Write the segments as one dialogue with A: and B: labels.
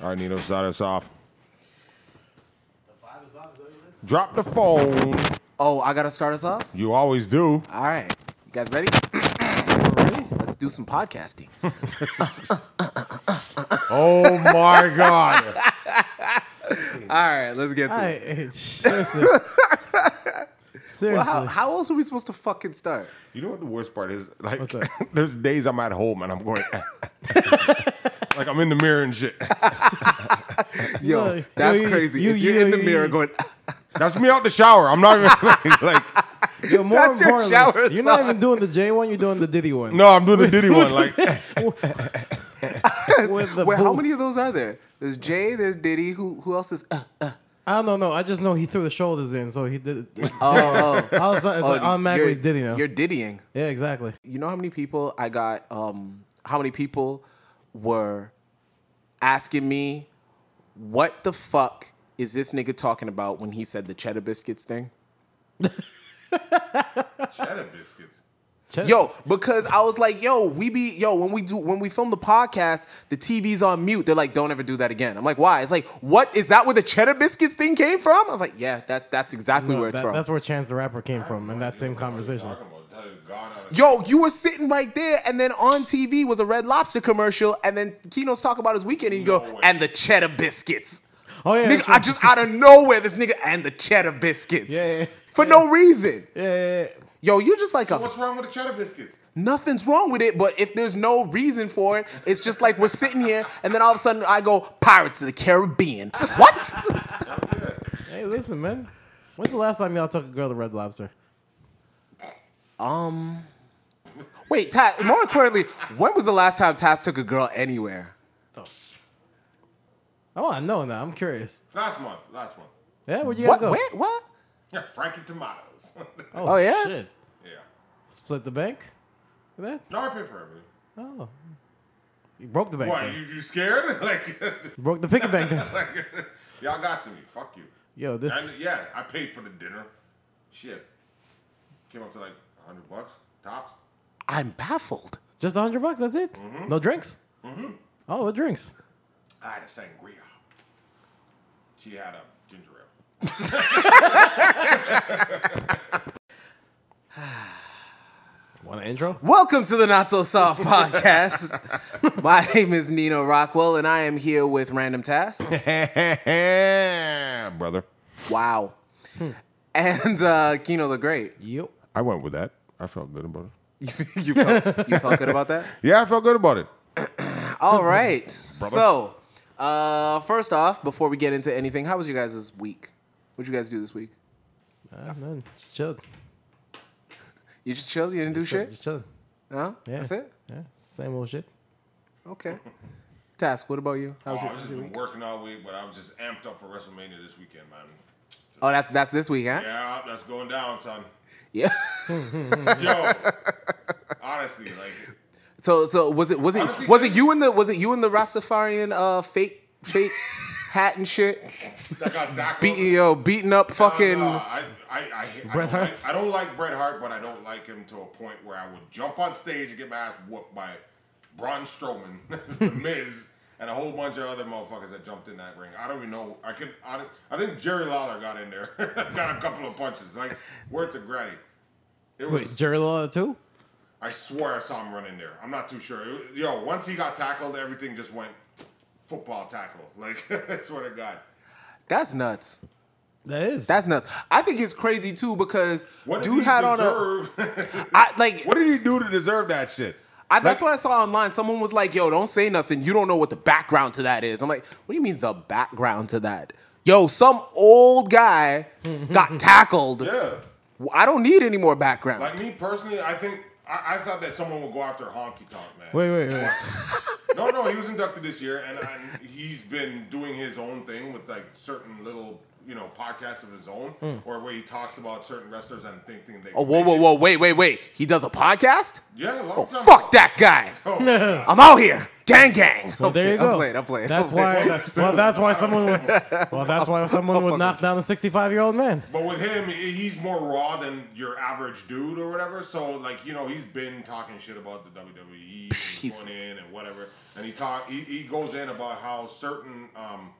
A: All right, Nino, start us off.
B: Five is off, is that what you said?
A: Drop the phone.
C: Oh, I gotta start us off.
A: You always do.
C: All right, you guys ready? ready? Let's do some podcasting.
A: Oh my God.
C: All right, let's get to
B: I,
C: it.
B: it's, seriously. seriously.
C: Well, how, how else are we supposed to fucking start?
A: You know what the worst part is? Like,
B: What's that?
A: there's days I'm at home and I'm going, like I'm in the mirror and shit.
C: Yo,
B: Look,
C: that's
B: yo, you-
C: crazy.
B: you-
C: if you're
B: you-
C: in the
B: you-
C: mirror
B: you-
C: going,
A: That's me out the shower. I'm not even like,
B: Yo, more
C: That's your
B: importantly,
C: shower
B: You're not
C: song.
B: even doing the J one. You're doing the Diddy one.
A: no, I'm doing the Diddy one. Like,
B: With the
C: wait, how
B: boot.
C: many of those are there? There's Jay, there's Diddy. Who who else is? Uh, uh.
B: I don't know. I just know he threw the shoulders in, so he did. It.
C: Oh, oh,
B: I was like, it's like automatically it's Diddy now.
C: You're diddying.
B: Yeah, exactly.
C: You know how many people I got? Um, how many people were asking me, what the fuck is this nigga talking about when he said the cheddar biscuits thing?
A: cheddar biscuits.
B: Check.
C: Yo, because I was like, yo, we be yo when we do when we film the podcast, the TV's on mute. They're like, don't ever do that again. I'm like, why? It's like, what is that where the cheddar biscuits thing came from? I was like, yeah, that that's exactly
B: No,
C: where it's
B: that-
C: from.
B: That's where Chance the Rapper came from in that same conversation.
C: Yo, you were sitting right there, and then on TV was a Red Lobster commercial, and then Kino's talking about his weekend, and you go,
A: way.
C: and the cheddar biscuits.
B: Oh yeah,
C: Nigga,
B: that's
C: I
B: right.
C: just out of nowhere, this nigga and the cheddar biscuits.
B: Yeah, yeah, yeah.
C: For no reason.
B: yeah, yeah, yeah.
C: Yo, you're just like a
A: What's wrong with the cheddar biscuits?
C: nothing's wrong with it, but if there's no reason for it, it's just like we're sitting here, and then all of a sudden I go, Pirates of the Caribbean. It's just, what?
B: Hey, listen, man. When's the last time y'all took a girl to Red Lobster?
C: Wait, Taz, more importantly, when was the last time Taz took a girl anywhere?
B: Oh, I want to know now. I'm curious.
A: Last month. Last month.
B: Yeah, where'd you
C: What?
B: guys go?
C: Wait, what?
A: Yeah, Frankie Tomatoes.
B: Oh,
C: Oh, yeah?
B: Shit.
A: yeah.
B: Split the bank. Look at
A: No, I pay for everything.
B: that. Oh. You broke the bank.
A: What,
B: then.
A: you, you scared? Like,
B: Broke the piggy bank. then.
A: like, y'all got to me. Fuck you.
B: Yo,
A: And,
B: this.
A: yeah, I paid for the dinner. Shit. Came up to like 100 bucks, tops.
C: I'm baffled.
B: Just a hundred bucks. That's it.
A: Mm-hmm.
B: No drinks. Oh, what drinks?
A: I had a sangria. She had a ginger ale.
B: Want an intro?
C: Welcome to the Not So Soft podcast. My name is Nino Rockwell, and I am here with Random Taz.
A: Brother.
C: Wow.
B: Hmm.
C: And uh, Kino the Great.
B: Yep.
A: I went with that. I felt good about it.
C: You, you, felt, you felt good about that?
A: Yeah, I felt good about it.
C: All right. So, uh, first off, before we get into anything, how was your guys' this week? What'd you guys do this week?
B: Ah, man, just chilled.
C: You just chilled? You didn't do shit?
B: Just chilled.
C: Huh?
B: Yeah.
C: That's it?
B: Yeah. Same old shit.
C: Okay. Task, what about you? How was
A: Oh,
C: your,
A: I've just been working all week, but I was just amped up for WrestleMania this weekend, man.
C: Oh, that's that's this week, huh?
A: Yeah, that's going down, son.
C: Yeah.
A: Yo, honestly, like,
C: So so was it was it
A: Honestly,
C: was it you in the was it you in the Rastafarian uh fake fake hat and shit?
A: I got Doc.
C: Beat, yo, beating up fucking
A: No, no, I, I, I, I,
B: Bret
A: don't
B: Hart?
A: Like, I don't like Bret Hart, but I don't like him to a point where I would jump on stage and get my ass whooped by Braun Strowman, The Miz, and a whole bunch of other motherfuckers that jumped in that ring. I don't even know. I could. I, don't- I think Jerry Lawler got in there, got a couple of punches, like worth a granny. It was.
B: Wait, Jerry Lawler too?
A: I swear I saw him run in there. I'm not too sure. It- yo, once he got tackled, everything just went football tackle. Like I swear to God.
C: That's nuts.
B: That is.
C: That's nuts. I think it's crazy too because
A: What did
C: dude
A: he
C: had on
A: deserve?
C: a I like
A: What did he do to deserve that shit?
C: I, that's
A: Like-
C: what I saw online. Someone was like, "Yo, don't say nothing. You don't know what the background to that is." I'm like, "What do you mean the background to that?" Yo, some old guy got tackled.
A: Yeah.
C: I don't need any more background.
A: Like me personally, I think I, I thought that someone would go after Honky Tonk Man.
B: Wait, wait, wait.
A: No, no, he was inducted this year, and I, he's been doing his own thing with like certain little, you know, podcasts of his own, or where he talks about certain wrestlers and think things they.
C: Hmm. oh, whoa, whoa, whoa, wait, wait, wait. He does a podcast?
A: Yeah, long time
C: Fuck that guy.
A: ago. Oh,
C: I'm out here. Gang, gang.
B: Well,
C: Okay,
B: there you go.
C: I'm playing. I'm playing.
B: That's
C: I'm
B: why. That's, well, that's why someone. Would, well, that's why someone would knock down a 65 year old man.
A: But with him, he- he's more raw than your average dude or whatever. So like you know, he's been talking shit about the WWE,
C: He's-
A: he's going in and whatever. And he talk he, he goes in about how certain um,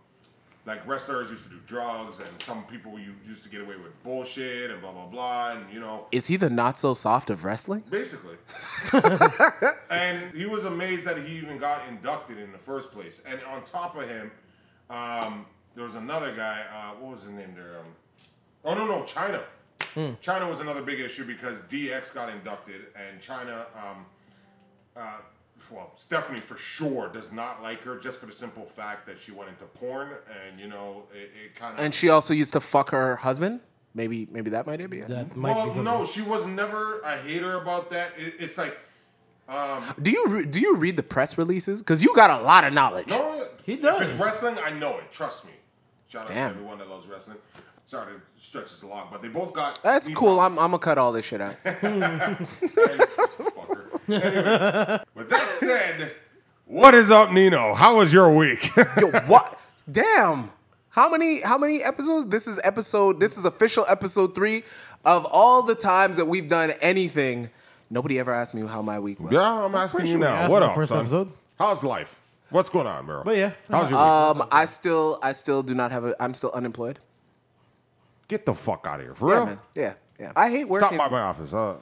A: like wrestlers used to do drugs and some people you used to get away with bullshit and blah blah blah and you know
C: Is he the not so soft of wrestling?
A: basically. and he was amazed that he even got inducted in the first place. And on top of him, um, there was another guy. Uh, what was his name there? Um, oh no, no, China.
B: Hmm.
A: China was another big issue because DX got inducted, and China. Um, uh, well, Stephanie for sure does not like her just for the simple fact that she went into porn, and you know it, it kind of.
C: And she also used to fuck her husband. Maybe, maybe that might be it.
B: That might be
A: well,
B: something.
A: no, she was never a hater about that. It, it's like
C: Do you re- do you read the press releases? Because you got a lot of knowledge.
A: No,
B: He
A: Oh, If
B: does.
A: it's wrestling, I know it. Trust me. Shout out
C: Damn.
A: to everyone that loves wrestling. Sorry to stretch this along, but they both got.
C: That's
A: knee
C: cool.
A: problems.
C: I'm, I'm gonna cut all this shit out.
A: Fucker. Anyway, with that said, what is up, Nino? How was your week?
C: Yo, what? Damn. How many how many episodes? This is episode. This is official episode three of all the times that we've done anything. Nobody ever asked me how my week was.
A: yeah, I'm asking
B: pretty
A: you
B: sure we
A: now.
B: asked
A: What
B: in the
A: up,
B: first
A: son?
B: episode.
A: How's life? What's going on, Meryl?
B: But yeah.
A: how's your week?
C: Um, I still I still do not have a. I'm still unemployed.
A: Get the fuck out of here, for
C: Yeah,
A: real.
C: man. Yeah, yeah. I hate working.
A: Stop by my office. Uh,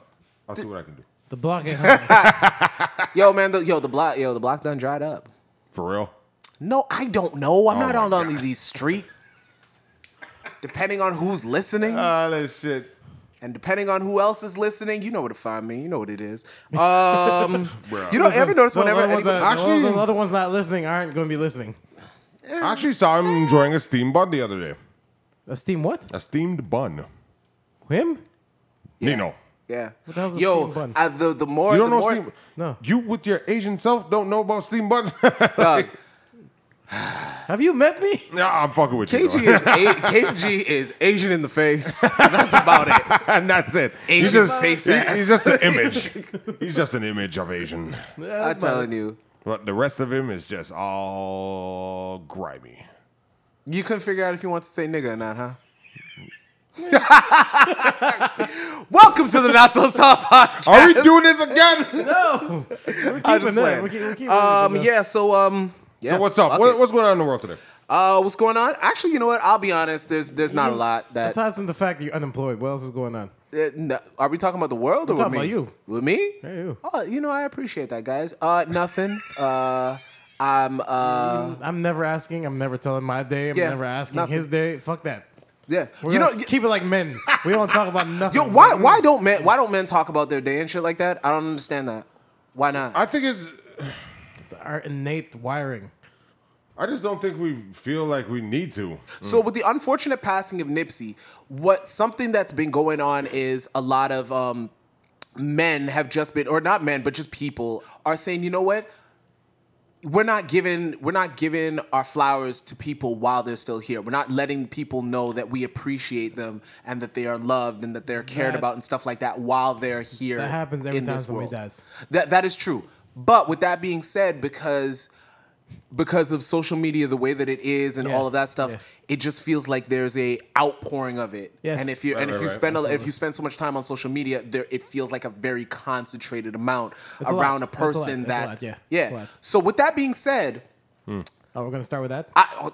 A: I'll see what I can do.
B: The block. ain't hot.
C: Yo, man. The, yo, the block. Yo, the block done dried up.
A: For real.
C: No, I don't know. I'm
A: Oh
C: not
A: my
C: out on
A: God.
C: these street. depending on who's listening
A: Ah, that shit.
C: and depending on who else is listening, you know where to find me. You know what it is. Um,
A: Bruh.
C: you don't ever notice
B: The
C: whenever
B: other ones
C: anyone, Ah,
B: that- the
A: Actually-
B: other- the other ones not listening aren't going to be listening.
A: I actually saw him enjoying a steamed bun the other day.
B: A steam what?
A: A steamed bun.
B: Him?
A: Nino.
C: Yeah.
B: the hell's a
C: Yo,
B: steam bun?
C: I, the the more
A: You don't
C: the
A: know
C: more,
A: steam.
B: No.
A: You with your Asian self don't know about steam buns.
C: Dog,
B: Have you met me?
A: nah, I'm fucking with you.
C: KG
A: dog.
C: is a, KG is Asian in the face. That's about it.
A: and that's it.
C: Asian
A: he's just
C: face
A: he-
C: ass.
A: he's just an image. he's just an image of Asian.
C: I'm telling you,
A: But the rest of him is just all grimy.
C: you couldn't figure out if you want to say nigga or not, huh? Welcome to the Not So Soft Podcast.
A: Are we doing this again?
B: No. We're keeping that.
C: playing.
B: We're, keep, we're keeping
C: Um,
B: it.
C: yeah. So um, yeah.
A: So what's up?
C: fuck
A: What,
C: it.
A: what's going on in the world today?
C: Uh, what's going on? Actually, you know what? I'll be honest. There's there's not a lot that.
B: Aside from the fact that you're unemployed, what else is going on?
C: uh, no- are we talking about the world or
B: We're
C: with me?
B: talking about
C: With me?
B: Hey, you.
C: Oh, you know I appreciate that, guys. Uh, nothing. uh, I'm uh,
B: I'm never asking. I'm never telling my day. I'm
C: Yeah,
B: never asking
C: nothing.
B: his day. Fuck that.
C: yeah.
B: We're
C: you know,
B: gonna keep it like men. We don't talk about nothing.
C: yo, why why don't men why don't men talk about their day and shit like that? I don't understand that. Why not?
A: I think it's.
B: It's our innate wiring.
A: I just don't think we feel like we need to.
C: So with the unfortunate passing of Nipsey, what something that's been going on is a lot of um, men have just been, or not men, but just people are saying, you know what? We're not giving we're not giving our flowers to people while they're still here. We're not letting people know that we appreciate them and that they are loved and that they're cared
B: That-
C: about and stuff like that while they're here.
B: That happens every
C: in
B: time
C: this
B: somebody
C: world.
B: dies.
C: That that is true. But with that being said, because because of social media, the way that it is, and
B: Yeah,
C: all of that stuff,
B: yeah.
C: it just feels like there's a outpouring of it.
B: Yes.
C: And if you
A: Right,
C: and if
A: right,
C: you
A: right.
C: spend a, if you spend so much time on social media, there it feels like a very concentrated amount
B: It's a lot.
C: around a
B: It's a lot.
C: person
B: It's a
C: that
B: lot, yeah. It's a
C: yeah.
B: lot.
C: So with that being said,
B: Oh, we're gonna start with that.
C: I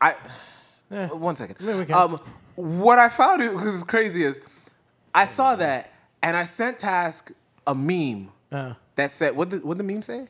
C: I one second.
B: Eh. we can.
C: Um, what I found it was crazy is I saw that and I sent Task a meme
B: Uh,
C: that said what did what the meme say?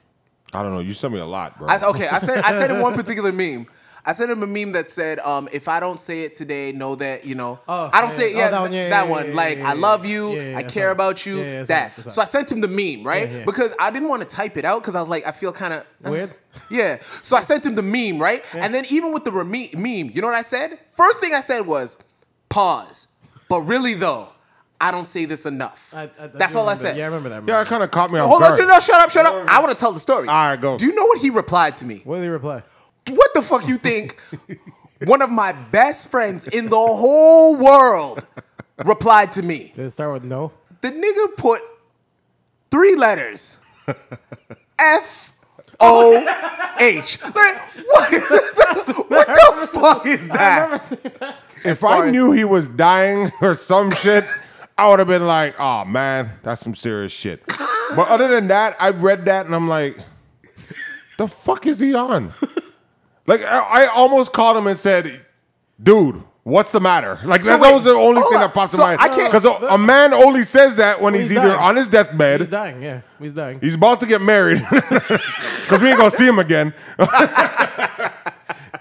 A: I don't know. You sent me a lot, bro.
C: I, okay, I said I said in one particular meme. I sent him a meme that said, um, "If I don't say it today, know that you know
B: Oh,
C: I don't
B: yeah,
C: say it.
B: oh,
C: Yeah,
B: that one, yeah,
C: that
B: yeah,
C: one.
B: yeah,
C: like
B: yeah,
C: I
B: yeah,
C: love
B: yeah,
C: you.
B: yeah, yeah,
C: I
B: that's
C: care
B: all.
C: about you.
B: Yeah, yeah, that's all,
C: that.
B: that's all.
C: so I sent him the meme, right?
B: Yeah, yeah.
C: Because I didn't want to type it out because I was like, I feel kind of
B: Weird.
C: Yeah. So I sent him the meme, right? And then even with the reme- meme, you know what I said? First thing I said was, pause. But really though, I don't say this enough.
B: I- I- I
C: that's
B: do
C: all I
B: remember-
C: said.
B: Yeah, I remember that. I
A: yeah,
B: remember
A: it kind of caught me off
C: Hold on,
A: guard.
C: no, no, shut up, shut up.
A: No, no.
C: I want to tell the story.
A: All right, go.
C: Do you know what he replied to me?
B: that. What did he reply?
C: What the fuck you think? One of my best friends in the whole world replied to me.
B: Did it start with no?
C: The nigga put three letters. F O H. Like, what, what the fuck is that?
A: If
C: far
A: I
C: as-
A: knew he was dying or some shit, I would have been like, oh man, that's some serious shit. But other than that, I read that and I'm like, the fuck is he on? Like, I, I almost called him and said, dude, what's the matter? Like, that, that
C: wait,
A: was the only
C: hold
A: thing
C: on.
A: that popped
C: So
A: in
C: I
A: mind.
C: can't-
A: Because a, a man only says that when he's,
B: he's
A: either
B: dying.
A: on his deathbed,
B: He's dying. Yeah, he's dying.
A: he's about to get married, because we ain't gonna see him again.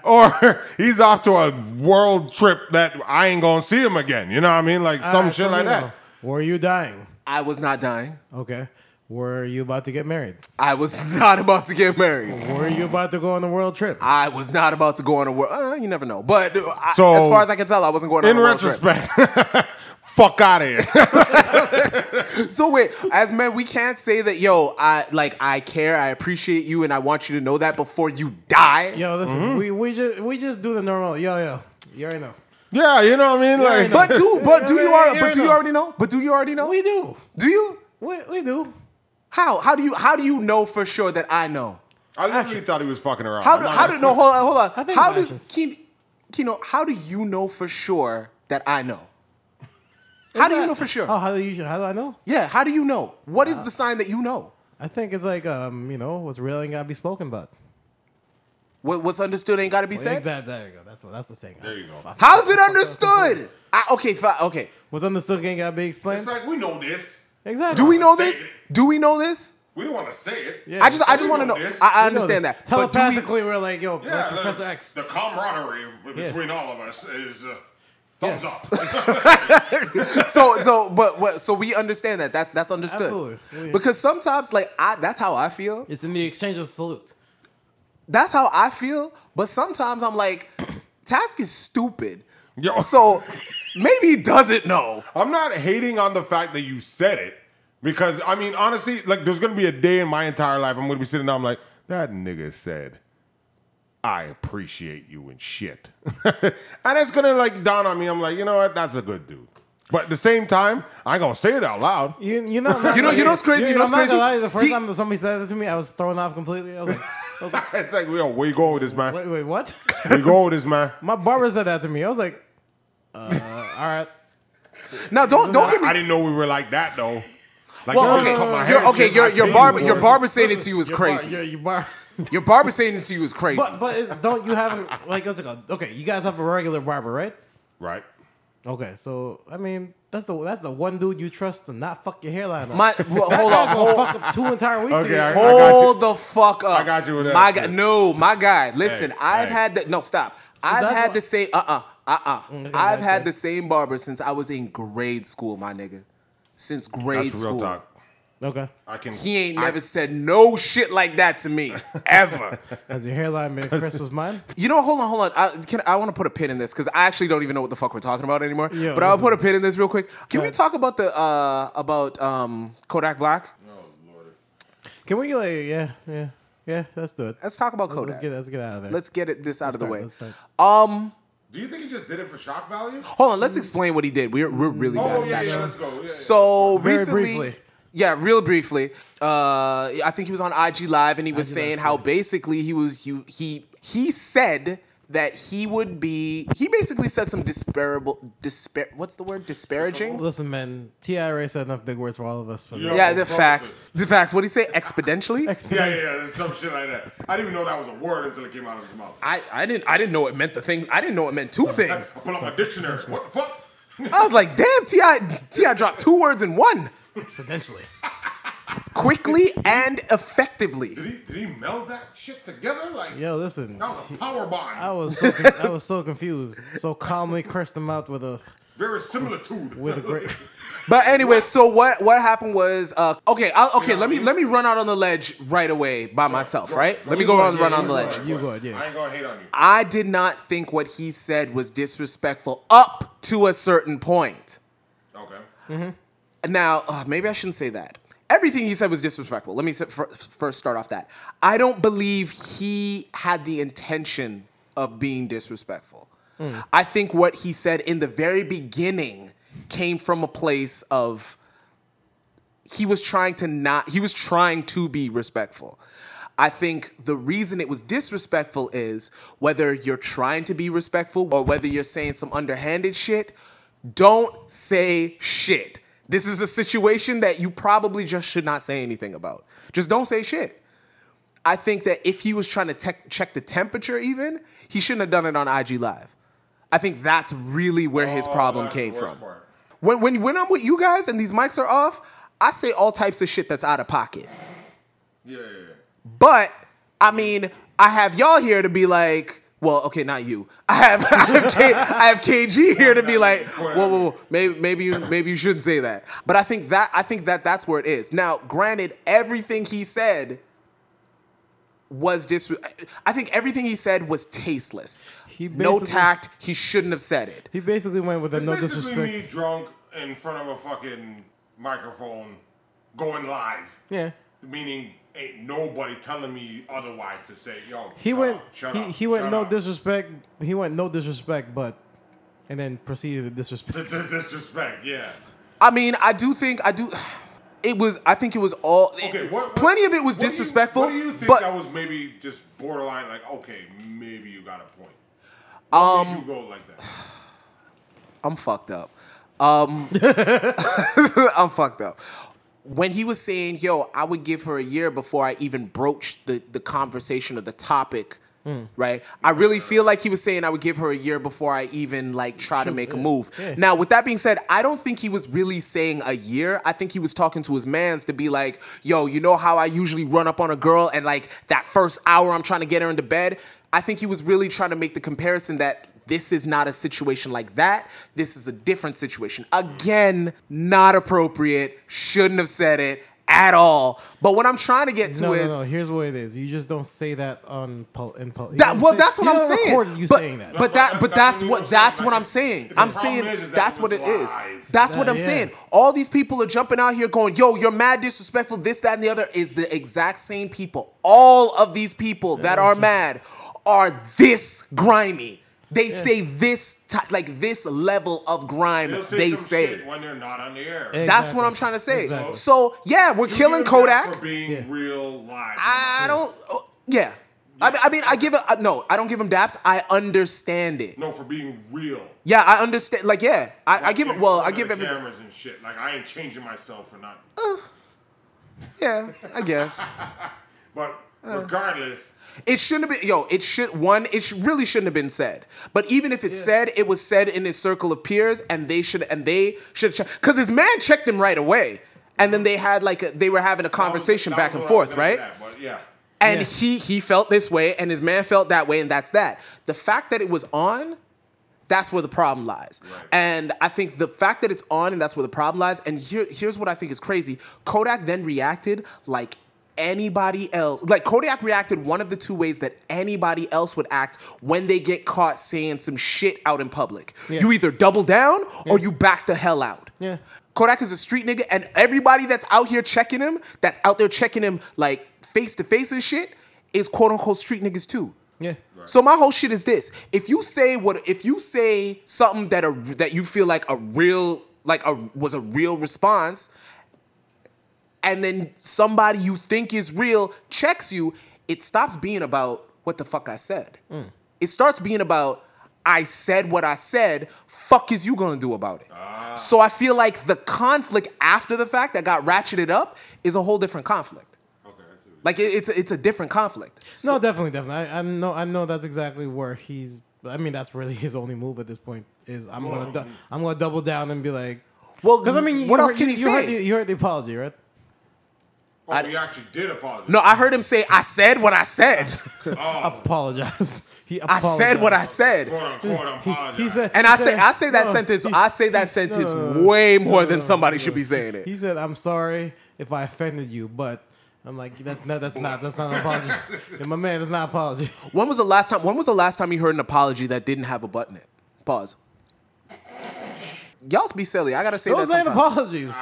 A: or he's off to a world trip that I ain't gonna see him again. You know what I mean? Like some
B: Ah,
A: shit
B: so
A: like
B: we
A: that.
B: know. Were you dying?
C: I was not dying.
B: Okay. Were you about to get married?
C: I was not about to get married.
B: Were you about to go on a world trip?
C: I was not about to go on a world. Uh, you never know. But I,
A: So,
C: as far as I can tell, I wasn't going on
A: In
C: a world trip.
A: retrospect, fuck out of here.
C: So wait, as men, we can't say that. Yo, I like I care, I appreciate you, and I want you to know that before you die.
B: Yo, listen,
C: Mm-hmm.
B: we, we just we just do the normal. Yo, yo, you already know.
A: yeah, you know what I mean?
B: I
A: Like,
B: know.
C: But do but do you are but do you
B: Yeah.
C: already know? But do you already know?
B: We do.
C: Do you?
B: We, we do.
C: How how do you how do you know for sure that I know?
A: I literally
B: Actions.
A: thought he was fucking around.
C: How
A: I'm
C: do
A: not
C: how
A: gonna-
C: do no hold on hold on?
B: I think
C: how
B: it's
C: do
B: actions.
C: Keen- Kino? How do you know for sure that I know? How do you know for sure?
B: Oh, Uh. how do you? How do I know?
C: Yeah, how do you know? What is the sign that you know?
B: I think it's like um, you know, what's real ain't gotta be spoken about.
C: What, what's understood ain't got to be
B: Like
C: said.
B: that. There you go. That's what. That's the saying.
A: There you go.
C: How's it understood? I, okay, fi- okay.
B: What's understood ain't gotta be explained.
A: It's like we know this.
B: exactly.
C: Do we know
A: Say
C: this?
A: it.
C: Do we know this?
A: We don't want to say it.
B: Yeah.
C: I just I
A: We
C: just want to
A: know
C: know.
A: this.
C: I, I
B: We know
C: understand
B: this.
C: that. But do we,
B: Telepathically, we, are like, yo,
A: Yeah,
B: like Professor
A: the,
B: X.
A: the camaraderie between all of us is uh, thumbs
B: Yes.
A: up.
C: so so but what so we understand that that's that's understood
B: Absolutely. Yeah.
C: because sometimes like i that's how i feel
B: It's in the exchange of salute.
C: that's how i feel but sometimes i'm like task is stupid
A: Yo.
C: so maybe he doesn't know
A: I'm not hating on the fact that you said it because I mean, honestly, like there's gonna be a day in my entire life I'm gonna be sitting down, I'm like, that nigga said, I appreciate you and shit, and it's gonna like dawn on me. I'm like, you know what? That's a good dude. But at the same time, I ain't gonna say it out loud.
B: You you know
C: You know- you know what's crazy? You know what's
B: I'm not gonna
C: crazy?
B: lie, The first
C: He-
B: time that somebody said that to me, I was thrown off completely. I was like, I was like
A: it's like, yo, where you going with this man?
B: wait, wait, what?
A: Where you going with this man?
B: My barber said that to me. I was like, uh, all right.
C: now don't don't get me
A: I didn't know we were like that though. Like,
C: Well,
A: you just
C: okay,
A: cut my
C: you're-
A: hair and
C: okay,
A: shit.
C: you're-
A: I
C: you're
A: paid
C: barber-
A: you
C: you're
A: for it.
C: barber- saying it to you is
B: your
C: crazy.
B: Bar, your, your bar.
C: your barber saying this to you is crazy
B: But but is, don't you have a- like what's it called? Okay, you guys have a regular barber, right?
A: right.
B: Okay, so I mean that's the that's the one dude you trust to not fuck your hairline. Up.
C: my well, hold on
B: That gonna
C: hold,
B: fuck up two entire weeks.
A: Okay,
B: of
A: I- got
B: your-
A: you.
C: hold the fuck up
A: I got you with that
C: my
A: shit.
C: guy no my guy listen
A: Hey,
C: i've
A: hey.
C: had that no stop i've
B: that's
C: had
B: why-
C: the same uh-uh uh-uh
B: okay,
C: i've had
B: okay.
C: the same barber since i was in grade school my nigga since grade
A: That's
C: school
A: real talk.
B: okay,
A: I can.
C: He ain't
A: I-
C: never said no shit like that to me ever.
B: has your hairline been crisp as mine?
C: you know, hold on, hold on. I, can, I want to put a pin in this because I actually don't even know what the fuck we're talking about anymore.
B: Yeah,
C: but I'll
B: listen.
C: put a pin in this real quick. Can we
B: ahead.
C: talk about the uh, about um, Kodak Black?
B: Can we like yeah yeah yeah? Let's do it.
C: Let's talk about Kodak.
B: Let's get let's get out of there.
C: it this out of the
B: start,
C: way.
B: let's start.
C: Um,
A: Do you think he just did it for shock value?
C: hold on. Let's explain what he did. We're we're really bad
A: Oh
C: at
A: yeah,
C: that
A: yeah,
C: shit.
A: let's go. Yeah, yeah.
C: So
B: Very
C: recently,
B: briefly.
C: yeah, real briefly. Uh, I think he was on IG Live and he was
B: IG
C: saying
B: Live,
C: how basically he was he he he said that he would be he basically said some disparable despair what's the word disparaging
B: Listen, man, Ti already said enough big words for all of us. For
A: Yo.
B: the-
C: yeah the
A: bro.
C: facts the facts what do you say exponentially
A: Yeah, yeah, yeah, there's some shit like that. I didn't even know that was a word until it came out of his mouth.
C: I, I didn't I didn't know it meant the thing I didn't know it meant two
A: I
C: things
A: pull up my dictionary. What the fuck?
C: I was like damn ti ti dropped two words in one
B: Exponentially.
C: quickly and effectively
A: Did he did he meld that shit together? Like
B: Yo, listen,
A: that was a power bond.
B: I was so con- I was so confused. So calmly cursed him out with a
A: Very similitude.
B: with a great.
C: But anyway, so what what happened was uh, okay. I'll, okay, let me let me run out on the ledge right away by myself. Right, let me go on
B: yeah,
C: run on
B: you
C: the
B: go
C: ledge.
B: ahead. You good, yeah.
A: I ain't gonna hate on you.
C: I did not think what he said was disrespectful up to a certain point.
A: Okay.
C: Now, uh, maybe I shouldn't say that. Everything he said was disrespectful. Let me s- fir- first start off that. I don't believe he had the intention of being disrespectful.
B: Hmm.
C: I think what he said in the very beginning came from a place of he was trying to not he was trying to be respectful. I think the reason it was disrespectful is whether you're trying to be respectful or whether you're saying some underhanded shit, don't say shit. This is a situation that you probably just should not say anything about. Just don't say shit. I think that if he was trying to tech check the temperature, even he shouldn't have done it on IG Live. I think that's really where his
A: Oh,
C: problem
A: that's the
C: came
A: worst
C: from.
A: part.
C: When, when when I'm with you guys and these mics are off, I say all types of shit that's out of pocket.
A: Yeah, yeah, yeah.
C: But I mean, I have y'all here to be like, well, okay, not you. I have I have, K, I have KG here to be like, whoa, whoa, whoa, maybe maybe you maybe you shouldn't say that. But I think that I think that that's where it is. Now, granted, everything he said was dis. I think everything he said was tasteless.
B: He
C: no
B: basically-
C: tact. He shouldn't have said it.
B: He basically went with a no
A: Basically me
B: disrespect.
A: drunk in front of a fucking microphone going live.
B: Yeah.
A: Meaning ain't nobody telling me otherwise to say, yo,
B: He
A: shut
C: Oh,
B: went.
A: up, shut
B: he
A: up,
B: he went
A: shut
B: no
A: up.
B: disrespect. He went no disrespect, but, and then proceeded to disrespect.
A: The- the disrespect, yeah.
C: I mean, I do think I do. It was. I think it was all.
A: Okay, what, what-
C: plenty of it was
A: what do you-
C: disrespectful.
A: what do you think
C: but
A: that was maybe just borderline like, okay, maybe you got a point. What
C: Um,
A: made you go like that?
C: I'm fucked up. Um, I'm fucked up. When he was saying, yo, I would give her a year before I even broached the, the conversation or the topic,
B: Hmm.
C: right? I really feel like he was saying I would give her a year before I even like try to make a move.
B: yeah.
C: Now, with that being said, I don't think he was really saying a year. I think he was talking to his mans to be like, yo, you know how I usually run up on a girl and like that first hour I'm trying to get her into bed? I think he was really trying to make the comparison that this is not a situation like that. This is a different situation. Again, not appropriate. Shouldn't have said it at all. But what I'm trying to get to
B: No, no,
C: is
B: no. Here's what it is. You just don't say that on pol- in pol- you
C: that,
B: don't
C: well,
B: say-
C: that's what
B: you
C: I'm
B: don't
C: saying.
B: record you
C: but,
B: saying that.
C: but
A: But
C: that,
A: that-
C: but
A: that's
C: that's
A: what we
C: what
A: were
C: that's
A: saying,
C: what
A: like,
C: I'm saying.
A: the
C: I'm
A: problem
C: saying
A: is, is that
C: that's
A: it
C: what
A: was
C: it is.
A: live.
C: That's what
B: Yeah,
C: I'm
B: yeah.
C: saying. All these people are jumping out here going, "Yo, you're mad, disrespectful, this, that, and the other." Is the exact same people. All of these people that are mad are this grimy. They say this ti- like this level of grime.
A: They'll
C: they
A: some
C: say.
A: shit when they're not on the air.
B: Hey,
C: That's what
B: Exactly.
C: I'm trying to say.
B: Exactly.
C: So yeah, we're
A: You
C: killing
A: give them that
C: Kodak.
A: for being
B: Yeah.
A: real live.
C: I don't. oh, yeah. I mean, I mean, I give it. uh, No, I don't give him daps. I understand it.
A: no, for being real.
C: Yeah, I understand. Like, yeah, I, I give it.
A: In
C: Well, I
A: front
C: give
A: of the
C: every. Uh,
A: cameras and shit. Like I ain't changing myself for nothing.
C: Yeah, I guess
A: But
C: uh.
A: regardless,
C: it shouldn't have been. Yo, it should. One, it sh- really shouldn't have been said. But even if it's said, it was said in his circle of peers, and they should. And they should. Because his man checked him right away, and then they had like a, they were having a conversation
A: that
C: back
A: was
C: and
A: what I was
C: forth,
A: gonna
C: right?
A: get at, but yeah.
C: And
B: Yeah.
C: he he felt this way, and his man felt that way, and that's that. The fact that it was on, that's where the problem lies.
A: Right.
C: And I think the fact that it's on, and that's where the problem lies. And here, here's what I think is crazy: Kodak then reacted like anybody else. Like Kodak reacted one of the two ways that anybody else would act when they get caught saying some shit out in public.
B: Yeah.
C: You either double down or you back the hell out.
B: Yeah.
C: Kodak is a street nigga, and everybody that's out here checking him, that's out there checking him like face to face and shit, is quote unquote street niggas too.
B: Yeah.
C: So my whole shit is this: if you say what, if you say something that a that you feel like a real like a was a real response, and then somebody you think is real checks you, it stops being about what the fuck I said.
B: Mm.
C: It starts being about I said what I said. Fuck is you gonna do about it?
B: Ah.
C: So I feel like the conflict after the fact that got ratcheted up is a whole different conflict.
A: Okay. I see what you-
C: Like it, it's a, it's a different conflict.
B: no, definitely, definitely. I, I know, I know. That's exactly where he's. I mean, that's really his only move at this point. Is I'm gonna, du- I'm gonna double down and be like,
C: Well,
B: because I mean, you
C: what else
B: heard-
C: can
B: you,
C: he
B: you
C: say?
B: Heard the, you heard the apology, right?
A: Oh, he actually did apologize.
C: No, I heard him say, I said what I said.
A: Oh,
B: Apologize. He
C: I
B: apologized.
C: said what I
A: quote
C: said.
A: unquote apologize.
B: He said,
C: And
B: he
C: I say
B: said-
C: I say that
B: no,
C: sentence
B: he-
C: I say that
B: he-
C: sentence
B: no,
C: way more
B: no,
C: than
B: no,
C: somebody
B: no.
C: should be saying
B: He
C: it.
B: said, "I'm sorry if I offended you," but I'm like, "That's not. That's not. That's not an apology." And my man, that's not an apology.
C: When was the last time when was the last time you heard an apology that didn't have a button in it? Pause. Y'all be silly. I gotta say that
B: Those ain't
C: sometimes.
B: apologies.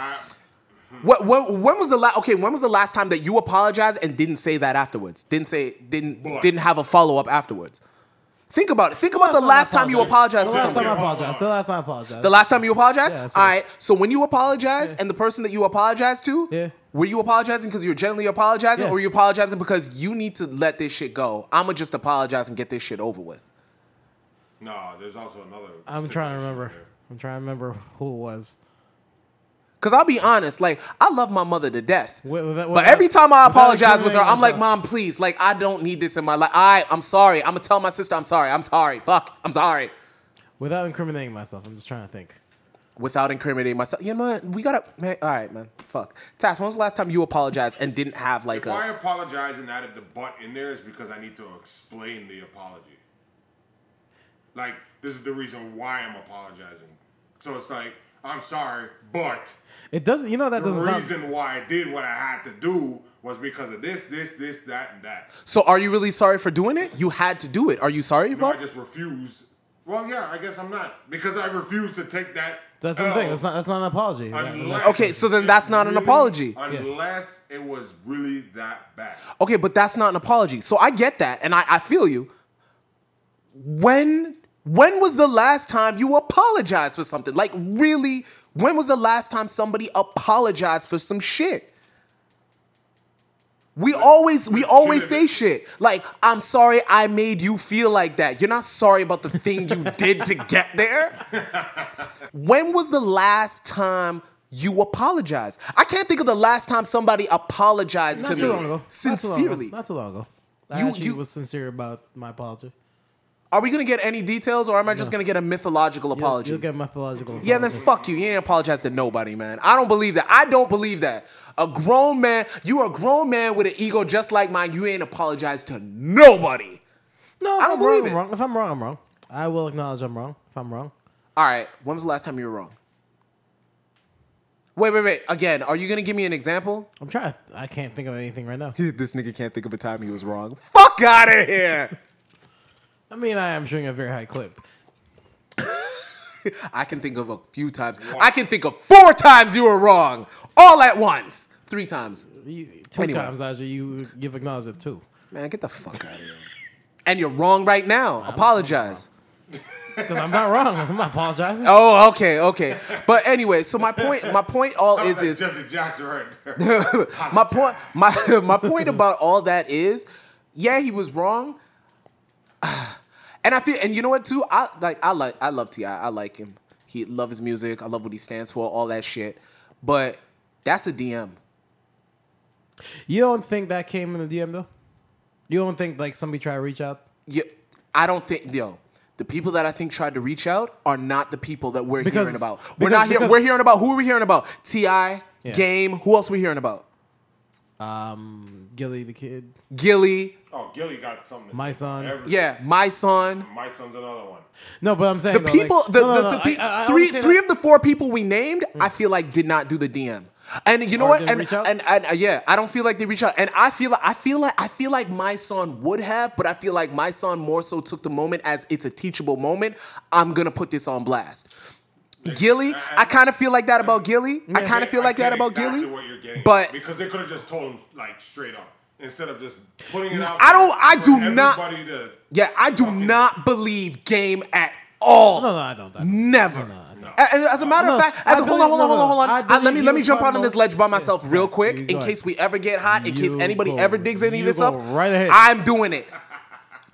C: What, when, when was the last? Okay, when was the last time that you apologized and didn't say that afterwards? Didn't say didn't
A: Boy.
C: didn't have a follow up afterwards. Think about it. Think about the last time you apologized
B: The
C: to
B: last
C: someone.
B: time I
A: somebody.
B: apologized. The last time I apologized.
C: The last time you apologized?
B: Yeah, so-
C: All right. So when you apologize
B: Yeah.
C: and the person that you apologize to
B: Yeah.
C: Were you apologizing because you were generally apologizing,
B: Yeah.
C: or were you apologizing because you need to let this shit go? I'ma just apologize and get this shit over with.
A: No, there's also another.
B: I'm trying
A: stipulation
B: to remember.
A: there.
B: I'm trying to remember who it was.
C: Cause I'll be honest, like I love my mother to death.
B: Wi- without-
C: but every time I
B: without
C: apologize with her,
B: incriminating
C: I'm like,
B: myself.
C: Mom, please, like I don't need this in my life. I, I'm sorry. I'm gonna tell my sister I'm sorry. I'm sorry. Fuck, I'm sorry.
B: Without incriminating myself, I'm just trying to think.
C: Without incriminating myself, you know what? We gotta. Man, all right, man. Fuck. Tass, when was the last time you apologized and didn't have like
A: If I
C: a?
A: apologize and added the butt in there, is because I need to explain the apology. Like, this is the reason why I'm apologizing. So it's like, I'm sorry, but
B: It doesn't. You know that
A: the
B: doesn't sound.
A: reason why I did what I had to do was because of this, this, this, that, and that.
C: So are you really sorry for doing it? You had to do it. Are you sorry,
A: No,
C: bro?
A: I just refuse. Well, yeah, I guess I'm not because I refuse to take that.
B: That's what I'm saying.
A: L.
B: That's not. That's not an apology. That-
A: Unless-
B: that's-
C: Okay, so then that's not an apology.
A: Unless it was really that bad.
C: Okay, but that's not an apology. So I get that, and I, I feel you. When when was the last time you apologized for something? Like really, when was the last time somebody apologized for some shit? We always we always say shit. Like, I'm sorry I made you feel like that. You're not sorry about the thing you did to get there. When was the last time you apologized? I can't think of the last time somebody apologized
B: Not
C: to
B: too
C: me
B: long ago.
C: sincerely.
B: Not too long ago. Not too long ago. I
C: You-
B: actually
C: you-
B: was sincere about my apology.
C: Are we gonna get any details, or am I just gonna get a mythological
B: You'll-
C: apology?
B: You'll, get mythological.
C: yeah, then fuck you. You ain't apologize to nobody, man. I don't believe that. I don't believe that. A grown man, you are a grown man with an ego just like mine. You ain't apologize to nobody.
B: No,
C: I don't
B: if I'm wrong,
C: believe
B: I'm
C: it.
B: wrong. If I'm wrong, I'm wrong. I will acknowledge I'm wrong. If I'm wrong,
C: All right. When was the last time you were wrong? Wait, wait, wait. Again, are you gonna give me an example?
B: I'm trying. To, I can't think of anything right now.
C: this nigga can't think of a time he was wrong. Fuck out of here.
B: I mean, I am shooting a very high clip.
C: I can think of a few times. I can think of four times you were wrong, all at once. Three times.
B: You, two
C: Anyway.
B: times, actually, you you've acknowledged it too.
C: Man, get the fuck out of here. And you're wrong right now. Apologize.
B: Because I'm not wrong. I'm not apologizing.
C: Oh, okay, okay. But anyway, so my point, my point, all
A: That was
C: is
A: like
C: is
A: Jesse Jackson right there.
C: my point, my my point about all that is, yeah, he was wrong. And I feel, and you know what too? I like, I like, I love Ti. I like him. He love his music. I love what he stands for. All that shit. But that's a DM.
B: You don't think that came in the DM though? You don't think like somebody tried to reach out?
C: Yeah, I don't think yo. The people that I think tried to reach out are not the people that we're
B: Because-
C: hearing about. We're
B: because-
C: not here.
B: because-
C: We're hearing about who are we hearing about? Ti, Game. Who else we hearing about?
B: Um, Gilly the kid.
C: Gilly.
A: oh, Gilly got something. to
B: My
A: say.
B: son.
A: Every-
C: Yeah, my son.
A: My son's another one.
B: No, but I'm saying
C: The
B: though, like-
C: people. the
B: No, no,
C: the,
B: no,
C: the pe-
B: I- I- I
C: three
B: understand
C: three
B: that. Hmm.
C: of the four people we named, I feel like did not do the DM. And you know
B: Or
C: what?
B: didn't
C: And,
B: reach out?
C: and and uh, yeah, I don't feel like they reach out. And I feel like I feel like I feel like my son would have, but I feel like my son more so took the moment as it's a teachable moment. I'm gonna put this on blast. Gilly,
A: I- I-
C: I kind of feel like that about Gilly. I kind of feel like
A: get
C: that about
A: exactly
C: Gilly.
A: What you're getting, at,
C: but-
A: because they could have just told him like straight up instead of just putting it out.
C: I don't-
A: there
C: I
A: for
C: do not-
A: everybody To,
C: Yeah, I do not believe game at all.
B: No, no, I don't. I don't.
C: Never.
A: No.
C: A- and as a matter
B: No,
C: of fact, as
B: I
C: a, hold
B: believe-
C: on, hold on,
B: no,
C: hold on,
B: no.
C: hold on.
B: I
C: I- let
B: believe
C: me
B: he
C: let me
B: was
C: jump
B: right
C: out on
B: about-
C: this ledge by
B: Yeah,
C: myself real
B: right.
C: quick,
B: You
C: in
B: go
C: case
B: ahead.
C: we ever get hot, in case
B: You
C: anybody
B: go-
C: ever digs any of
B: you
C: this
B: go
C: up.
B: right ahead.
C: I'm doing it.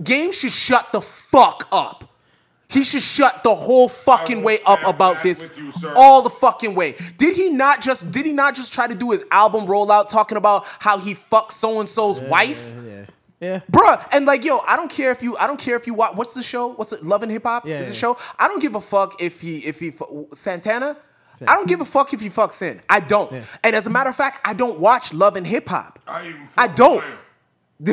C: Game should shut the fuck up. He should shut the whole fucking
A: will
C: way up
A: stand
C: about
A: back
C: this
A: with you, sir.
C: all the fucking way. Did he not just did he not just try to do his album rollout talking about how he fucked so and so's wife?
B: Yeah, yeah.
C: Bruh, and like yo, I don't care if you, I don't care if you watch. What's the show? What's it? Love and Hip Hop
B: Yeah,
C: is the
B: yeah.
C: show. I don't give a fuck if he, if he fu- Santana.
B: San-
C: I don't give a fuck if he fucks in. I don't.
B: Yeah.
C: And as a matter of fact, I don't watch Love and Hip Hop.
A: I, even
C: I don't.
A: Fuck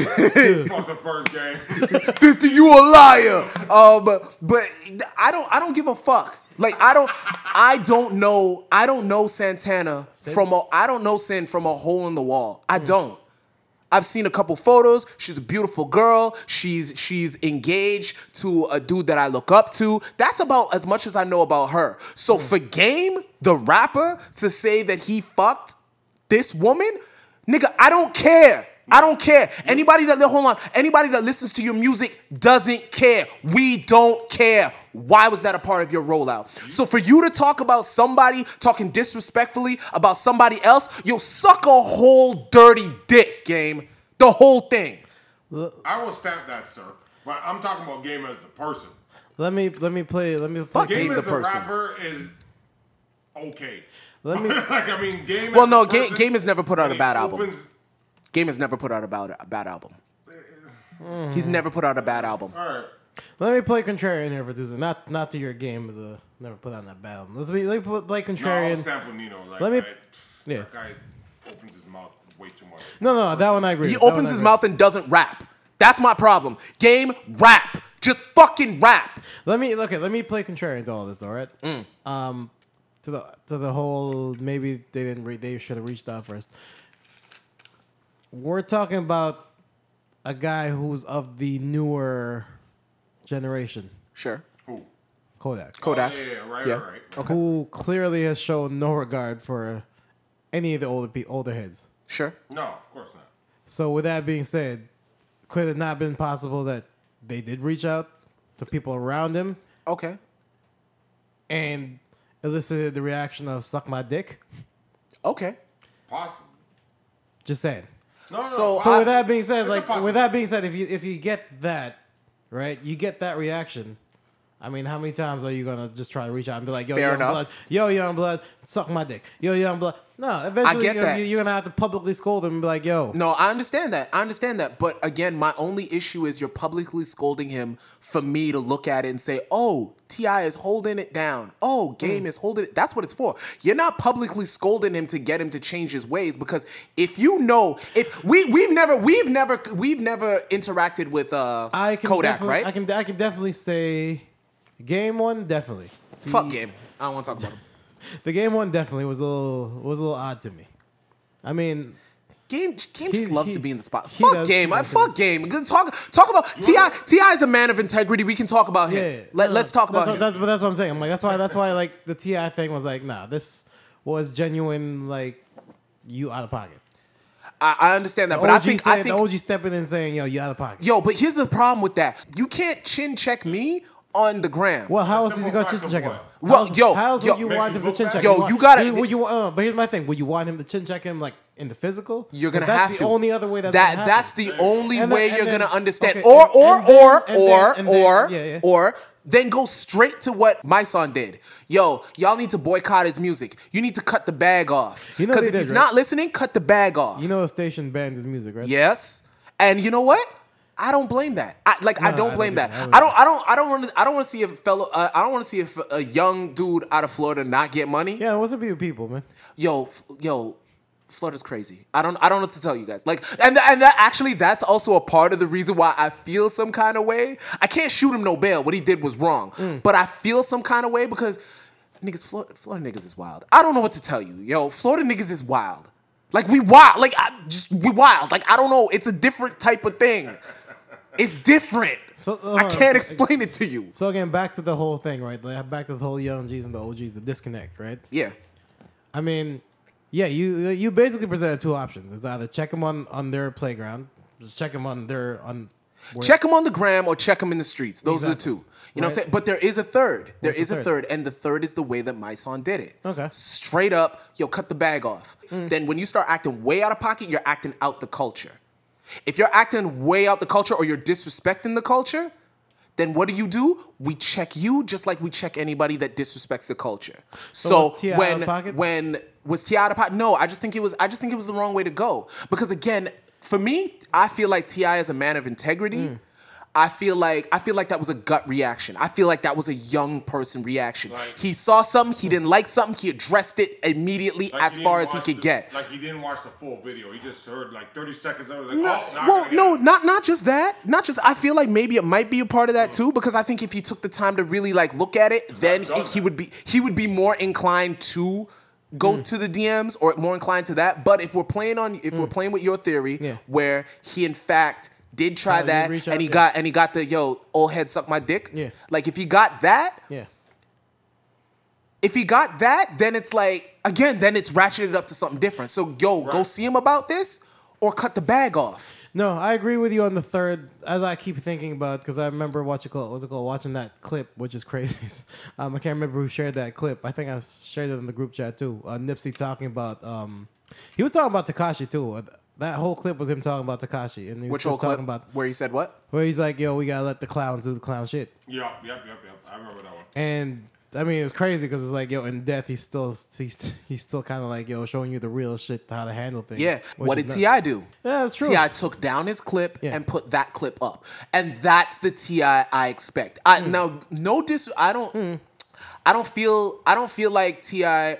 A: the first game.
C: Fifty, you a liar. Um, but I don't, I don't give a fuck. Like I don't, I don't know, I don't know Santana from a, I don't know Sin from a hole in the wall. I don't. I've seen a couple photos. She's a beautiful girl. She's she's engaged to a dude that I look up to. That's about as much as I know about her. So for Game, the rapper, to say that he fucked this woman, nigga, I don't care. I don't care. Anybody that hold on, anybody that listens to your music doesn't care. We don't care. Why was that a part of your rollout?
A: Mm-hmm.
C: So for you to talk about somebody talking disrespectfully about somebody else, you'll suck a whole dirty dick game. The whole thing.
A: I will stamp that, sir. But I'm talking about game as the person.
B: Let me let me play. Let me
C: Fuck
B: play,
A: Game
C: Gabe
A: as
C: the
A: the
C: person.
A: rapper is okay.
B: Let me.
A: like I mean, game.
C: Well,
A: as
C: no,
A: the
C: Ga-
A: person,
C: Game has never put out
A: when
C: a
A: he
C: bad album.
A: opens-
C: Game has never put out a bad, a bad album. He's never put out a bad album.
A: All Mm. right.
B: Let me play Contrarian here for Tuesday. Not not to your game as a never put on that battle. Let's be let me put like
A: No, I'll
B: Contrarian.
A: stamp with Nino. Like,
B: Let me-
A: I,
B: yeah.
A: That guy opens his mouth way too much.
B: No, no, that one I agree.
C: He
B: with. That one
C: opens
B: I
C: his
B: agree with.
C: mouth and doesn't rap. That's my problem. Game rap. Just fucking rap.
B: Let me okay. Let me play contrarian to all this, though, right?
C: Mm.
B: Um, to the to the whole maybe they didn't re- they should have reached out first. We're talking about a guy who's of the newer generation,
C: Sure.
A: Who?
B: Kodak,
C: Kodak.
A: Oh, yeah, yeah, right,
C: Yeah.
A: right, right.
C: Okay.
B: who clearly has shown no regard for any of the older pe- older heads.
C: Sure.
A: No, of course not.
B: So with that being said, could it not been possible that they did reach out to people around him
C: Okay.
B: and elicited the reaction of "suck my dick"?
C: Okay.
A: Possible.
B: Just saying.
A: No, no.
C: So-
A: I-
B: So
C: I-
B: with that being said,
A: It's
B: like
A: impossible.
B: with that being said, if you if you get that, right, you get that reaction. I mean, how many times are you gonna just try to reach out and be like, "Yo,
C: Fair
B: young
C: enough.
B: blood, yo, young blood, suck my dick, yo, young blood"? No, eventually
C: get
B: you're, gonna-
C: that.
B: you're gonna have to publicly scold him and be like, "Yo,
C: No, I understand that. I understand that. But again, my only issue is you're publicly scolding him for me to look at it and say, oh, T.I. is holding it down. Oh,
B: Hmm.
C: Game is holding it. That's what it's for. You're not publicly scolding him to get him to change his ways because if you know, if we we've never we've never we've never interacted with uh
B: I can
C: Kodak,
B: definitely-
C: right?
B: I can I can definitely say, game one definitely,
C: Fuck Game. I don't want to talk about him.
B: the game one definitely was a little was a little odd to me. I mean,
C: Game, game
B: He-
C: just loves
B: he-
C: to be in the spot.
B: he
C: Fuck
B: does-
C: game.
B: he
C: I
B: does.
C: fuck game. Good Talk talk about Ti. Ti is a man of integrity. We can talk about him.
B: yeah, Uh,
C: Let,
B: no,
C: let's talk
B: that's
C: about
B: what-
C: him.
B: That's but that's what I'm saying. I'm like that's why that's why like the Ti thing was like, nah, this was genuine like you out of pocket.
C: I, I understand that, but
B: OG
C: I think
B: said,
C: I
B: the
C: think
B: OG stepping in and saying, yo, you out of pocket.
C: yo. But here's the problem with that. You can't chin check me on the gram.
B: well, how else is he
A: simple
B: gonna
A: fact
B: chin
A: of
B: check him?
A: what?
B: How
C: Well,
B: else-
C: yo,
B: how else
C: yo-
B: would you
A: Makes
B: want
A: you
B: him to
A: look
B: chin check?
A: bad. Yo,
B: want-
C: you gotta-
B: Would, would you, uh, but here's my thing: Would you want him to chin check him like in the physical?
C: you're
B: 'Cause
C: gonna
B: that's
C: have
B: the
C: to.
B: only other way that's
C: that.
B: gonna happen.
C: That's the only
B: And then-
C: way
B: and
C: you're
B: then-
C: gonna understand.
B: okay,
C: or
B: and-
C: or
B: and then-
C: or
B: and then-
C: or
B: and then-
C: or
B: yeah, yeah.
C: or then go straight to what my son did. Yo, y'all need to boycott his music. You need to cut the bag off.
B: You know
C: because
B: they
C: if
B: did,
C: he's
B: right?
C: not listening, cut the bag off.
B: you know, a station banned his music, right?
C: Yes. And you know what? I don't blame that. I like I
B: No, I
C: don't
B: don't
C: blame that.
B: either. I don't
C: I don't I don't I don't want to I don't want to see a fellow uh, I don't want to see a, f- a young dude out of Florida not get money.
B: Yeah, what's up with you people, man?
C: Yo, f- yo Florida's crazy. I don't I don't know what to tell you guys. Like and th- and that actually that's also a part of the reason why I feel some kind of way. I can't shoot him no bail. What he did was wrong.
B: Mm.
C: But I feel some kind of way because niggas Florida, Florida niggas is wild. I don't know what to tell you. Yo, Florida niggas is wild. Like we wild. Like I just we wild. Like I don't know. It's a different type of thing. It's different.
B: So, uh,
C: I can't
B: so-
C: explain it to you.
B: So again, back to the whole thing, right? Like, back to the whole young G's and the OGs, the disconnect, right?
C: Yeah.
B: I mean, yeah, you you basically presented two options. It's either check them on on their playground, just check them on their on. Where,
C: Check them on the gram or check them in the streets. Those are the two.
B: Exactly.
C: You know what I'm
B: Right.
C: saying? But there is a third. There is
B: What's the
C: a
B: third?
C: third, and the third is the way that my son did it.
B: Okay. Mm.
C: Straight up, yo, cut the bag off. Then when you start acting way out of pocket, you're acting out the culture. If you're acting way out the culture or you're disrespecting the culture, then what do you do? We check you just like we check anybody that disrespects the culture. So,
B: was T.I. out of
C: when
B: pocket?
C: when was Ti out of pocket? No, I just think it was. I just think it was the wrong way to go because again, for me, I feel like Ti is a man of integrity.
A: Mm.
C: I feel like I feel like that was a gut reaction. I feel like that was a young person reaction.
A: Like-
C: he saw something, he didn't like something, he addressed it immediately
A: Like,
C: as
A: didn't
C: far as he
A: watch
C: could
A: the-
C: get.
A: Like he didn't watch the full video. He just heard like 30 seconds of it. Like,
C: No,
A: oh, nah, I
C: well,
A: gotta get
C: no,
A: it.
C: not not just that. Not just. I feel like maybe it might be a part of that too, because I think if he took the time to really like look at it, then
A: done
C: he, he
A: that.
C: would be he would be more inclined to go
B: Mm.
C: to the DMs or more inclined to that. But if we're playing on, if we're playing with your theory,
B: Mm. Yeah.
C: where he in fact did try
B: How you
C: that
B: reach
C: and
B: out,
C: he
B: yeah.
C: got and he got the yo old head suck my dick.
B: Yeah.
C: Like if he got that,
B: yeah.
C: if he got that, then it's like again, then it's ratcheted up to something different. So yo, go
A: Right.
C: see him about this, or cut the bag off.
B: No, I agree with you on the third. As I keep thinking about, because I remember watching what was it called? Watching that clip, which is crazy. um, I can't remember who shared that clip. I think I shared it in the group chat too. Uh, Nipsey talking about. Um, he was talking about Takashi too. Uh, That whole clip was him talking about Takashi, and he was
C: Which
B: just
C: whole clip?
B: talking about
C: where he said what?
B: where he's like, "Yo, we gotta let the clowns do the clown shit."
A: Yep, yep, yep, yep. I remember that one.
B: And I mean, it was crazy because it's like, yo, in death, he's still he's he's still kind of like, yo, showing you the real shit how to handle things.
C: Yeah.
B: which
C: what
B: is
C: did Ti
B: nuts.
C: do?
B: Yeah, that's true.
C: Ti took down his clip
B: Yeah.
C: and put that clip up, and that's the Ti I expect.
B: Mm.
C: I now no dis. I don't. I don't feel. I don't feel like Ti.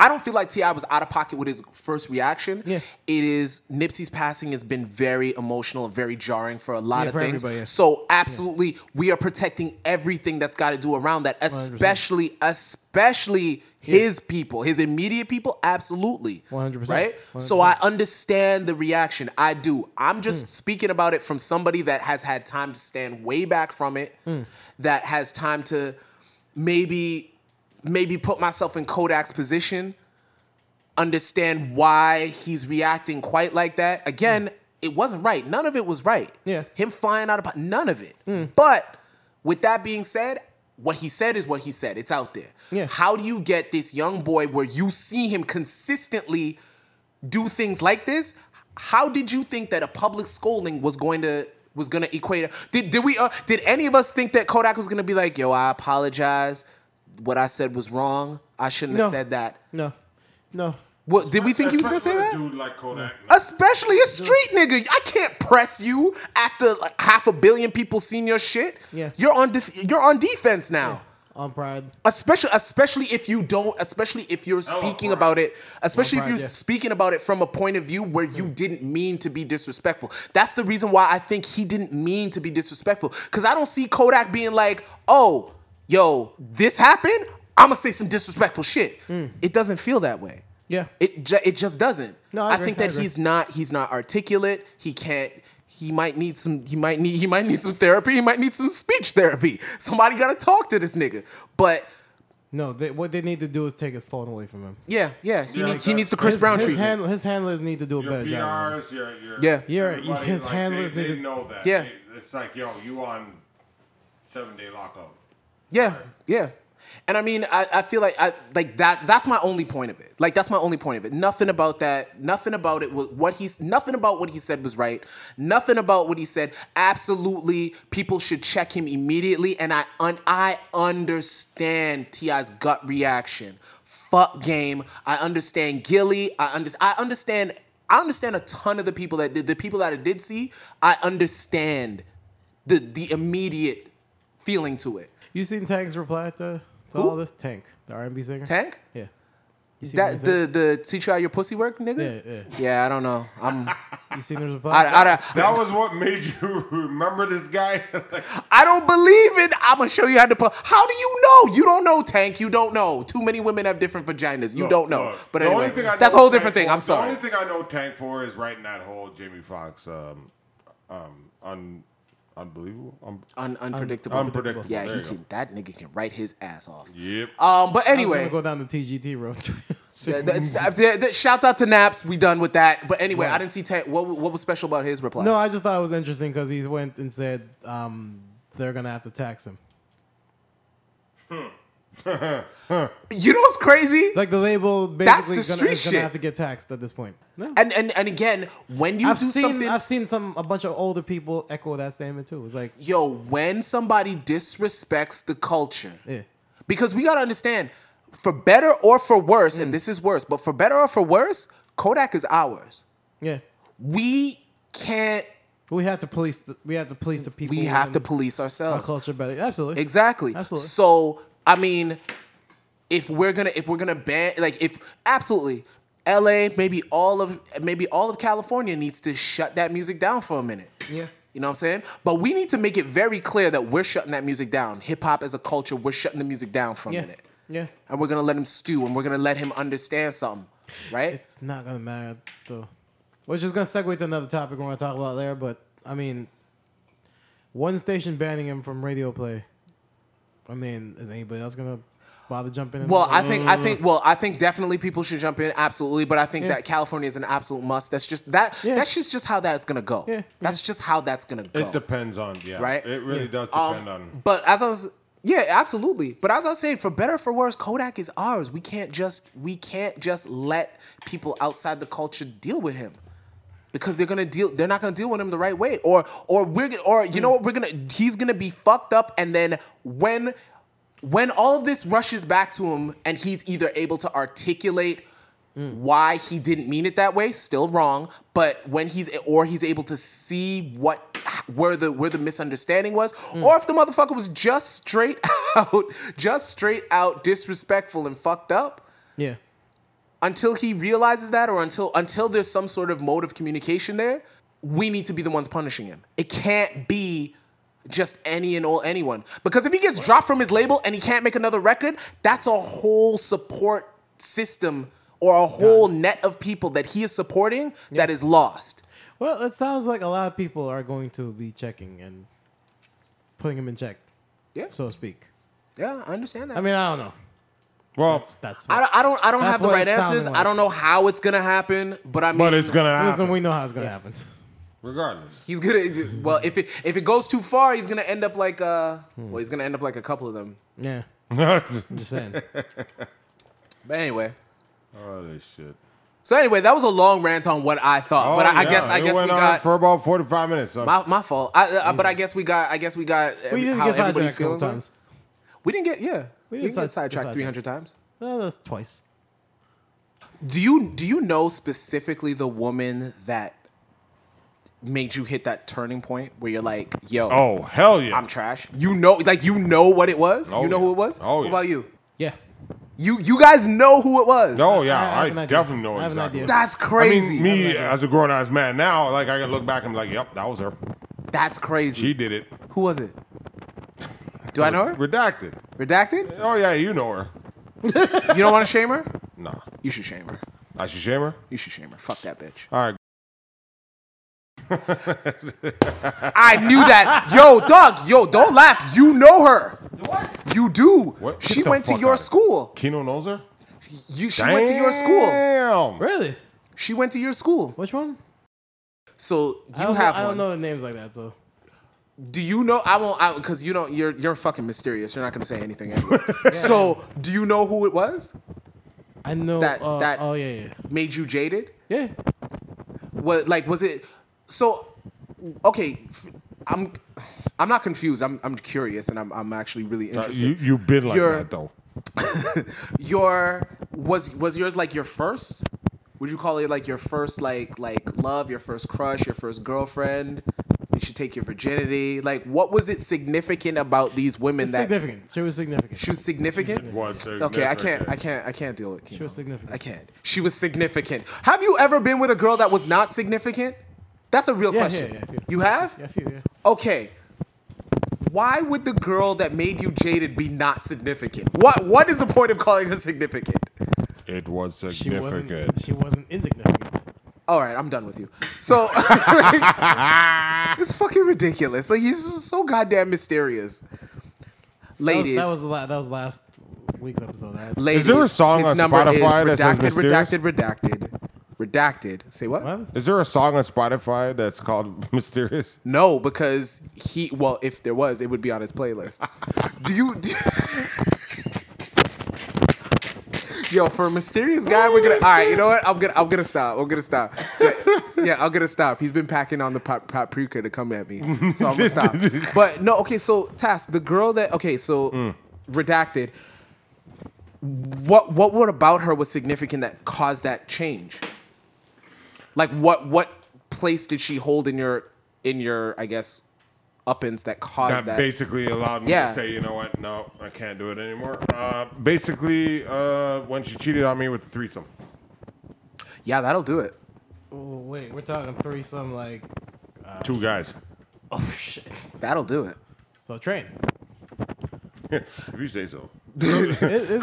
C: I don't feel like Ti was out of pocket with his first reaction.
B: Yeah.
C: It is Nipsey's passing has been very emotional, very jarring for a lot
B: Yeah,
C: of
B: for
C: things.
B: everybody, yeah.
C: So absolutely, we are protecting everything that's got to do around that, especially, especially his people, his immediate people. Absolutely,
B: 100%,
C: Right. So
B: 100%.
C: I understand the reaction. I do. I'm just speaking about it from somebody that has had time to stand way back from it, that has time to maybe maybe put myself in Kodak's position, understand why he's reacting quite like that. Again, it wasn't right. None of it was right.
B: Yeah.
C: Him flying out of po- none of it. But with that being said, what he said is what he said. It's out there.
B: Yeah.
C: How do you get this young boy where you see him consistently do things like this, how did you think that a public scolding was going to was going to equate? Did did we uh, did any of us think that Kodak was going to be like, "Yo, I apologize. What I said was wrong. I shouldn't
B: No.
C: have said that."
B: No, no.
C: What did we think he was going to
A: Especially
C: say
A: with
C: that?
A: a Dude like Kodak.
B: Mm.
C: Especially a street nigga. I can't press you after like half a billion people seen your shit.
B: Yeah.
C: You're on def- you're on defense now.
B: On pride.
C: especially especially if you don't especially if you're speaking
A: pride.
C: about it especially if
B: pride,
C: you're
B: yeah.
C: speaking about it from a point of view where you didn't mean to be disrespectful that's the reason why i think he didn't mean to be disrespectful because i don't see kodak being like oh yo this happened i'm gonna say some disrespectful shit
B: Mm.
C: it doesn't feel that way
B: Yeah.
C: it ju- it just doesn't.
B: No, I
C: I,
B: agree,
C: think
B: I
C: that
B: agree.
C: he's not he's not articulate. He can't. He might need some. He might need. He might need some therapy. He might need some speech therapy. Somebody gotta talk to this nigga. But
B: No, they, what they need to do is take his phone away from him.
C: yeah, yeah, he
A: Yeah,
C: needs. He
A: like
C: needs
A: that.
C: the Chris
B: his,
C: Brown
B: his
C: treatment.
B: hand- his handlers need to do a
A: Your
B: better job. man.
A: PRs, your, your
C: Yeah.
B: Yeah,
A: everybody,
B: his
A: like,
B: handlers
A: they,
B: need
A: they
B: to-
A: know that.
C: Yeah.
A: They- it's like yo, you on seven day lockup.
C: Yeah, yeah. And I mean, I, I feel like I like that. That's my only point of it. Like that's my only point of it. Nothing about that. Nothing about it. Was, what he's nothing about what he said was right. Nothing about what he said. Absolutely, people should check him immediately. And I un, I understand Ti's gut reaction. Fuck game. I understand Gilly. I under, I understand. I understand a ton of the people that did the people that I did see. I understand the the immediate feeling to it.
B: You seen Tank's reply to, to
C: Who?
B: all this? Tank, the R&B singer.
C: Tank?
B: Yeah. You seen what he
C: That
B: said?
C: the the teach you how your pussy work, nigga.
B: Yeah,
C: yeah. I don't know. I'm I,
B: yeah. You seen the reply?
C: I, I,
A: That was what made you remember this guy. Like,
C: I don't believe it. I'm gonna show you how to put. How do you know? You don't know, Tank. You don't know. Too many women have different vaginas. You
A: look,
C: don't know.
A: look,
C: But
A: the
C: anyway,
A: only thing I
C: that's a
A: know
C: whole
A: Tank
C: different thing.
A: for-
C: I'm
A: The
C: sorry.
A: only thing I know Tank for is writing that whole Jamie Foxx um, um, un, unbelievable, Um, un,
C: Un- unpredictable.
A: unpredictable.
C: yeah,
A: There
C: he
A: you go.
C: can. That nigga can write his ass off.
A: Yep.
C: Um, but
B: I was
C: anyway,
B: gonna go down the TGT road.
C: Yeah, that's- uh, yeah, that- shouts out to Naps. We done with that. But anyway,
B: Right.
C: I didn't see Tank. What what was special about his reply?
B: no, I just thought it was interesting because he went and said um, they're gonna have to tax him.
C: you know what's crazy?
B: Like the label basically
C: That's the
B: gonna,
C: street
B: is gonna
C: shit.
B: have to get taxed at this point. No.
C: And and and again, when you
B: I've
C: do
B: seen
C: something,
B: I've seen some a bunch of older people echo that statement too. It's like
C: yo, when somebody disrespects the culture,
B: yeah.
C: because we gotta understand, for better or for worse,
B: Mm.
C: and this is worse, but for better or for worse, Kodak is ours.
B: Yeah.
C: We can't.
B: We have to police the, we have to police the people
C: We have
B: and
C: to police
B: our
C: ourselves.
B: culture better. Absolutely.
C: Exactly.
B: Absolutely.
C: So I mean, if we're gonna if we're gonna ban like if absolutely. LA, maybe all of maybe all of California needs to shut that music down for a minute.
B: Yeah.
C: You know what I'm saying? But we need to make it very clear that we're shutting that music down. Hip hop as a culture, we're shutting the music down for a
B: Yeah.
C: minute.
B: Yeah.
C: And we're gonna let him stew and we're gonna let him understand something. Right?
B: It's not gonna matter though. We're just gonna segue to another topic we're gonna talk about there, but I mean one station banning him from radio play. I mean, is anybody else gonna bother jumping in.
C: Well, I think I think well, I think definitely people should jump in, absolutely. But I think
B: Mm. Yeah.
C: that California is an absolute must. That's just that
B: Yeah.
C: that's just, just how that's gonna go.
B: Yeah,
C: That's just how that's gonna go.
A: It depends on yeah.
C: Right?
A: It really
B: Yeah.
A: does
C: Um,
A: depend on.
C: But as I was, yeah, absolutely. But as I was saying, for better or for worse, Kodak is ours. We can't just we can't just let people outside the culture deal with him because they're gonna deal. They're not gonna deal with him the right way, or or we're gonna or you know what we're gonna. He's gonna be fucked up, and then when when all of this rushes back to him, and he's either able to articulate. Mm. Why he didn't mean it that way, still wrong. But when he's or he's able to see what where the where the misunderstanding was, or if the motherfucker was just straight out, just straight out disrespectful and fucked up,
B: Yeah.
C: until he realizes that or until until there's some sort of mode of communication there we need to be the ones punishing him it can't be just any and all anyone because if he gets dropped from his label and he can't make another record that's a whole support system or a whole net of people that he is supporting that is lost
B: Well, it sounds like a lot of people are going to be checking and putting him in check,
C: yeah
B: so to speak.
C: yeah i understand that
B: I mean, I don't know.
A: Well,
B: That's that's.
C: I don't, I don't, I don't
B: That's
C: have the
B: what
C: right
B: it sounded
C: answers. I
B: like.
C: don't know how it's gonna happen, but I mean,
A: but it's gonna happen
B: Listen, we know how it's gonna happen.
A: regardless.
C: He's gonna well if it if it goes too far, he's gonna end up like uh
B: Hmm.
C: well he's gonna end up like a couple of them.
B: Yeah, I'm just saying.
C: But anyway.
A: Holy shit. Oh,
C: So anyway, that was a long rant on what I thought. but I, I
A: yeah,
C: guess I
A: it
C: guess we
A: went on
C: got
A: for about forty five minutes. so-
C: my, my fault. I, uh, but I guess we got I guess we got every,
B: we didn't
C: how
B: get
C: everybody's
B: sidetracked a couple
C: feeling.
B: times.
C: We didn't get yeah. We
B: We
C: didn't
B: didn't
C: get
B: side-
C: sidetracked
B: sidetracked.
C: three hundred times.
B: No, that's twice.
C: Do you do you know specifically the woman that made you hit that turning point where you're like, yo,
A: oh hell yeah!
C: I'm trash? You know like you know what it was?
A: Oh,
C: you know
A: yeah.
C: who it was?
A: Oh,
C: what
A: yeah.
C: about you?
B: Yeah.
C: You you guys know who it was.
A: oh
B: I- I
A: yeah,
B: have
A: I,
B: an idea.
A: definitely know
B: I have an
A: exactly.
B: idea.
A: what-
C: That's
A: I
C: crazy.
A: mean, me
B: I have an idea.
A: as a grown ass man now, like I can look back and be like, yep, that was her.
C: That's crazy.
A: She did it.
C: Who was it? Do I know her?
A: Redacted.
C: Redacted?
A: Oh yeah, you know her.
C: You don't want to shame her?
A: Nah,
C: You should shame her.
A: I should shame her.
C: You should shame her. Fuck that bitch.
A: All right.
C: I knew that. Yo, dog. Yo, don't laugh. You know her. What? You do.
A: What?
C: She
A: Get the
C: went to
A: fuck
C: your
A: outta-
C: school.
A: Kino knows her.
C: You. She went to your school.
A: Damn.
B: Really?
C: She went to your school.
B: Which one?
C: So
B: I
C: you
B: don't,
C: have
B: I
C: one.
B: don't know the names like that, so
C: Do you know? I won't. Because you don't. You're you're fucking mysterious. You're not gonna say anything. Anyway. so do you know who it was?
B: I know.
C: That-
B: uh,
C: that-
B: oh yeah, yeah,
C: Made you jaded?
B: yeah.
C: What like was it? So okay, f- I'm I'm not confused. I'm I'm curious, and I'm I'm actually really
A: Uh,
C: interested.
A: You you've been like
C: You're-
A: that though.
C: your was was yours like your first? Would you call it like your first like like love, your first crush, your first girlfriend? Did she take your virginity? Like, what was it significant about these women
B: It's
C: that
B: significant. She was significant.
C: she was significant?
A: Was
C: Okay, I can't,
A: significant.
C: I can't, I can't deal with. Kimo. She
B: was significant.
C: I can't. She was significant. Have you ever been with a girl that was not significant? That's a real
B: Yeah,
C: question.
B: yeah, yeah, yeah.
C: You have?
B: Yeah, a few. Yeah.
C: Okay. Why would the girl that made you jaded be not significant? What What is the point of calling her significant?
A: It was
B: She wasn't.
A: significant.
B: She wasn't insignificant.
C: All right, I'm done with you. So it's fucking ridiculous. Like he's just so goddamn mysterious.
B: That was,
C: Ladies,
B: that was the la- that was last week's episode. I had.
C: ladies.
A: Is there a song
C: his
A: on
C: number is
A: Spotify that says
C: redacted,
A: mysterious?
C: redacted, redacted, redacted. Say
B: What?
A: Is there a song on Spotify that's called Mysterious?
C: No, because he. Well, if there was, it would be on his playlist. do you? Do, yo, for a mysterious guy, we're gonna. All right, you know what? I'm gonna. I'm gonna stop. I'm gonna stop. Yeah, yeah, I'm gonna stop. He's been packing on the pop, pop preacher to come at me, so I'm gonna stop. But no, okay. So Tass, the girl that. Okay, so redacted. What what what about her was significant that caused that change? like what what place did she hold in your in your i guess uppins that caused that,
A: That basically allowed me
C: Yeah.
A: to say, you know what? No, I can't do it anymore. Uh, basically, uh, when she cheated on me with the threesome.
C: yeah that'll do it
B: Oh, wait, we're talking threesome. Like,
A: Two guys.
B: oh shit.
C: that'll do it
B: So train.
A: if you say so.
B: It-
A: Could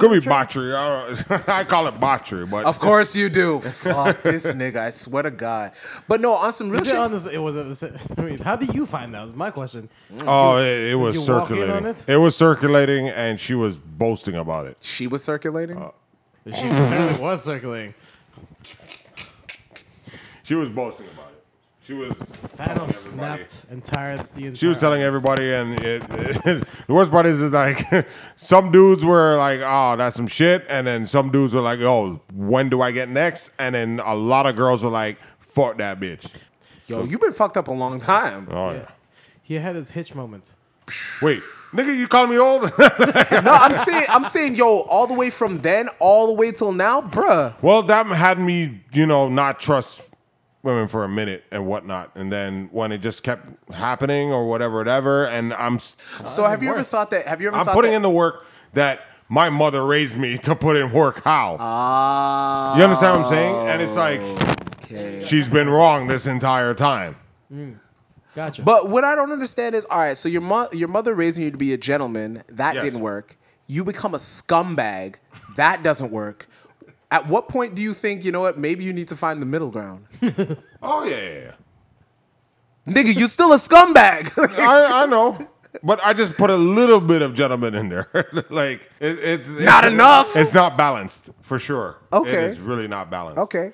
A: be
B: it's-
A: botchery. I, don't, I call it botchery, but
C: Of course you do. Fuck this nigga. I swear to God. But no, on some real
B: Is it
C: shit.
B: on this? It was. on this- I mean, how did you find that? Was my question.
A: oh, it, it was
B: you walk in on
A: circulating.
B: it?
A: It? was circulating, and she was boasting about it.
C: she was circulating.
B: She apparently was circulating.
A: She was boasting about it. She was. telling
B: Thanos
A: everybody-
B: snapped and tired the entire.
A: She was telling everybody, and it, the worst part is, is like some dudes were like, "Oh, that's some shit," and then some dudes were like, "Oh, when do I get next?" And then a lot of girls were like, "Fuck that bitch."
C: Yo, you've been fucked up a long time.
A: Oh yeah.
B: Yeah. He had his hitch moment.
A: Wait, nigga, you calling me old?
C: No, I'm saying, I'm saying, yo, all the way from then, all the way till now, bruh.
A: Well, that had me, you know, not trust women for a minute and whatnot. And then when it just kept happening or whatever, whatever, and I'm, s-
C: So have you ever
B: worse.
C: thought that? Have you ever?
A: I'm
C: thought
A: putting
C: that,
A: in the work that my mother raised me to put in work. How?
C: Ah,
A: you understand what I'm saying? And it's like
C: okay.
A: she's been wrong this entire time.
B: Gotcha.
C: But what I don't understand is, all right, so your mo- your mother raising you to be a gentleman, that
A: Yes.
C: didn't work. You become a scumbag, that doesn't work. At what point do you think, you know what, maybe you need to find the middle ground?
A: Oh yeah, yeah,
C: Nigga, you still a scumbag.
A: yeah. I, I know. But I just put a little bit of gentleman in there, like it, it's
C: Not
A: it's-
C: enough.
A: It's not balanced for sure.
C: Okay.
A: it is really not balanced.
C: okay.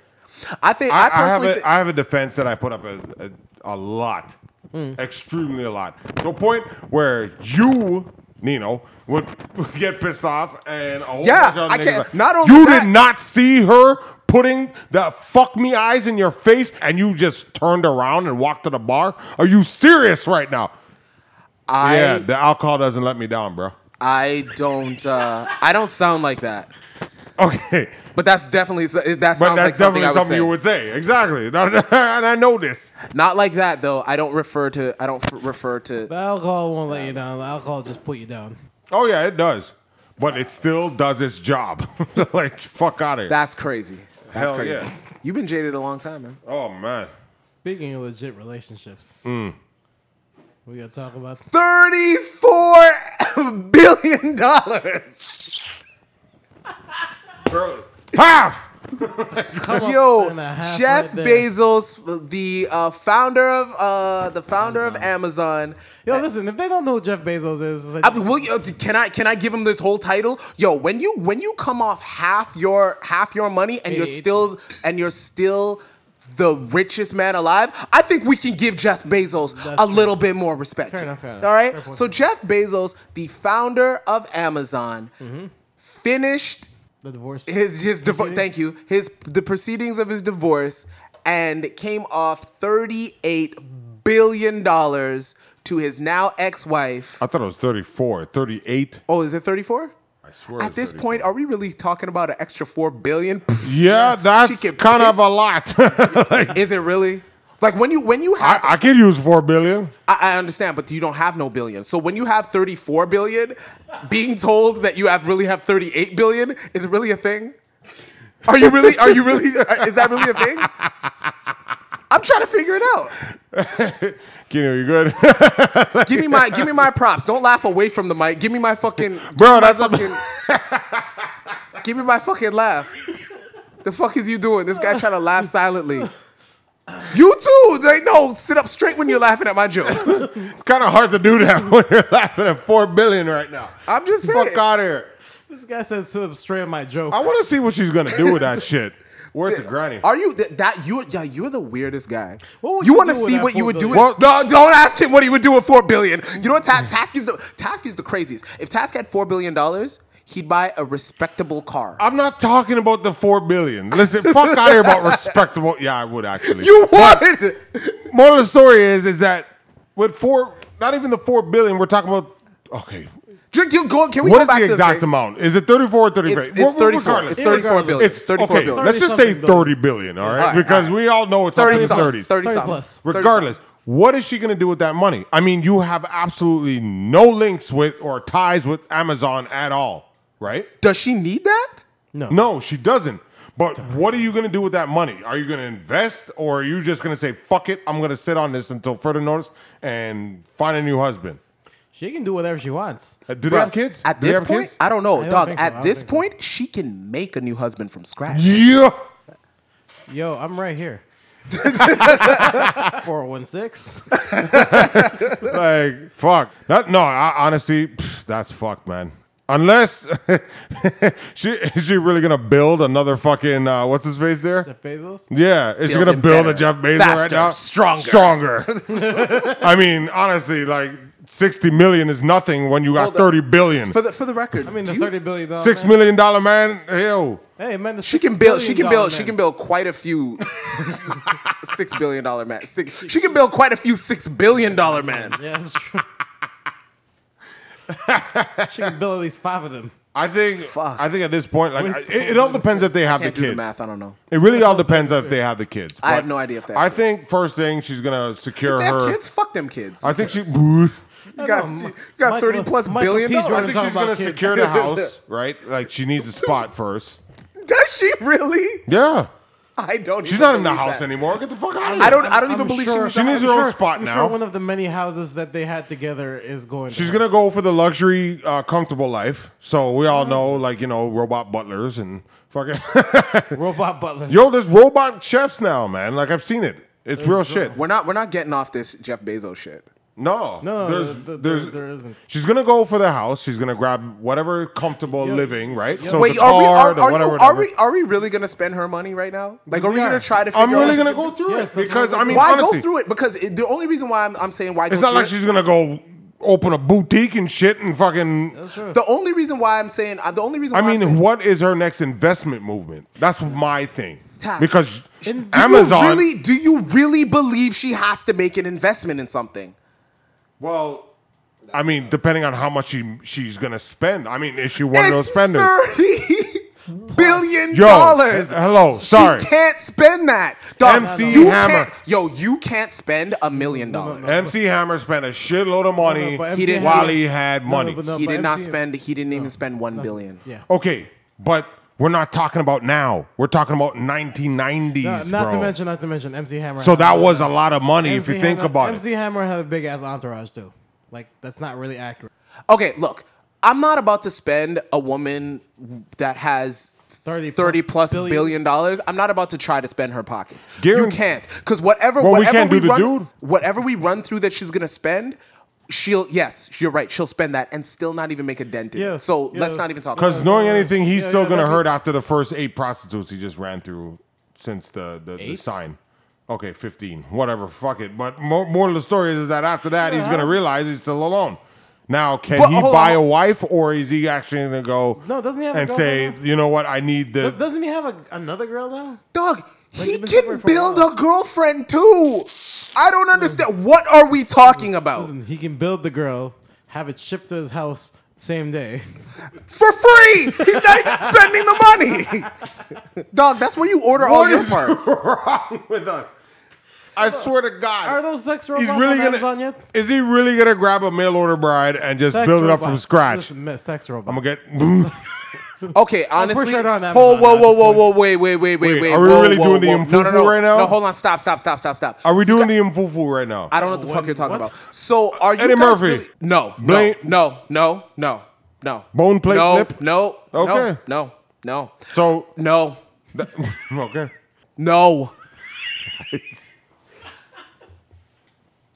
C: I think I,
A: I, I have
C: personally
A: a I
C: thi-
A: have a defense that I put up a, a, a lot,
C: Hmm.
A: extremely a lot, to a point where you, Nino, would get pissed off and a whole
C: Yeah,
A: bunch of other
C: I
A: niggas
C: can't-
A: like,
C: not only
A: you
C: that-
A: did not see her putting the fuck me eyes in your face, and you just turned around and walked to the bar. Are you serious right now?
C: I,
A: yeah, the alcohol doesn't let me down, bro.
C: I don't uh, I don't sound like that.
A: Okay,
C: But that's definitely that sounds
A: but
C: like
A: that's
C: something
A: definitely
C: I would
A: something
C: say.
A: you would say. Exactly, and I know this.
C: Not like that though. I don't refer to I don't f- refer to
B: the alcohol won't let you down. The alcohol just put you down.
A: Oh yeah, it does. But it still does its job. like fuck out of here.
C: That's crazy. That's
A: Hell
C: crazy.
A: yeah.
C: You've been jaded a long time, man.
A: oh man.
B: Speaking of legit relationships,
C: Hmm.
B: we gotta talk about.
C: Thirty-four billion dollars.
A: Half.
B: Come on,
C: Yo,
B: and a half
C: Jeff
B: right there.
C: Bezos, the uh, founder of uh, the founder of Amazon.
B: Yo, listen. If they don't know who Jeff Bezos is, like,
C: I mean, will you, uh, can I can I give him this whole title? Yo, when you when you come off half your half your money and you're
B: It's-
C: still and you're still the richest man alive, I think we can give Jeff Bezos
B: That's
C: a
B: true.
C: little bit more respect.
B: Fair enough, fair enough.
C: All right.
B: Fair point.
C: So Jeff Bezos, the founder of Amazon,
B: Mm-hmm.
C: finished
B: the divorce.
C: his his divorce.
B: proceedings?
C: Thank you. His the proceedings of his divorce and came off thirty eight billion dollars to his now ex wife.
A: I thought it was 34, 38.
C: Oh, is it 34?
A: I swear.
C: At this point, are we really talking about an extra 4 billion? Pff,
A: yeah,
C: she
A: that's
C: can
A: kind
C: piss-
A: of a lot. Like,
C: Is it really? Like when you when you
A: I,
C: have
A: I could use four billion.
C: I, I understand, but you don't have no billion. So when you have 34 billion, being told that you have really have 38 billion is it really a thing? Are you really are you really is that really a thing? I'm trying to figure it out.
A: Kino, you good?
C: Give me my give me my props. Don't laugh away from the mic. Give me my fucking
A: Bro, that's a-
C: fucking. give me my fucking laugh. The fuck is you doing? This guy trying to laugh silently. You too. Like no, sit up straight when you're laughing at my joke.
A: it's kind of hard to do that when you're laughing at four billion right now.
C: I'm just saying.
A: Fuck out of here.
B: This guy says sit up straight on my joke.
A: I want to see what she's gonna do with that shit. Where's the granny?
C: Are you th- that you? Yeah, you're the weirdest guy.
B: What would
C: you
B: you
C: want to
B: do with
C: see
B: that
C: what you
B: four
C: would do? With,
B: billion?
C: no, don't ask him what he would do with four billion. You know what? Ta- Task is the Task is the craziest. If Task had four billion dollars, he'd buy a respectable car.
A: I'm not talking about the four billion. Listen, fuck out of here about respectable. Yeah, I would actually.
C: you would.
A: Moral of the story is is that with four, not even the four billion, we're talking about. Okay,
C: Drink, you go. Can we
A: what
C: go
A: is
C: back
A: the
C: to
A: exact
C: thing?
A: amount? Is it thirty-four or thirty-five?
C: It's,
A: Well,
C: it's
A: well,
C: 34.
A: regardless.
C: It's 34
B: Irregardless.
C: billion.
A: It's-
C: It's 34
A: okay,
C: billion.
A: let's just say
B: 30-something billion.
A: thirty billion. All right,
C: All right,
A: because
C: all right.
A: we all know it's
C: 30
A: 30
C: something.
A: thirties.
C: 30
B: 30
C: something.
B: plus.
C: 30
A: Regardless, what is she going to do with that money? I mean, you have absolutely no links with or ties with Amazon at all, right?
C: Does she need that?
A: No, she doesn't. But what are you going to do with that money? Are you going to invest or are you just going to say, fuck it, I'm going to sit on this until further notice and find a new husband?
B: She can do whatever she wants.
A: Uh, Do they have kids?
C: At
A: Do they
C: this
A: have
C: point,
A: kids?
C: I don't know,
B: I don't
C: dog.
B: think so. I
C: at
B: don't
C: this
B: think so.
C: point, she can make a new husband from scratch.
A: yeah.
B: Yo, I'm right here. 416.
A: like fuck. That no, I, honestly, pff, that's fucked, man. Unless she is she really gonna build another fucking uh, what's his face there?
B: Bezos?
A: Yeah, is she
C: Build
A: gonna
C: him
A: build
C: better,
A: a Jeff Bezos right
C: faster,
A: now?
C: stronger.
A: stronger. I mean, honestly, like sixty million is nothing when you got
C: Hold up.
A: thirty billion.
C: For the for the record,
B: I mean, the
C: do you-
B: thirty billion dollar
A: Six
B: man.
A: million dollar man, yo,
B: Hey, man, the
C: she
B: $6
C: can build. She
B: billion
C: can
B: dollar
C: build. She
B: man.
C: can build quite a few six billion dollar men. Six, she can build quite a few six billion dollar men.
B: Yeah, that's true. she can build at least five of them.
A: I think.
C: Fuck.
A: I think at this point, like,
B: Wait,
A: I- it, it all depends if they have the
C: Can't do the
A: kids.
C: math. I don't know.
A: It really all depends if they have the kids.
C: I have
A: But
C: no idea if they have
A: I
C: kids.
A: think first thing she's gonna secure
C: They have
A: her.
C: kids. Fuck them kids.
A: I think she.
C: You got,
B: No, no,
C: you got
B: Michael-
C: thirty plus
B: Michael
C: billion
B: T.
C: dollars.
A: I
B: Jordan-
A: think she's
B: talking
A: gonna
B: about kids.
A: secure the house, right? Like she needs a spot first.
C: Does she really?
A: Yeah,
C: I don't.
A: she's
C: even
A: not in the
C: believe
A: house
C: that.
A: anymore. Get the fuck out of here.
C: I don't. I don't
B: I'm
C: even believe she
B: sure-
C: was.
A: She
C: in the
A: needs
C: house.
A: her own
B: sure-
A: spot
B: I'm
A: now.
B: Sure one of the many houses that they had together is going. to
A: She's
B: her.
A: gonna go for the luxury, uh, comfortable life. So we all know, like you know, robot butlers and fucking.
B: robot butler.
A: Yo, there's robot chefs now, man. Like I've seen it. It's real shit.
C: We're not. We're not getting off this Jeff Bezos shit.
A: No,
B: No,
A: there's,
B: there- there-
A: there's,
B: there isn't.
A: She's gonna go for the house. She's gonna grab whatever comfortable living, right? So
C: Wait,
A: the
C: are we
A: car,
C: are,
A: the
C: are,
A: whatever,
C: you, are
A: whatever.
C: we are we really gonna spend her money right now? Like, are we
B: We
C: gonna
B: are.
C: try to? Figure
A: I'm really
C: out
A: gonna go through
B: Yes,
A: it
B: that's
A: because
B: what
A: I
B: I'm
A: mean,
C: Why
A: honestly,
C: go through it? Because it, the only reason why I'm, I'm saying why go
A: it's not
C: through
A: like
C: it-
A: she's gonna go open a boutique and shit and fucking.
B: That's true.
C: the only reason why I'm saying uh, the only reason
A: I
C: why I'm
A: mean,
C: saying-
A: what is her next investment movement? That's my thing.
C: Tax.
A: Because
C: do
A: Amazon.
C: You really, do you really believe she has to make an investment in something?
A: Well, I mean, depending on how much she she's gonna spend. I mean, is she one of those spenders?
C: thirty billion
A: Yo,
C: dollars.
A: eh, hello, sorry.
C: She can't spend that. Dog,
A: MC
C: you
A: Hammer.
C: Can't, yo, you can't spend a million dollars.
A: MC Hammer spent a shitload of money
B: but
C: He didn't-
A: while he had money.
B: but no,
C: He did not
B: MC
C: spend. He didn't even spend one billion.
B: Yeah.
A: Okay, but we're not talking about now. We're talking about 1990s,
B: Uh, not
A: bro.
B: to mention, not to mention, MC Hammer.
A: so
B: had-
A: that was a lot of money if
B: MC
A: you think
B: Hammer-
A: about
B: MC Hammer had a big ass entourage too. Like that's not really accurate.
C: Okay, look, I'm not about to spend a woman that has
B: 30
C: 30
B: plus
C: plus
B: billion.
C: billion. dollars. I'm not about to try to spend her pockets. you
A: Guaran-
C: can't, because whatever
A: Well, we
C: whatever
A: can't do the
C: run,
A: dude.
C: whatever we run through that she's gonna spend. She'll yes, you're right. She'll spend that and still not even make a dent in
B: Yeah,
C: it. So
B: yeah.
C: let's not even talk.
A: Because
C: about it.
A: knowing anything, he's
B: Yeah,
A: still
B: yeah,
A: gonna
B: maybe-
A: hurt after the first eight prostitutes he just ran through since the the, the sign. Okay, fifteen, whatever, fuck it. But more, moral of the story is, is that after that, he's gonna realize he's still alone. Now, can
C: But
A: he
C: hold
A: buy
C: on.
A: a wife, or is he actually gonna go?
B: No, doesn't he have a
A: and say,
B: girlfriend
A: you know what, I need the.
B: Doesn't he have a, another girl now?
C: Dog, he
B: they've been
C: can
B: separated for a
C: build
B: while.
C: a girlfriend too. I don't understand. What are we talking about?
B: Listen, he can build the girl, have it shipped to his house same day.
C: For free! He's not even spending the money. Dog, that's where you order all
A: What
C: your
A: is
C: parts.
A: wrong with us? I swear to God,
B: Are those sex
A: he's
B: robots
A: really
B: on
A: gonna.
B: Amazon yet?
A: Is he really gonna grab a mail order bride and just
B: Sex
A: build it up
B: robot.
A: from scratch?
B: Listen, sex robot.
A: I'm gonna get.
C: Okay, honestly.
B: sure they're on
C: whoa,
B: Amazon
C: whoa,
B: at this
C: whoa, whoa, whoa, wait, wait, wait, wait,
A: Wait,
C: wait.
A: are we
C: whoa,
A: really
C: whoa,
A: doing the
C: whoa. no, no,
A: imfufu
C: no.
A: right now?
C: No, hold on, stop, stop, stop, stop, stop, stop.
A: Are we doing the imfufu right now?
C: I don't know what the fuck
B: What-
C: you're talking
B: what?
C: about. So are you
A: Eddie
C: guys
A: Murphy.
C: really No, no,
A: Blade-
C: no, no, no, no.
A: Bone plate
C: no,
A: lip?
C: No,
A: Okay.
C: no, no, no,
A: So
C: no,
A: okay.
C: no.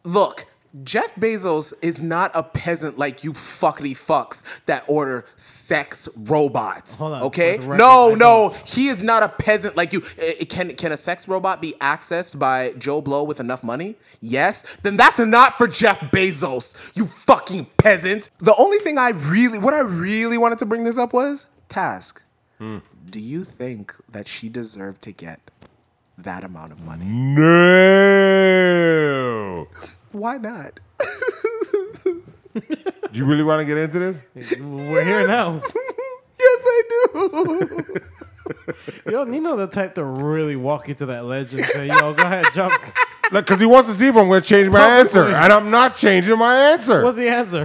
C: Look, Jeff Bezos is not a peasant like you fuckity fucks that order sex robots.
B: Hold on,
C: okay?
B: for the record,
C: no,
B: I
C: no,
B: don't.
C: he is not a peasant like you. I- I- Can can a sex robot be accessed by Joe Blow with enough money? Yes. Then that's not for Jeff Bezos. You fucking peasant. The only thing I really, what I really wanted to bring this up was task. Do you think that she deserved to get that amount of money?
A: No.
B: Mm-hmm.
C: Why not?
A: You really want to get into this?
B: We're here now.
C: yes, I do.
B: You don't need no the type to really walk you to that ledge and say, "Yo, go ahead, jump."
A: Like, cause he wants to see if I'm gonna change my
B: Probably.
A: answer, and I'm not changing my answer.
B: What's the answer?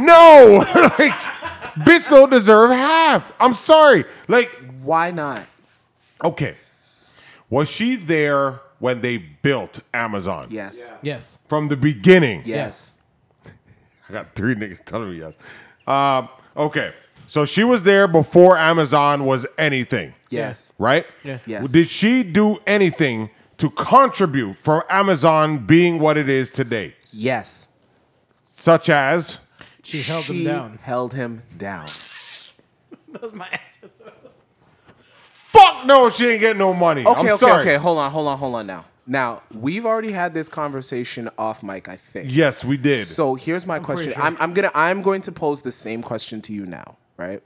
A: no, like, bitch don't deserve half. I'm sorry. Like,
C: Why not?
A: okay, was she there when they built Amazon?
C: Yes.
B: Yes.
A: From the beginning.
C: Yes.
A: I got three niggas telling me yes. Um, okay, so she was there before Amazon was anything.
C: Yes.
A: Right?
B: Yeah.
C: Yes.
A: Did she do anything to contribute for Amazon being what it is today?
C: Yes.
A: Such as
B: She held
C: She
B: him down.
C: Held him down.
B: That was my answer.
A: fuck no, she ain't getting no money.
C: Okay,
A: I'm
C: okay,
A: sorry.
C: okay. Hold on, hold on, hold on now. Now, we've already had this conversation off mic, I think.
A: Yes, we did.
C: So here's my question.
B: pretty sure.
C: I'm, I'm gonna I'm going to pose the same question to you now, right?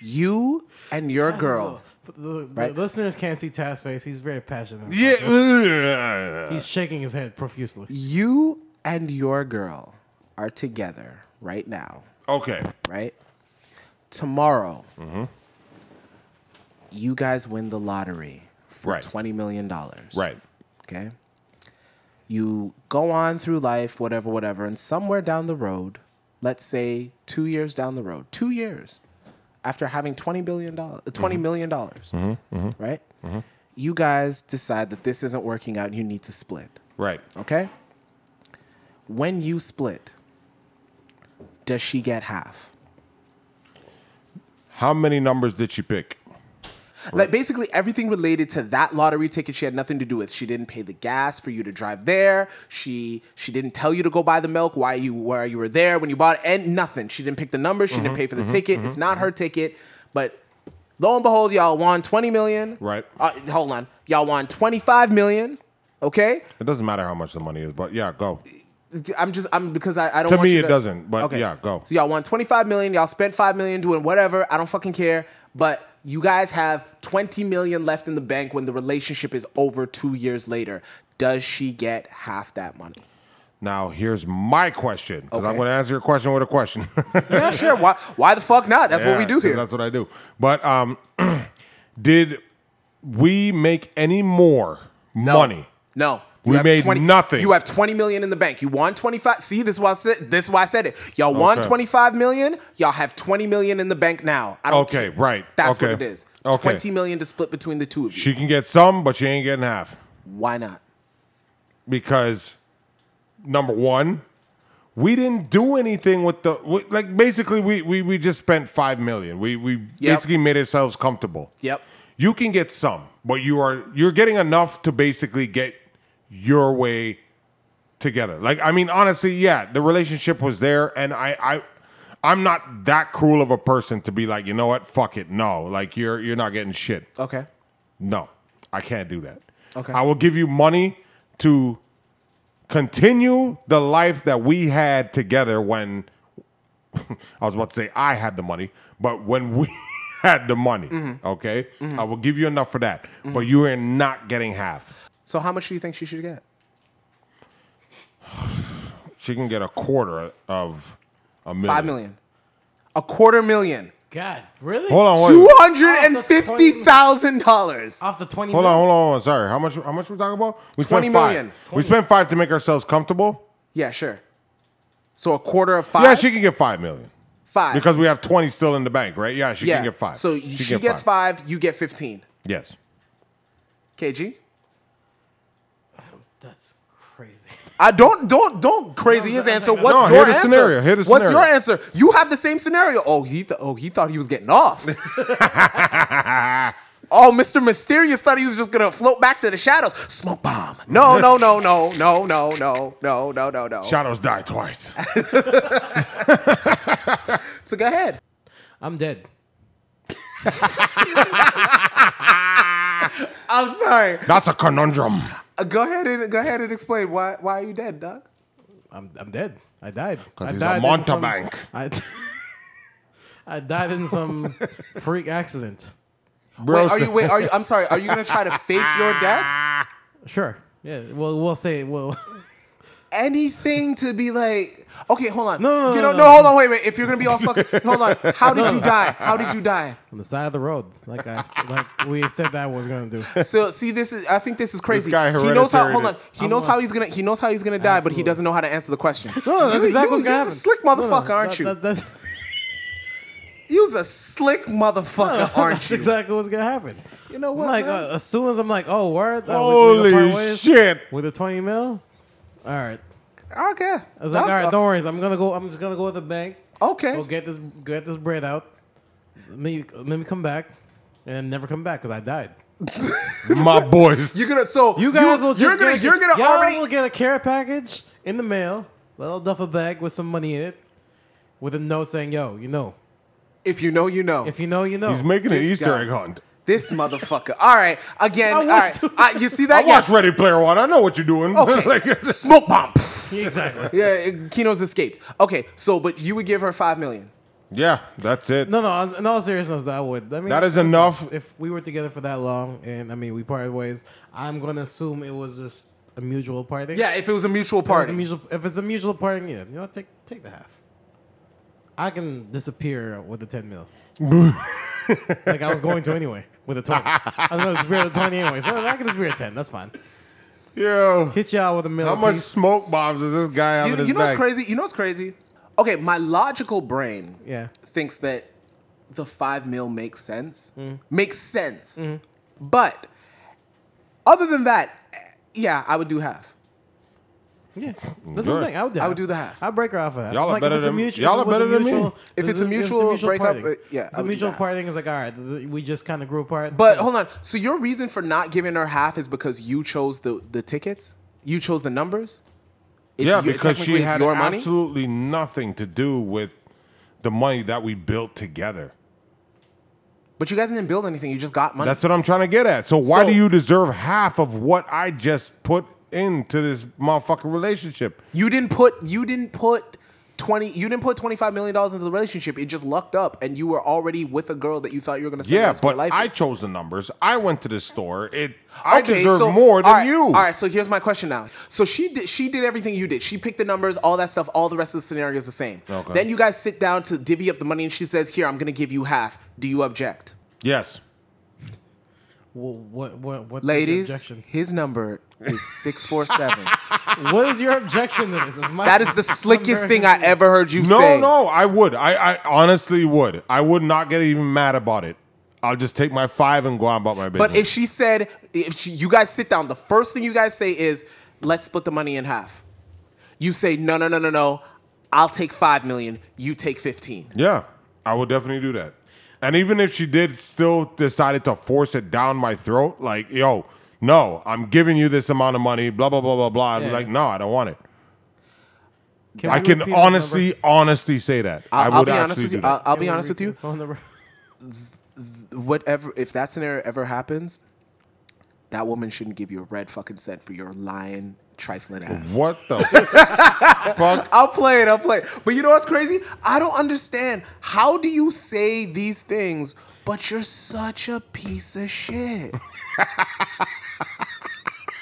C: You and your girl.
B: The, the- the
C: Right.
B: listeners can't see Taz face. He's very passionate.
A: yeah.
B: He's shaking his head profusely.
C: You and your girl are together right now,
A: Okay.
C: right? Tomorrow,
A: Mm-hmm.
C: you guys win the lottery for
A: Right.
C: $20 million.
A: Right.
C: Okay. You go on through life, whatever, whatever, and somewhere down the road, let's say two years down the road, two years after having $20 billion, doll-
A: Mm-hmm.
C: $20 million dollars, right? You guys decide that this isn't working out, you need to split
A: Right.
C: okay? When you split, does she get half?
A: How many numbers did she pick?
C: Like basically everything related to that lottery ticket she had nothing to do with. She didn't pay the gas for you to drive there. She she didn't tell you to go buy the milk why you where you were there when you bought it and nothing. She didn't pick the number, she didn't pay for the ticket. It's not her ticket, but lo and behold y'all won 20 million.
A: Right.
C: Uh, hold on. Y'all won 25 million, okay?
A: It doesn't matter how much the money is, but yeah, go.
C: I'm just I'm because I, I don't.
A: To
C: want
A: me,
C: you
A: it doesn't, but yeah, go.
C: So y'all want 25 million. Y'all spent five million doing whatever. I don't fucking care. But you guys have 20 million left in the bank when the relationship is over two years later. Does she get half that money?
A: Now here's my question. 'cause I'm
C: Okay.
A: going to answer your question with a question.
C: yeah, sure. Why? Why the fuck not? That's what we
A: Yeah,
C: do here.
A: That's what I do. But um, did we make any more money?
C: No.
A: We
C: You have
A: made nothing.
C: You have 20 million in the bank. You won 25. See, this is why I said, this is why I said it. Y'all won
A: Okay.
C: 25 million. Y'all have 20 million in the bank now. I don't
A: Okay,
C: care.
A: right.
C: That's
A: Okay.
C: what it is.
A: Okay.
C: 20 million to split between the two of you.
A: She can get some, but she ain't getting half
C: why not?
A: because number one, we didn't do anything with the we, like. Basically, we we we just spent five million. We we
C: Yep.
A: basically made ourselves comfortable.
C: Yep.
A: You can get some, but you are you're getting enough to basically get your way together. Like I mean honestly, yeah, the relationship was there and I I I'm not that cruel of a person to be like, "You know what? Fuck it. No. Like you're you're not getting shit."
C: Okay.
A: No. I can't do that.
C: Okay.
A: I will give you money to continue the life that we had together when I was about to say I had the money, but when we had the money,
C: Mm-hmm.
A: okay? I will give you enough for that, but you are not getting half.
C: So how much do you think she should get?
A: She can get a quarter of a million.
C: Five million. A quarter million.
B: God, really?
A: Hold on, wait.
C: Two hundred and fifty thousand dollars.
B: Off the twenty.
A: Hold on,
B: mil-
A: hold on, hold on. Sorry. How much how much we talking about?
C: 20
A: We spent five.
C: million.
A: We spent five to make ourselves comfortable.
C: Yeah, sure. So a quarter of five.
A: Yeah, she can get five million.
C: five
A: Because we have 20 still in the bank, right? Yeah, she
C: yeah.
A: can get five.
C: So
A: can
C: she,
A: get
C: gets five. You get fifteen.
A: Yes.
C: KG.
B: That's crazy.
C: I don't don't don't crazy
B: No,
C: his
B: no, no,
C: answer.
B: no.
C: What's
A: No,
C: your
A: hear the
C: answer?
A: scenario, hear the
C: What's
A: scenario.
C: your answer? You have the same scenario. Oh, he th- oh he thought he was getting off. oh, Mr. Mysterious thought he was just gonna float back to the shadows. Smoke bomb. No, no, no, no, no, no, no, no, no, no, no.
A: Shadows die twice.
C: So go ahead.
B: I'm dead.
C: I'm sorry.
A: That's a conundrum.
C: Uh, Go ahead and go ahead and explain why why are you dead, Doc?
B: I'm I'm dead. I died.
A: 'Cause
B: I
A: he's a
B: died in some-
A: mountebank.
B: I, I died in some freak accident.
A: Bro,
C: wait, are you wait? Are you? I'm sorry. Are you gonna try to fake your death?
B: Sure. Yeah. Well, we'll say. Well,
C: Anything to be like? Okay, hold on.
B: No, no,
C: you know,
B: no, no.
C: no, hold on. Wait, wait. If you're gonna be all fucking, hold on. How did you die? How did you die?
B: on the side of the road, like I s- like we said that was gonna do.
C: So see, this is. I think this is crazy.
A: guy
C: he knows how.
A: hereditary
C: Hold on.
A: did-
C: He
B: I'm
C: knows
B: not-
C: how he's gonna. He knows how he's gonna die, but he
B: Absolutely.
C: doesn't know how to answer the question.
B: No, that's
C: You-
B: exactly
C: you,
B: what's gonna
C: you's
B: happen.
C: a slick
B: No,
C: motherfucker,
B: no,
C: aren't
B: that-
C: you?
B: that- that's
C: You's a slick motherfucker, aren't
B: that's
C: you?
B: exactly what's gonna happen.
C: You know what?
B: like
C: man?
B: uh, as soon as I'm like, oh word, uh, we- we gonna part
A: Holy
B: ways
A: shit.
B: with the twenty mil. All right,
C: I don't care.
B: I was like,
C: I'm-
B: all right, no worries. I'm gonna go. I'm just gonna go to the bank.
C: Okay.
B: Go get this. Get this bread out. Let me let me come back, and never come back because I died.
A: My boys.
C: You're gonna so
B: You guys will
C: you're
B: just
C: gonna
B: get a-
C: you're gonna
B: y'all
C: already
B: will get a care package in the mail, little duffel bag with some money in it, with a note saying, "Yo, you know,
C: if you know you know
B: if you know, you know."
A: He's making an
C: This
A: Easter
C: guy.
A: egg hunt.
C: this motherfucker. All right, again,
B: I
C: all
B: want
C: right.
B: to.
C: I, you see
A: I
C: that?
A: watched Ready Player One. I know what you're doing.
C: Okay.
A: Like,
C: Smoke bomb.
B: exactly.
C: yeah, Kino's escaped. Okay, so but you would give her five million.
A: yeah, that's it.
B: No, no. In all seriousness, I would. I mean,
A: That is
B: listen,
A: enough.
B: If we were together for that long, and I mean, we parted ways, I'm gonna assume it was just a mutual party.
C: Yeah, if it was a mutual
B: If it's a
C: party.
B: mutual, if it's a mutual party, yeah, you know, take take the half. I can disappear with the ten mil. like I was going to anyway with a twenty. I was going to disappear with a twenty anyway, so I can disappear at ten. That's fine.
A: Yo,
B: Hit y'all with a mil.
A: how much
B: apiece.
A: smoke bombs does this guy have
C: you,
A: in his
C: you know what's
A: bag?
C: crazy? You know what's crazy? Okay, my logical brain
B: Yeah.
C: thinks that the five mil makes sense. Makes sense. But other than that, eh, yeah, I would do half.
B: Yeah, that's what I'm
A: Good.
B: saying. I would do.
C: I would do the half.
B: I break her off of that.
A: Y'all are
B: like,
A: better
B: if it's a
A: than-
B: mutual,
A: y'all are
B: if it was a
A: better than me.
B: mutual-
C: If it's a mutual breakup,
B: parting.
C: uh, yeah,
B: If
C: I
B: it's
C: would
B: a
C: do
B: mutual
C: that.
B: parting. It's like all right, th- we just kind of grew apart.
C: But hold on. So your reason for not giving her half is because you chose the the tickets? You chose the numbers? It's
A: yeah,
C: your-
A: because
C: technically
A: she
C: it's
A: had
C: your money?
A: absolutely nothing to do with the money that we built together.
C: But you guys didn't build anything. You just got money.
A: That's what I'm trying to get at. So why
C: So-
A: do you deserve half of what I just put into this motherfucking relationship?
C: you didn't put you didn't put 20 you didn't put 25 million dollars into the relationship. It just lucked up and you were already with a girl that you thought you were going to spend the
A: Yeah,
C: rest of
A: but
C: your life
A: I
C: with.
A: chose the numbers. I went to the store. It I
C: Okay,
A: deserve
C: so-
A: more than
C: all right,
A: you.
C: All right, so here's my question now. So she did she did everything you did. She picked the numbers, all that stuff, all the rest of the scenario is the same.
A: Okay.
C: Then you guys sit down to divvy up the money and she says, "Here, I'm going to give you half." Do you object?
A: Yes.
B: Well, what what what
C: Ladies,
B: Is your
C: his number is 647.
B: objection? what is your objection to this? It's my-
C: that is the slickest thing I ever heard you
A: No,
C: say.
A: no, I would. I, I honestly would. I would not get even mad about it. I'll just take my five and go on about my business.
C: But if she said, if she, you guys sit down, the first thing you guys say is, let's split the money in half. You say, no, no, no, no, no. I'll take five million. You take fifteen.
A: yeah, I would definitely do that. And even if she did still decided to force it down my throat, like, yo, no, I'm giving you this amount of money, blah, blah, blah, blah, blah. I'd be
B: Yeah.
A: like, no, I don't want it. I
B: we
A: can
B: repeat this
A: honestly,
B: number?
A: honestly say that.
C: I'll,
A: I
C: I'll
A: would
C: be honest
A: actually
C: with
A: do
C: you.
A: that.
C: I'll, I'll
B: Can
C: be
B: we
C: honest with
B: repeat
C: you.
B: this phone number?
C: Whatever, if that scenario ever happens, that woman shouldn't give you a red fucking cent for your lying, trifling ass.
A: what the fuck?
C: I'll play it. I'll play it. But you know what's crazy? I don't understand. How do you say these things, but you're such a piece of shit?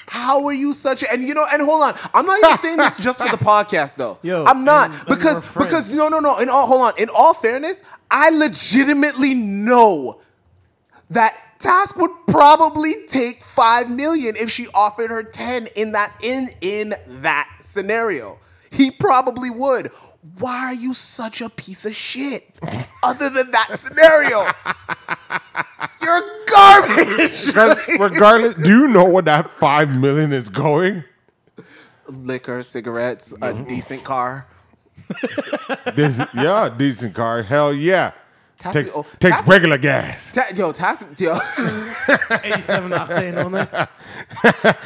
C: How are you such a and you know and hold on I'm not even saying this just for the podcast though
B: Yo,
C: I'm not
B: and- and
C: because
B: we're
C: because
B: friends.
C: no no no in all hold on in all fairness I legitimately know that Task would probably take five million if she offered her ten in that in in that scenario. He probably would. Why are you such a piece of shit? Other than that scenario, you're garbage.
A: Because regardless, do you know what that five million is going?
C: Liquor, cigarettes, a
A: Mm-hmm.
C: decent car.
A: This, yeah, decent car. Hell yeah.
C: Tassi-
A: takes
C: oh,
A: takes
C: Tassi-
A: regular gas
C: Ta- yo, task. Yo,
B: Eighty-seven octane on that.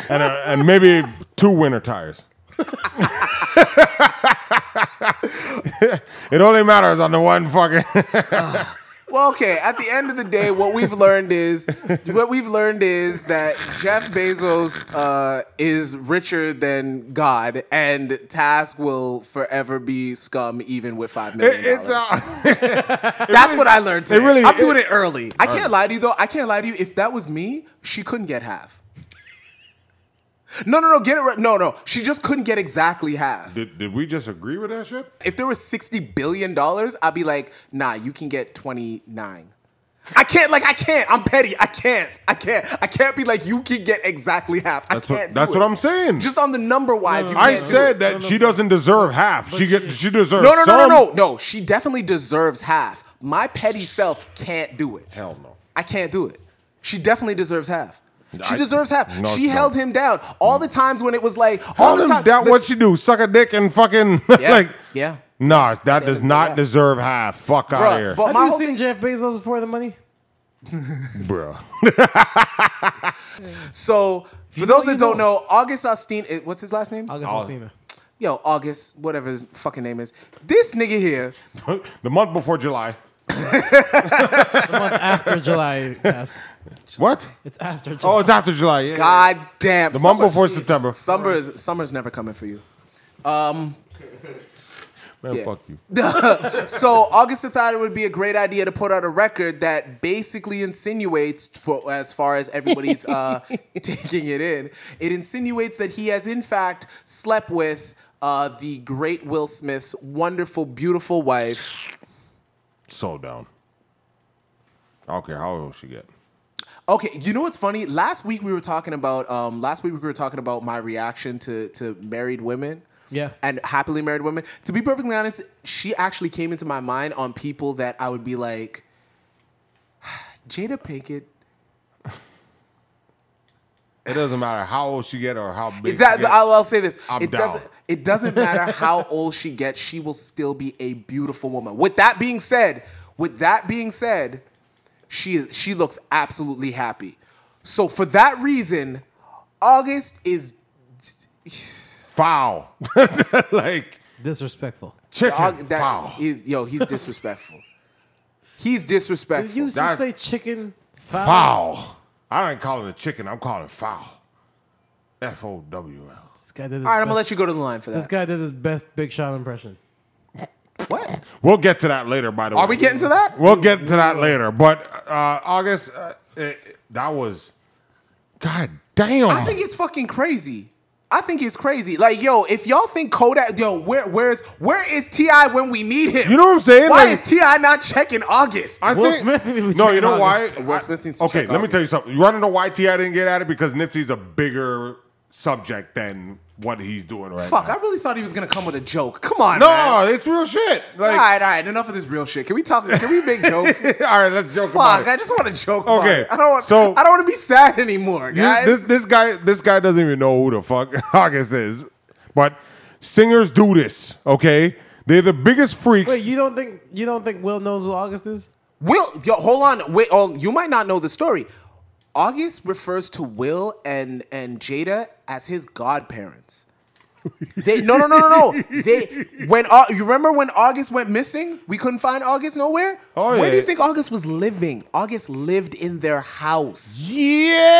A: and uh, and maybe two winter tires. it only matters on the one fucking.
C: well, okay. At the end of the day, what we've learned is what we've learned is that Jeff Bezos uh, is richer than God, and Task will forever be scum, even with five million
A: it's
C: dollars.
A: uh,
C: That's what I learned. Today.
A: really-
C: I'm doing
A: it-
C: it early. I can't lie to you though. I can't lie to you. If that was me, she couldn't get half. No, no, no. Get it right. No, no. She just couldn't get exactly half.
A: did, did we just agree with that shit?
C: If there was sixty billion dollars, I'd be like, nah, you can get twenty nine. I can't, like, I can't. I'm petty. I can't. I can't. I can't be like, you can get exactly half.
A: That's
C: I
A: what
C: can't. do
A: that's what
C: it.
A: I'm saying.
C: Just on the number wise, you
A: I
C: can't do
A: said
C: it.
A: that
B: No, no,
A: she
B: but-
A: doesn't deserve half. She get
B: she-
A: she deserves
C: No, no, no, no,
A: some.
C: no, no. She definitely deserves half. My petty self can't do it.
A: Hell no.
C: I can't do it. She definitely deserves half. She
A: I-
C: deserves half.
A: no,
C: she
A: she
C: held him down all the times when it was like all
A: All
C: the time.
A: that what
C: listen-
A: you do, suck a dick and fucking
C: yeah,
A: like.
C: yeah.
A: Nah, that does not
C: yeah.
A: deserve half. Fuck out
C: Bruh,
A: here,
C: but
B: Have
C: my
B: you
C: whole
B: seen
C: thing,
B: Jeff Bezos before the money?
C: so for
B: you
C: those
B: know,
C: that
B: you
C: don't
B: know.
C: know, August Austin, eh, what's his last name?
B: August
A: I'll-
B: Alsina.
C: Yo, August, whatever his fucking name is. This nigga here,
A: bro. the month before July.
B: After July, ask.
A: What?
B: It's after
A: Oh,
B: July.
A: it's after July. Yeah.
C: god damn,
A: The month before September.
C: Summer is summer's never coming for you.
A: Man,
C: yeah.
A: fuck you.
C: So Augustin thought it would be a great idea to put out a record that basically insinuates, for, as far as everybody's uh, taking it in, it insinuates that he has in fact slept with uh, the great Will Smith's wonderful, beautiful wife.
A: So down. I don't care how old she get.
C: Okay, you know what's funny? Last week we were talking about um, last week we were talking about my reaction to to married women.
B: Yeah.
C: and happily married women. To be perfectly honest, she actually came into my mind on people that I would be like, Jada Pinkett.
A: It doesn't matter how old she get or how big.
C: That
A: she get.
C: I'll, I'll say this.
A: I'm
C: it
A: down.
C: doesn't. It doesn't matter how old she gets. She will still be a beautiful woman. With that being said, with that being said, she is. She looks absolutely happy. So for that reason, August is.
A: foul. like
B: Disrespectful.
A: chicken
C: Aug- that
A: foul.
C: is- yo, he's disrespectful. he's disrespectful.
B: Did you
A: That-
B: just say chicken fowl?
A: Foul. I don't call it a chicken. I'm calling it foul. F O W L.
B: This guy did his
C: All right, I'm gonna
B: best-
C: let you go to the line for
B: This
C: that.
B: guy did his best Big Sean impression.
C: What?
A: We'll get to that later. By the way,
C: Are we getting to that?
A: We'll get to that later. But uh, August, uh, it, that was. God damn.
C: I think it's fucking crazy. I think it's crazy. Like, yo, if y'all think Kodak, yo, where, where's, where is Ti when we need him?
A: You know what I'm saying?
C: Why
A: Like-
C: is Ti not checking August?
A: I
B: Will Smith needs to
A: no,
B: check
A: you know why?
B: August.
C: Will Smith needs to
A: okay,
C: check
A: let me
C: August.
A: tell you something. You want to know why Ti didn't get at it? Because Nipsey's a bigger subject than what he's doing right
C: Fuck,
A: now.
C: I really thought he was gonna come with a joke. Come on,
A: no,
C: man.
A: it's real shit. Like,
C: all right, all right. Enough of this real shit. Can we talk? Can we make jokes? Fuck,
A: all right, let's joke about it.
C: I just want to joke. about
A: Okay,
C: it. I don't want.
A: so-
C: I don't want to be sad anymore,
A: You-
C: guys.
A: this this guy this guy doesn't even know who the fuck August is, but singers do this. Okay, they're the biggest freaks.
B: Wait, you don't think you don't think Will knows who August is?
C: Will, yo, hold on. Wait, oh, you might not know the story. August refers to Will and and Jada as his godparents. They no no no no no. They when Au- you remember when August went missing, we couldn't find August nowhere.
A: Oh,
C: Where do you
A: yeah.
C: think August was living? August lived in their house.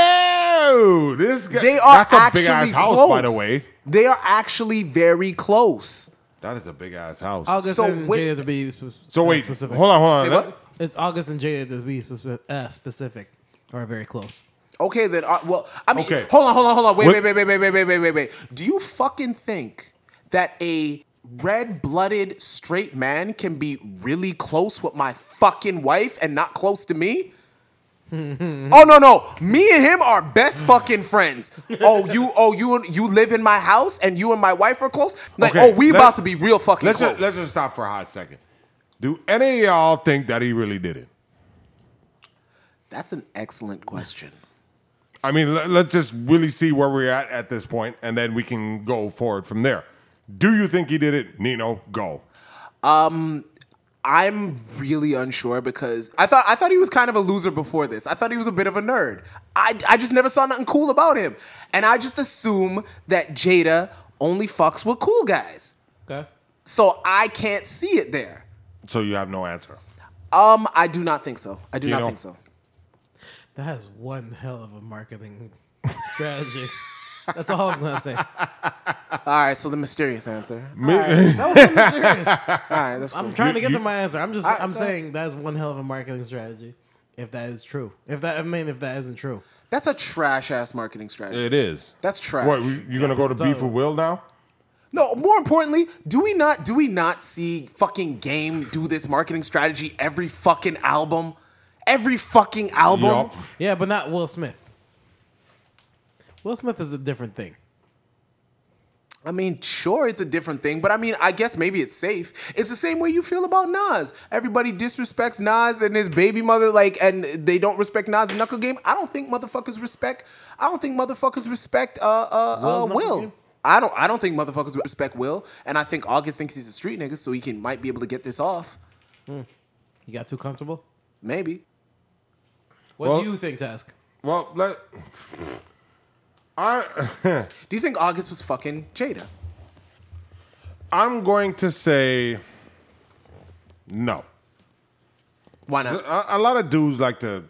A: yeah, this guy.
C: They are
A: that's a
C: actually
A: big ass house,
C: close.
A: by the way.
C: They are actually very close.
A: That is a big ass house.
B: August
C: So
B: and
C: wait-
B: Jada to be sp-
A: so
B: uh,
A: wait,
B: specific.
A: hold on, hold on.
C: Say
A: Let-
C: what?
B: It's August and Jada to be spe- uh, specific or very close.
C: Okay, then. Uh, well, I mean,
A: Okay.
C: hold on, hold on, hold on. Wait,
A: What-
C: wait, wait, wait, wait, wait, wait, wait, wait, wait. Do you fucking think that a red-blooded straight man can be really close with my fucking wife and not close to me? oh no, no. Me and him are best fucking friends. Oh, you, oh, you, you live in my house and you and my wife are close. Like,
A: Okay,
C: oh, we
A: let-
C: about to be real fucking
A: Let's
C: close.
A: just, let's just stop for a hot second. Do any of y'all think that he really did it?
C: That's an excellent question.
A: I mean, let, let's just really see where we're at at this point, and then we can go forward from there. Do you think he did it, Nino? Go.
C: I'm really unsure because I thought I thought he was kind of a loser before this. I thought he was a bit of a nerd. I, I just never saw nothing cool about him. And I just assume that Jada only fucks with cool guys.
B: Okay.
C: So I can't see it there.
A: So you have no answer.
C: Um, I do not think so. I do
A: You
C: not
A: know-
C: think so.
B: That is one hell of a marketing strategy. That's all I'm gonna say.
C: All right, so the mysterious answer.
B: That was something serious.
C: All right, that's cool.
B: I'm trying to get to my answer. I'm just
C: Alright,
B: I'm
C: go ahead.
B: saying that's one hell of a marketing strategy. If that is true. If that I mean if that isn't true.
C: that's a trash ass marketing strategy.
A: It is.
C: That's trash.
A: What you you gonna go to
B: Sorry.
A: beef with Will now?
C: No, more importantly, do we not do we not see fucking game do this marketing strategy every fucking album? Every fucking album.
A: Yup.
B: Yeah, but not Will Smith. Will Smith is a different thing.
C: I mean, sure, it's a different thing, but I mean, I guess maybe it's safe. It's the same way you feel about Nas. Everybody disrespects Nas and his baby mother, like, and they don't respect Nas' knuckle game. I don't think motherfuckers respect. I don't think motherfuckers respect uh uh, uh
B: Will's knuckle
C: Will.
B: game?
C: I don't. I don't think motherfuckers respect Will, and I think August thinks he's a street nigga, so he can might be able to get this off.
B: You got too comfortable?
C: Maybe.
B: What
A: Well-
B: do you think, Task?
A: Well, let. I
C: Do you think August was fucking Jada?
A: I'm going to say no.
C: Why not?
A: A, a lot of dudes like to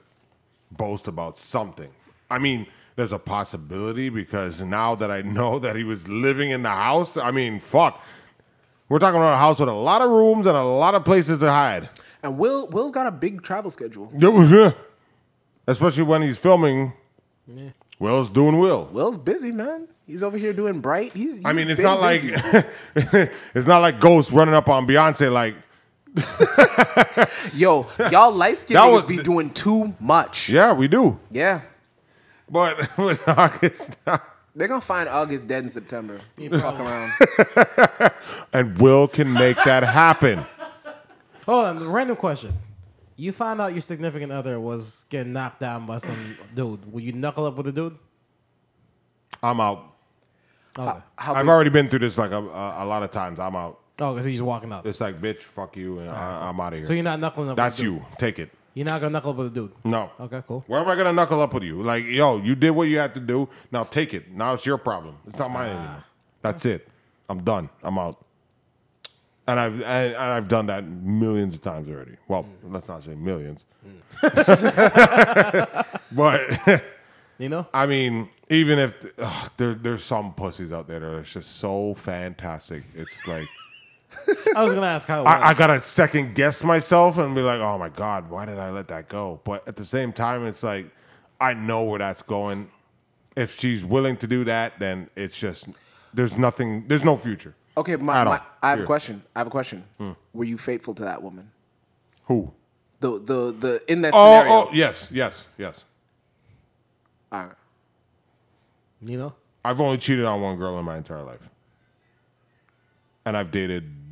A: boast about something. I mean, there's a possibility because now that I know that he was living in the house, I mean, fuck. We're talking about a house with a lot of rooms and a lot of places to hide.
C: And Will Will's got a big travel schedule.
A: Especially when he's filming. Will's doing Will.
C: Will's busy, man. He's over here doing bright. He's.
A: I
C: he's
A: mean, it's
C: been
A: not like
C: busy.
A: it's not like Ghost running up on Beyonce like
C: Yo, y'all light skinned
A: That
C: niggas
A: was-
C: be doing too much.
A: Yeah, we do.
C: Yeah.
A: But with August
C: They're gonna find August dead in September. Fuck around.
A: and Will can make that happen.
B: Hold on, random question. You found out your significant other was getting knocked down by some dude. Will you knuckle up with the dude?
A: I'm out.
B: Okay.
C: How
A: I've
C: big-
A: already been through this like a, a, a lot of times. I'm out.
B: Okay, so you're just Oh, walking out.
A: It's like bitch, fuck you, and I, I'm out of here.
B: So you're not knuckling up
A: That's
B: with the dude.
A: you. Take it.
B: You're not going to knuckle up with the dude.
A: No.
B: Okay, cool.
A: Where am I gonna knuckle up with you? Like, yo, you did what you had to do. Now take it. Now it's your problem. It's not mine
B: Ah.
A: anymore. That's it. I'm done. I'm out. And I've and, and I've done that millions of times already. Well,
B: Mm.
A: let's not say millions.
B: Mm.
A: but
B: You know?
A: I mean, even if ugh, there, there's some pussies out there that are just so fantastic, it's like
B: I was going to ask how it was.
A: I, I gotta second guess myself and be like, oh my god, why did I let that go? But at the same time, it's like I know where that's going. If she's willing to do that, then it's just there's nothing, there's no future.
C: Okay, my,
A: At all. Hmm.
C: my, I have a
A: Here.
C: question. I have a question. Were you faithful to that woman?
A: Who?
C: The the the in that
A: Oh,
C: scenario.
A: oh, yes, yes, yes.
C: All right.
B: you know?
A: I've only cheated on one girl in my entire life, and I've dated.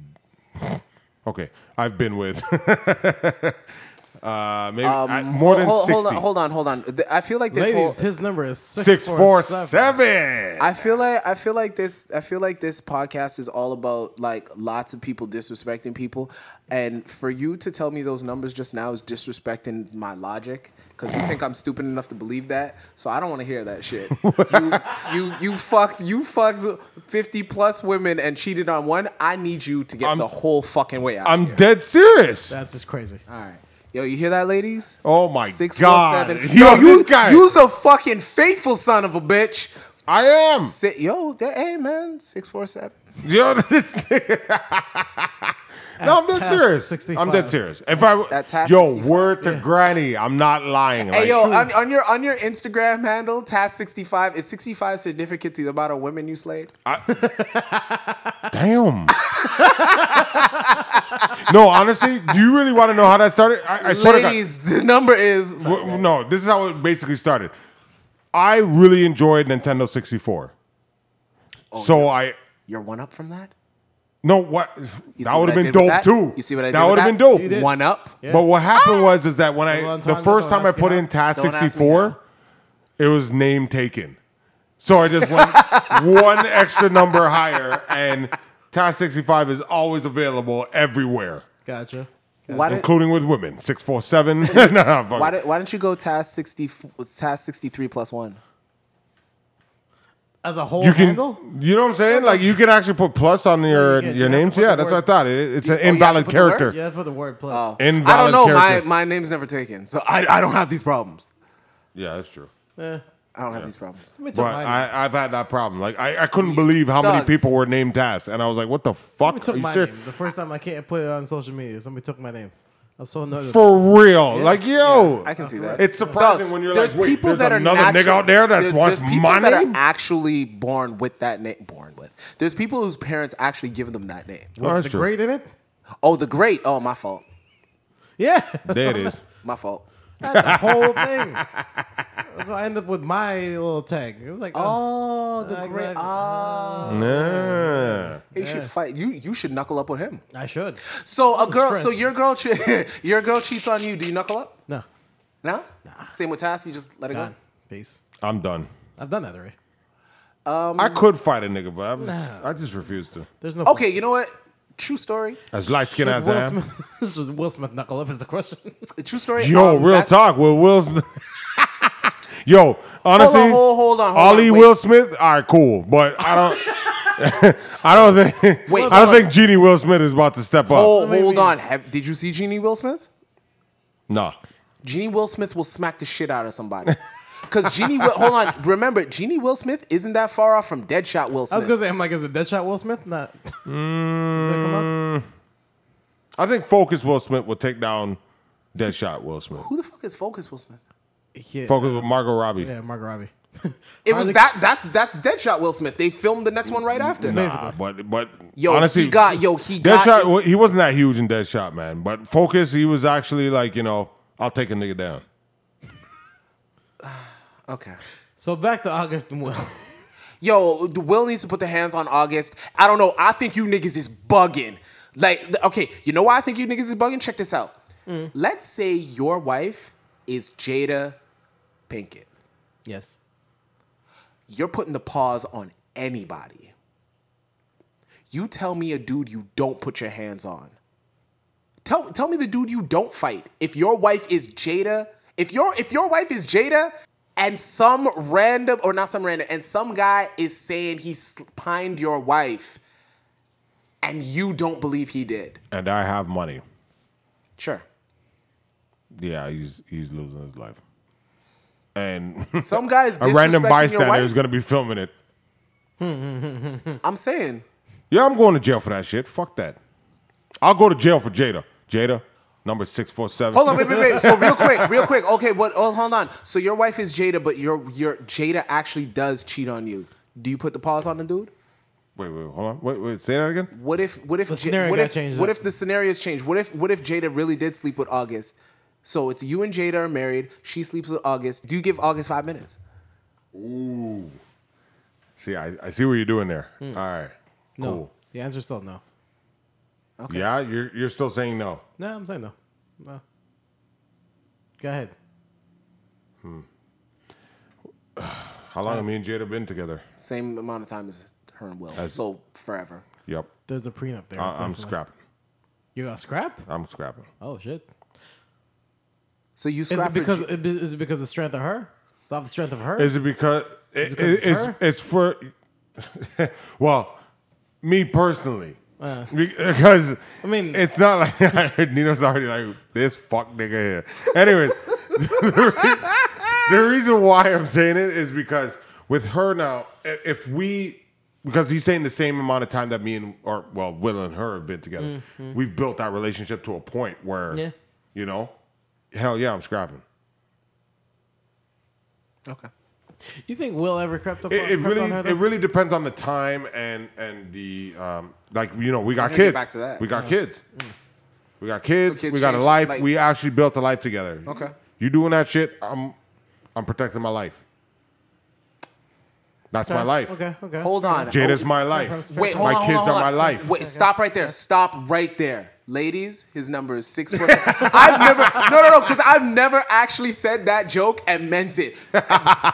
A: Okay, I've been with. uh, maybe I- more than
C: Um, hold,
A: sixty.
C: hold on, hold on, hold on. Th- I feel like this whole
B: Ladies, his number is
A: Six, four,
B: 647.
A: seven.
C: I feel like I feel like this I feel like this podcast is all about like lots of people disrespecting people and for you to tell me those numbers just now is disrespecting my logic cuz you think I'm stupid enough to believe that so I don't want to hear that shit. you you you fucked you fucked 50 plus women and cheated on one. I need you to get
A: I'm-
C: the whole fucking way out.
A: I'm dead serious.
B: That's just crazy.
C: all right. Yo, you hear that, ladies?
A: Oh my
C: Six four
A: god!
C: seven.
A: Yo,
C: Yo, you,
A: this guy.
C: you's a fucking faithful son of a bitch.
A: I am.
C: Sit, yo, that, hey man, six four seven.
A: Yo, this. no, I'm dead
B: Task
A: serious.
B: 65.
A: I'm dead serious. If I,
C: At Task
A: yo,
C: 65,
A: word to granny, I'm not lying.
C: Hey
A: like-
C: yo, on, on your on your Instagram handle, task sixty five is sixty five significant to the amount of women you slayed.
A: damn. no, honestly, do you really want to know how that started? I, I swear to God.
C: Ladies, the number is
A: W- w- no, this is how it basically started. I really enjoyed Nintendo 64.
C: Oh,
A: so I
C: you're one up from that.
A: no what
C: You
A: that
C: see what
A: would have
C: I
A: been
C: did with
A: dope
C: that?
A: too.
C: You see what I
A: that
C: did with
A: would have been
C: that?
A: dope.
B: You did.
C: One up.
B: Yeah.
A: But what happened was is that when
B: A
A: I
B: long
A: the
B: time
A: first
B: ago,
A: time I
B: ask me
A: put
B: how.
A: in task
C: Ah! Don't ask me
A: 64, it was name taken. So I just went one extra number higher, and task 65 is always available everywhere,
B: Gotcha.
C: Why did,
A: including with women. 647. no, no, fuck
C: why
A: it.
C: did why didn't you go task sixty task sixty three plus one?
B: As a whole
A: you can,
B: handle?
A: you know what I'm saying? Like you can actually put plus on your
B: Yeah, you
A: your
B: have to
A: names.
B: put the
A: Yeah, that's
B: word.
A: what I thought. It, it's an
C: oh, have to
A: invalid
C: put the word?
A: character.
B: Yeah, for the word plus.
A: Invalid
C: I don't know. My,
A: character.
C: my name's never taken, so I, I don't have these problems.
A: yeah, that's true.
B: Eh,
C: I don't have these problems.
B: let me took
A: But
B: mine.
A: I, I've had that problem. Like I, I couldn't believe how many
C: Dog.
A: people were named Task, and I was like, "What the
B: Somebody
A: fuck?" Are
B: took
A: you
B: my
A: serious?
B: name. The first time I can't put it on social media, somebody took my name. I was so annoyed. with-
A: For real, like yo,
C: I can see that.
A: It's surprising when you're like,
C: there's
A: "Wait,
C: people
A: there's
C: that are
A: another
C: natu-
A: nigga out there that
C: there's-
A: wants
C: there's people
A: my
C: that are
A: name?"
C: actually born with that name. Born with. There's people whose parents actually give them that name.
A: Oh, that's
B: the
A: true.
B: great in it?
C: Oh, the great. Oh, my fault.
B: Yeah.
A: There it is.
C: My fault.
B: That's the whole thing. So I end up with my little tag. It was like, oh,
C: Oh, the
B: Exactly.
C: great. Ah,
A: Nah.
C: you should fight. You you should knuckle up with him.
B: I should.
C: So a girl. So
B: strength.
C: your girl. Che- your girl cheats on you. Do you knuckle up?
B: No,
C: No. Same with Tass. You just let it
B: done. Peace.
A: I'm done.
B: I've done that already.
C: Um,
A: I could fight a nigga, but I just, I just refuse to.
B: There's no.
C: go. Okay. You know what? True story.
A: As light
B: Should
A: skinned as I
B: Will
A: am.
B: Smith, should Will Smith knuckle up is the question.
C: True story.
A: Yo,
C: um,
A: real
C: that's-
A: talk with Will. Smith- Yo, honestly,
C: hold- hold on, hold
A: Ollie
C: on, wait.
A: Will Smith. All right, cool, but I don't. I don't think.
C: Wait,
A: I don't
C: hold
A: think Genie Will Smith is about to step up.
C: Oh,
B: Wait,
C: hold
B: wait.
C: on. Have, did you see Genie Will Smith?
A: Nah.
C: Genie Will Smith will smack the shit out of somebody. Because Genie Will, hold on. Remember, Genie Will Smith isn't that far off from Deadshot Will
B: I
C: Smith.
B: was gonna say, I'm like, is it Deadshot Will Smith? Not. It's gonna come up?
A: Mm. I think Focus Will Smith will take down Deadshot Will Smith.
C: Who the fuck is Focus Will Smith?
B: Yeah,
A: Focus with Margot Robbie.
B: yeah, Margot Robbie.
C: It was
B: Harley-
C: that. That's that's Deadshot Will Smith. They filmed the next one
B: Mm,
C: right after.
A: Nah, but but
C: Yo,
A: honestly,
C: he got yo. He got.
A: Deadshot.
C: it.
A: wa- He wasn't that huge in Deadshot, man. But Focus, he was actually like you know, I'll take a nigga down.
C: okay.
B: So back to August and Will.
C: Yo, the Will needs to put the hands on August. I don't know. I think you niggas is bugging. Like, th- okay, you know why I think you niggas is bugging? Check this out.
B: Mm.
C: Let's say your wife is Jada Pinkett.
B: yes.
C: you're putting the pause on anybody. You tell me a dude you don't put your hands on. Tell, tell me the dude you don't fight. If your wife is Jada, if your if your wife is Jada and some random or not some random and some guy is saying he s- pined your wife and you don't believe he did.
A: And I have money.
C: Sure.
A: Yeah, he's he's losing his life. And
C: Some guys
A: a random
C: your
A: bystander is
C: wife.
A: gonna be filming it.
C: I'm saying
A: Yeah, I'm going to jail for that shit. Fuck that. I'll go to jail for Jada. Jada, number six four seven.
C: Hold on, wait, wait, wait. So real quick, real quick. Okay, what? Oh, hold on. So your wife is Jada, but your your Jada actually does cheat on you. Do you put the pause on the dude?
A: Wait, wait, hold on. Wait, wait. Say that again.
C: What if what if
B: The
C: Ja-
B: scenario
C: what
B: got
C: if
B: changed
C: what
B: up.
C: if the scenarios change? What if what if Jada really did sleep with August? So it's you and Jada are married. She sleeps with August. Do you give August five minutes?
A: Ooh. See, I, I see what you're doing there. All right.
B: No.
A: Cool.
B: The answer's still no.
A: Yeah, you're you're still saying no.
B: No, I'm saying no. No. Go ahead.
A: How long have me and Jada been together?
C: Same amount of time as her and Will. so forever.
A: Yep.
B: There's a prenup there.
A: I, I'm
B: definitely.
A: scrapping.
B: You got scrap?
A: I'm scrapping.
B: Oh shit.
C: So you
B: Is
C: scrap
B: it
C: for
B: because
C: J-
B: is it because of the strength of her? It's off the strength of her.
A: Is it because, it,
B: because
A: it-
B: it's
A: it's,
B: her?
A: it's for well, me personally. Be- because I
B: Uh. mean-
A: it's not like Nino's already like this fuck nigga here. Anyways, the reason why I'm saying it is because with her now, i- if we because he's saying the same amount of time that me and or well Will and her have been together, we've built our relationship to a point where
B: Mm-hmm. Yeah.
A: you know, hell yeah, I'm scrapping.
C: okay.
B: you think Will ever crept up on,
A: It, it
B: crept on
A: really
B: her? though?
A: it really depends on the time and and the um like you know we got
C: gonna get
A: kids
C: back to that.
A: we got kids we got kids,
C: So kids
A: we got a
C: change,
A: life
C: like-
A: we actually built a life together
C: Okay.
A: you doing that shit I'm I'm protecting my life that's my
B: Okay,
A: life
B: Okay, okay.
C: Hold on.
A: Jada's
C: Oh,
A: my life
B: premise,
C: Wait, hold on,
A: my
C: hold
A: kids
C: on, hold
A: are my
C: on.
A: life
C: Wait, stop right there. Stop right there. Ladies, his number is six foot. I've never no no no because I've never actually said that joke and meant it.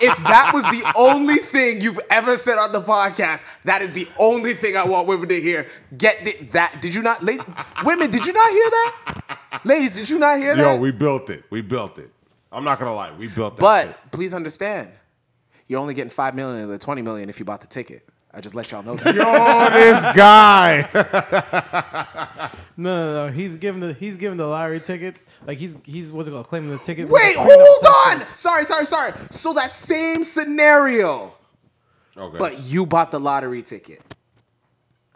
C: If that was the only thing you've ever said on the podcast, that is the only thing I want women to hear. Get the, that? Did you not, lady, women? Did you not hear that? Ladies, did you not hear
A: yo
C: that?
A: we built it we built it I'm not gonna lie we built that shit.
C: but please understand, you're only getting five million of the twenty million if you bought the ticket. I just let y'all know that.
A: yo this guy
B: No, no, no. He's giving the he's giving the lottery ticket. Like he's he's what's it called? Claiming the ticket. with
C: Wait,
B: the prenup
C: hold on.
B: ticket.
C: Sorry, sorry, sorry. So that same scenario,
A: okay
C: but you bought the lottery ticket.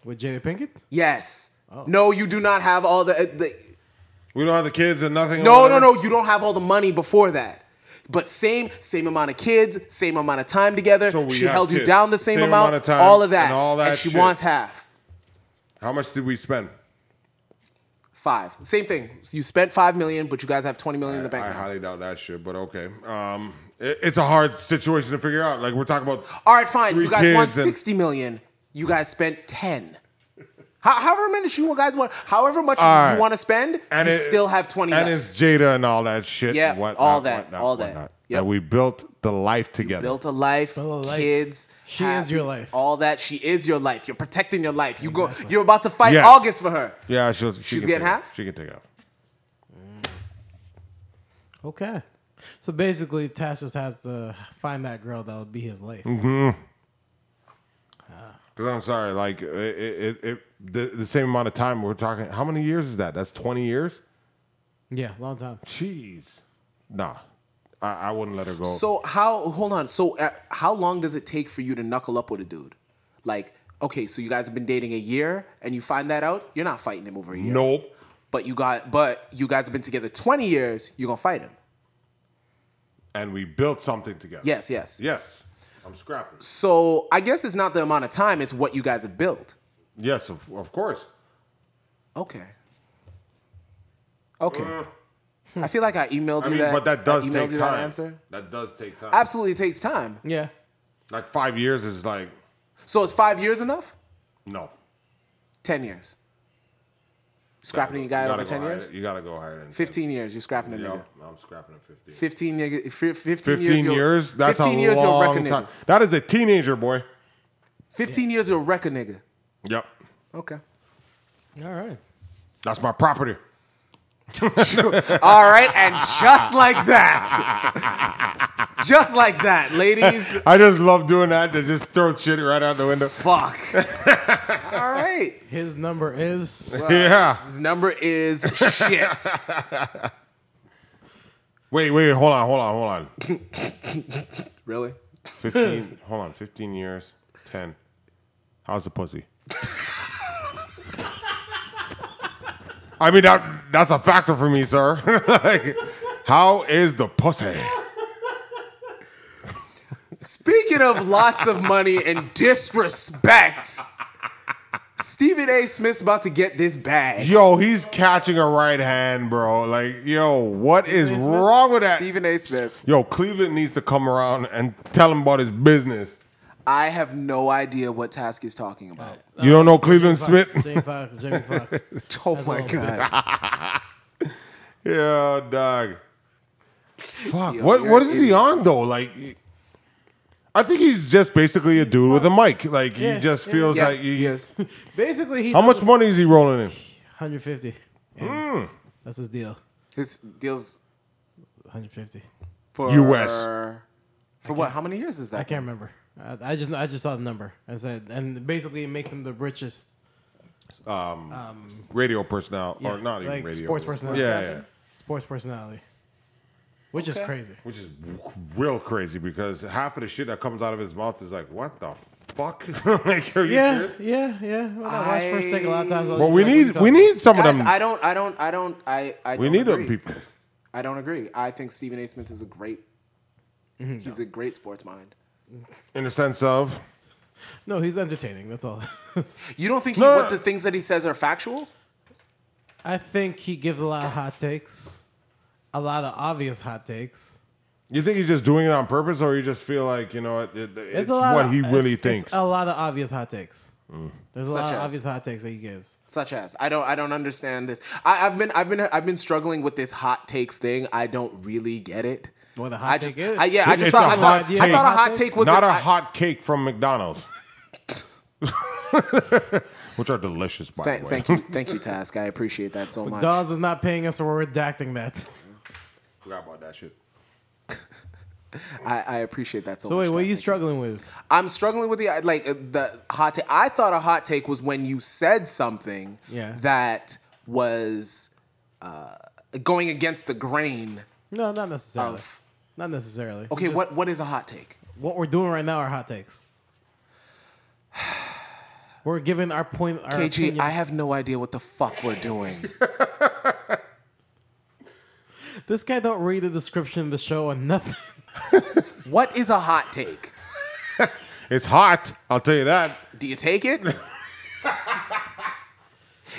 B: With Jada Pinkett?
C: Yes.
A: Oh.
C: No, you do not have all the, uh, the
A: we don't have the kids and nothing or
C: No, no,
A: whatever?
C: no. You don't have all the money before that. But same, same amount of kids, same amount of time together.
A: So we
C: she
A: have
C: held you
A: kids,
C: down the same,
A: same
C: amount,
A: amount of time
C: all of that,
A: and all that
C: she
A: shit.
C: wants half.
A: how much did we spend
C: Five. Same thing. You spent five million, but you guys have twenty million in the bank.
A: I
C: now.
A: highly doubt that shit, but okay. Um, it, it's a hard situation to figure out. Like we're talking about.
C: All right, fine. You
A: three
C: guys want
A: kids and-
C: sixty million. You guys spent ten. How, however much you guys want, however much
A: All
C: you
A: right.
C: want to spend,
A: and
C: you
A: it-
C: still have twenty.
A: And
C: left.
A: it's Jada and all that shit.
C: Yeah,
A: and whatnot,
C: all that,
A: whatnot,
C: all that.
A: whatnot.
C: Yep.
A: And we built the life together.
C: built a life,
B: Built a life.
C: kids.
B: She is your life.
C: All that. She is your life. You're protecting your life. You go. You're about to fight
A: Yes.
C: August for her.
A: yeah, she'll, she
C: She's
A: can
C: getting
A: take it.
C: half?
A: She can take it off.
B: Okay. So basically, Tash just has to find that girl that would be his life.
A: Because I'm sorry, like it, it, it, the, the same amount of time we're talking. How many years is that? That's 20 years.
B: Yeah, long time.
A: Jeez. Nah, I, I wouldn't let her go.
C: So how? Hold on. So uh, how long does it take for you to knuckle up with a dude? Like, okay, so you guys have been dating a year, and you find that out. You're not fighting him over a year.
A: nope.
C: But you got. But you guys have been together 20 years. You're gonna fight him.
A: And we built something together.
C: Yes. Yes.
A: Yes. I'm scrapping.
C: So I guess it's not the amount of time. It's what you guys have built.
A: Yes, of, of course.
C: Okay. Okay. I feel like I emailed
A: Mm.
C: you
A: I mean,
C: that.
A: but that does
C: I emailed
A: take
C: you
A: time.
C: That answer.
A: That does take time.
C: Absolutely takes time.
B: Yeah.
A: like five years is like
C: So is five years enough?
A: no.
C: Ten years. Scrapping a guy
A: You
C: over
A: gotta go
C: ten
A: higher-
C: years?
A: You gotta go higher than 10.
C: Fifteen years. You're scrapping a nigga.
A: Yup, I'm scrapping at 15.
C: 15, nigga, fif- 15,
A: 15
C: you'll-
A: years? That's
C: 15
A: a
C: years you'll wreck a
A: long
C: nigga.
A: time. That is a teenager, boy.
C: 15 years you'll wreck a nigga.
A: Yep.
C: Okay.
B: All right.
A: That's my property.
C: All right, and just like that. just like that, ladies.
A: I just love doing that. They just throw shit right out the window.
C: Fuck. All right.
B: His number is.
A: yeah.
C: His number is shit.
A: Wait, wait, hold on, hold on, hold on.
C: really?
A: 15, hold on, 15 years, 10. How's the pussy? I mean, that, that's a factor for me, sir. like, how is the pussy?
C: Speaking of lots of money and disrespect, Stephen A. Smith's about to get this bag.
A: Yo, he's catching a right hand, bro. Like, yo, what is wrong with that?
C: Stephen A. Smith.
A: Yo, Cleveland needs to come around and tell him about his business.
C: I have no idea what Task is talking about.
A: You don't know Cleveland
B: Jamie Foxx,
A: Smith?
B: Jamie Fox. Jamie Fox.
C: Oh
B: That's
C: my
B: all.
C: god.
A: Yeah, dog. Fuck.
C: Yo,
A: what
C: you're
A: what
C: an
A: is he
C: idiot.
A: on though? Like I think he's just basically a dude with a mic. Like
B: Yeah,
A: he just
B: yeah,
A: feels
C: Yeah,
A: like he,
C: yes.
B: Basically, he.
A: How
B: does
A: much money is he rolling in?
B: 150. M's.
A: Mm.
B: That's his deal.
C: His deals
B: 150.
C: for
A: US.
C: For what? How many years is
B: I
C: that?
B: can't remember. I, I just I just saw the number. I said, and basically, it makes him the richest
A: Radio personnel
B: Yeah,
A: or not even
B: like
A: radio.
B: sports personality.
A: Yeah,
B: Sports
A: yeah.
B: sports personality, which
C: Okay.
B: is crazy.
A: Which is real crazy because half of the shit that comes out of his mouth is like, what the fuck? like, are you
B: Yeah,
A: serious?
B: yeah, yeah. When I watch first take a lot of times. I'll
A: But
B: just
A: we
B: be like,
A: need
B: "What are
A: we
B: you
A: need some of
C: Guys,
A: them.
C: I don't I don't I don't I I
A: we
C: don't
A: need
C: agree.
A: them people.
C: I don't agree. I think Stephen A. Smith is a great
B: Mm-hmm.
C: he's a great sports mind.
A: In the sense of
B: talking?" No, he's entertaining. That's all.
C: You don't think he,
A: No,
C: what
A: no.
C: the things that he says are factual?
B: I think he gives a lot of hot takes, a lot of obvious hot takes.
A: you think he's just doing it on purpose, or you just feel like you know it, it-
B: It's,
A: it's,
B: a lot.
A: what
B: of,
A: he really
B: it's,
A: thinks. Mm.
B: It's a lot of obvious hot takes. There's a
C: Such
B: lot of
C: as?
B: obvious hot takes that he gives.
C: such as I don't I don't understand this. I, I've been I've been I've been struggling with this hot takes thing. I don't really get it.
B: What the hot
C: I
B: take
C: just
B: is?
C: I, yeah I
A: It's
C: just
A: a
C: thought, I
A: hot
C: thought, I
A: take.
C: thought a hot take was
A: not
C: a
A: a
C: I-
A: hot cake from McDonald's, which are delicious, by
C: Thank,
A: the way.
C: thank you thank you Task. I appreciate that so much.
B: Dawes is not paying us, so we're redacting that.
A: Forgot about that shit.
C: I, I appreciate that so,
B: So
C: much.
B: wait, what are
C: Taz.
B: you
C: Thank
B: struggling with?
C: I'm struggling with the like uh, the hot take. I thought a hot take was when you said something
B: Yeah.
C: that was uh, going against the grain
B: No, not necessarily.
C: of.
B: Not necessarily.
C: Oh. Okay,
B: Just
C: what what is a hot take?
B: what we're doing right now are hot takes. We're giving our point. Our
C: KG,
B: opinion.
C: I have no idea what the fuck we're doing.
B: this guy don't read the description of the show or nothing.
C: what is a hot take?
A: It's hot. I'll tell you that.
C: Do you take it?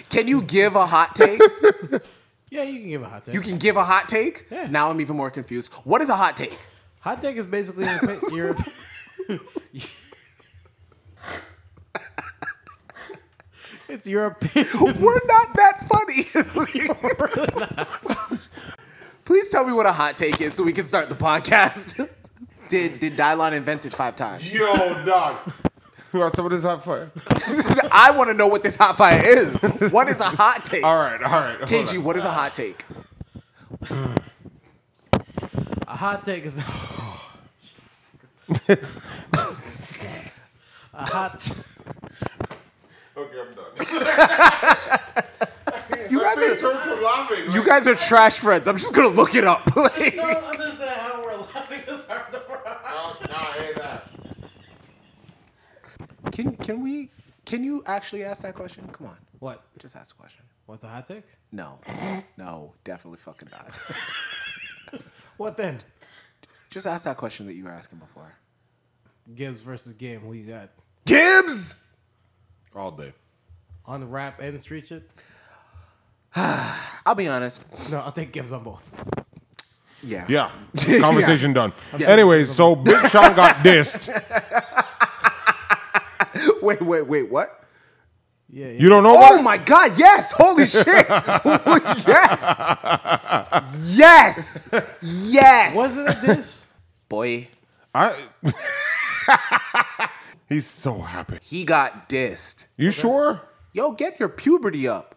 C: Can you give a hot take?
B: Yeah, you can give a hot take.
C: you can give a hot take?
B: Yeah.
C: Now I'm even more confused. What is a hot take?
B: hot take is basically your opi- your. it's your opinion.
C: We're not that funny. Please tell me what a hot take is so we can start the podcast. did did Dylon invent it five times?
A: Yo, dog. Who got some of this hot fire?
C: I want to know what this hot fire is. What is a hot take?
A: All right, all right. hold
C: KG,
A: on.
C: what is a hot take?
B: A hot take is. a hot.
A: Okay, I'm done.
C: You guys
A: It
C: are
A: hurts from laughing.
C: you guys are trash friends. I'm just gonna look it up. Like-
B: understand how we're laughing this hard.
A: guys. I hate that.
C: can can we can you actually ask that question? Come on,
B: What?
C: just ask the question.
B: What's a hot take?
C: No, no, definitely fucking not.
B: What then?
C: Just ask that question that you were asking before.
B: Gibbs versus Game. Who you got?
C: Gibbs.
A: All day.
B: On the rap and street shit?
C: I'll be honest.
B: No, I'll take Gibbs on both.
C: Yeah.
A: Yeah.
C: Yeah.
A: Conversation done.
C: Yeah.
A: Anyways, so Big Sean got dissed.
C: Wait, wait, wait. What?
B: Yeah, yeah.
A: You don't know
C: Oh
A: what?
C: my God! Yes. Holy shit. yes. Yes. Yes.
B: Was it a diss?
C: Boy,
A: I. He's so happy.
C: he got dissed.
A: You sure?
C: Yo, get your puberty up.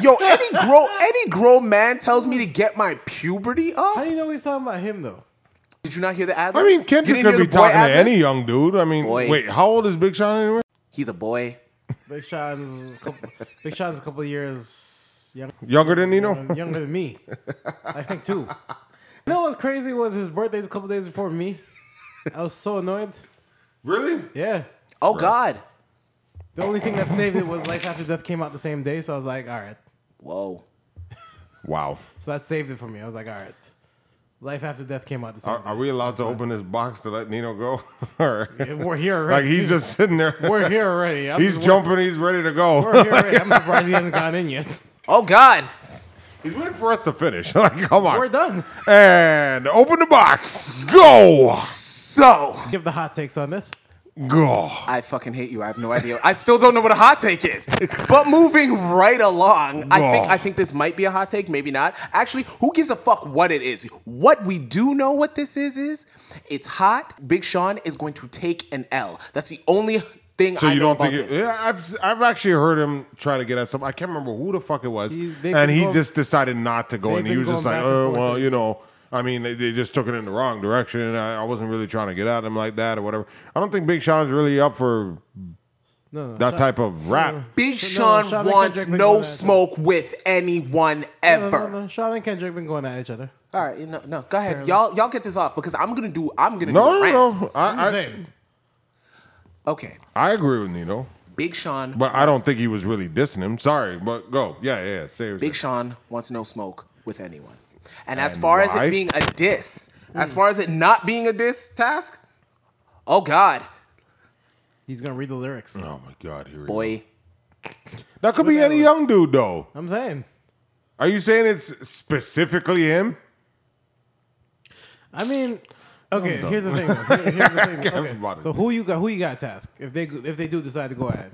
C: Yo, any grown any grown man tells me to get my puberty
B: How do
C: up.
B: you know he's talking about him though?
C: Did you not hear the ad?
A: I mean, Kendrick could be talking to any young dude. I mean,
C: Boy.
A: wait, how old is Big Sean anyway?
C: He's a boy.
B: Big Sean's a couple, Big Sean's a couple of years young,
A: Younger than Nino?
B: younger than me. I think too. You know what's crazy was his birthday's a couple days before me. I was so annoyed.
A: Really?
B: Yeah.
C: Oh God.
B: The only thing that saved it was Life After Death came out the same day, so I was like, all right.
C: Whoa.
A: Wow.
B: So that saved it for me. I was like, all right. Life After Death came out the same
A: Are, are we allowed to open this box to let Nino go? Or-
B: day. We're here
A: like,
B: already.
A: he's just sitting there.
B: We're here already. I'm
A: He's
B: just-
A: jumping. He's ready to
B: We're
A: go.
B: here already. I'm surprised he hasn't gone in yet.
C: Oh God.
A: He's waiting for us to finish. Like, come
B: We're
A: on.
B: done.
A: And open the box. Go.
C: So
B: Give the hot takes on this.
A: Go.
C: I fucking hate you. I have no idea. I still don't know what a hot take is. But moving right along, I think
A: Wrong.
C: I think this might be a hot take, maybe not. Actually, who gives a fuck what it is? What we do know what this is is it's hot. Big Sean is going to take an L. That's the only thing
A: So
C: I
A: you
C: know
A: don't think?
C: about
A: It,
C: this.
A: yeah, I've I've actually heard him try to get at some. I can't remember who the fuck it was,
B: He's- they've
A: and
B: been
A: he
B: going-
A: just decided not to go,
B: they've
A: and he
B: been
A: was just
B: going
A: like,
B: back and
A: "Oh
B: forth.
A: well, you know." I mean, they, they just took it in the wrong direction, and I, I wasn't really trying to get at him like that or whatever. I don't think Big Sean's really up for
B: No, no.
A: that
B: Sean-
A: type of rap.
C: Big
B: So no,
C: Sean
B: Sean and
C: wants
B: Kendrick been
C: no
B: going at it.
C: smoke with anyone
B: No,
C: ever.
B: no, no. Sean and Kendrick been going at each other.
C: All right, no, no, go ahead, y'all, y'all get this off because I'm gonna do, I'm gonna do
A: No,
C: a
A: no,
C: rant.
A: no.
B: I'm just
A: I, I
B: saying.
C: Okay,
A: I agree with Nino,
C: Big Sean,
A: but I don't think he was really dissing him. Sorry, but go. Yeah, yeah. yeah. Say,
C: Big
A: say.
C: Sean wants no smoke with anyone. And as
A: And
C: far as
A: why?
C: it being a diss, as far as it not being a diss task, oh God,
B: He's gonna read the lyrics.
A: Oh my God, here we go.
C: boy,
A: That could be
B: that
A: any
B: was-
A: young dude though.
B: I'm saying.
A: Are you saying it's specifically him?
B: I mean, okay. Here's the thing. Though. Here- Here's the thing. Okay.
A: Everybody.
B: So who you got? Who you got? Task if they if they do decide to go ahead.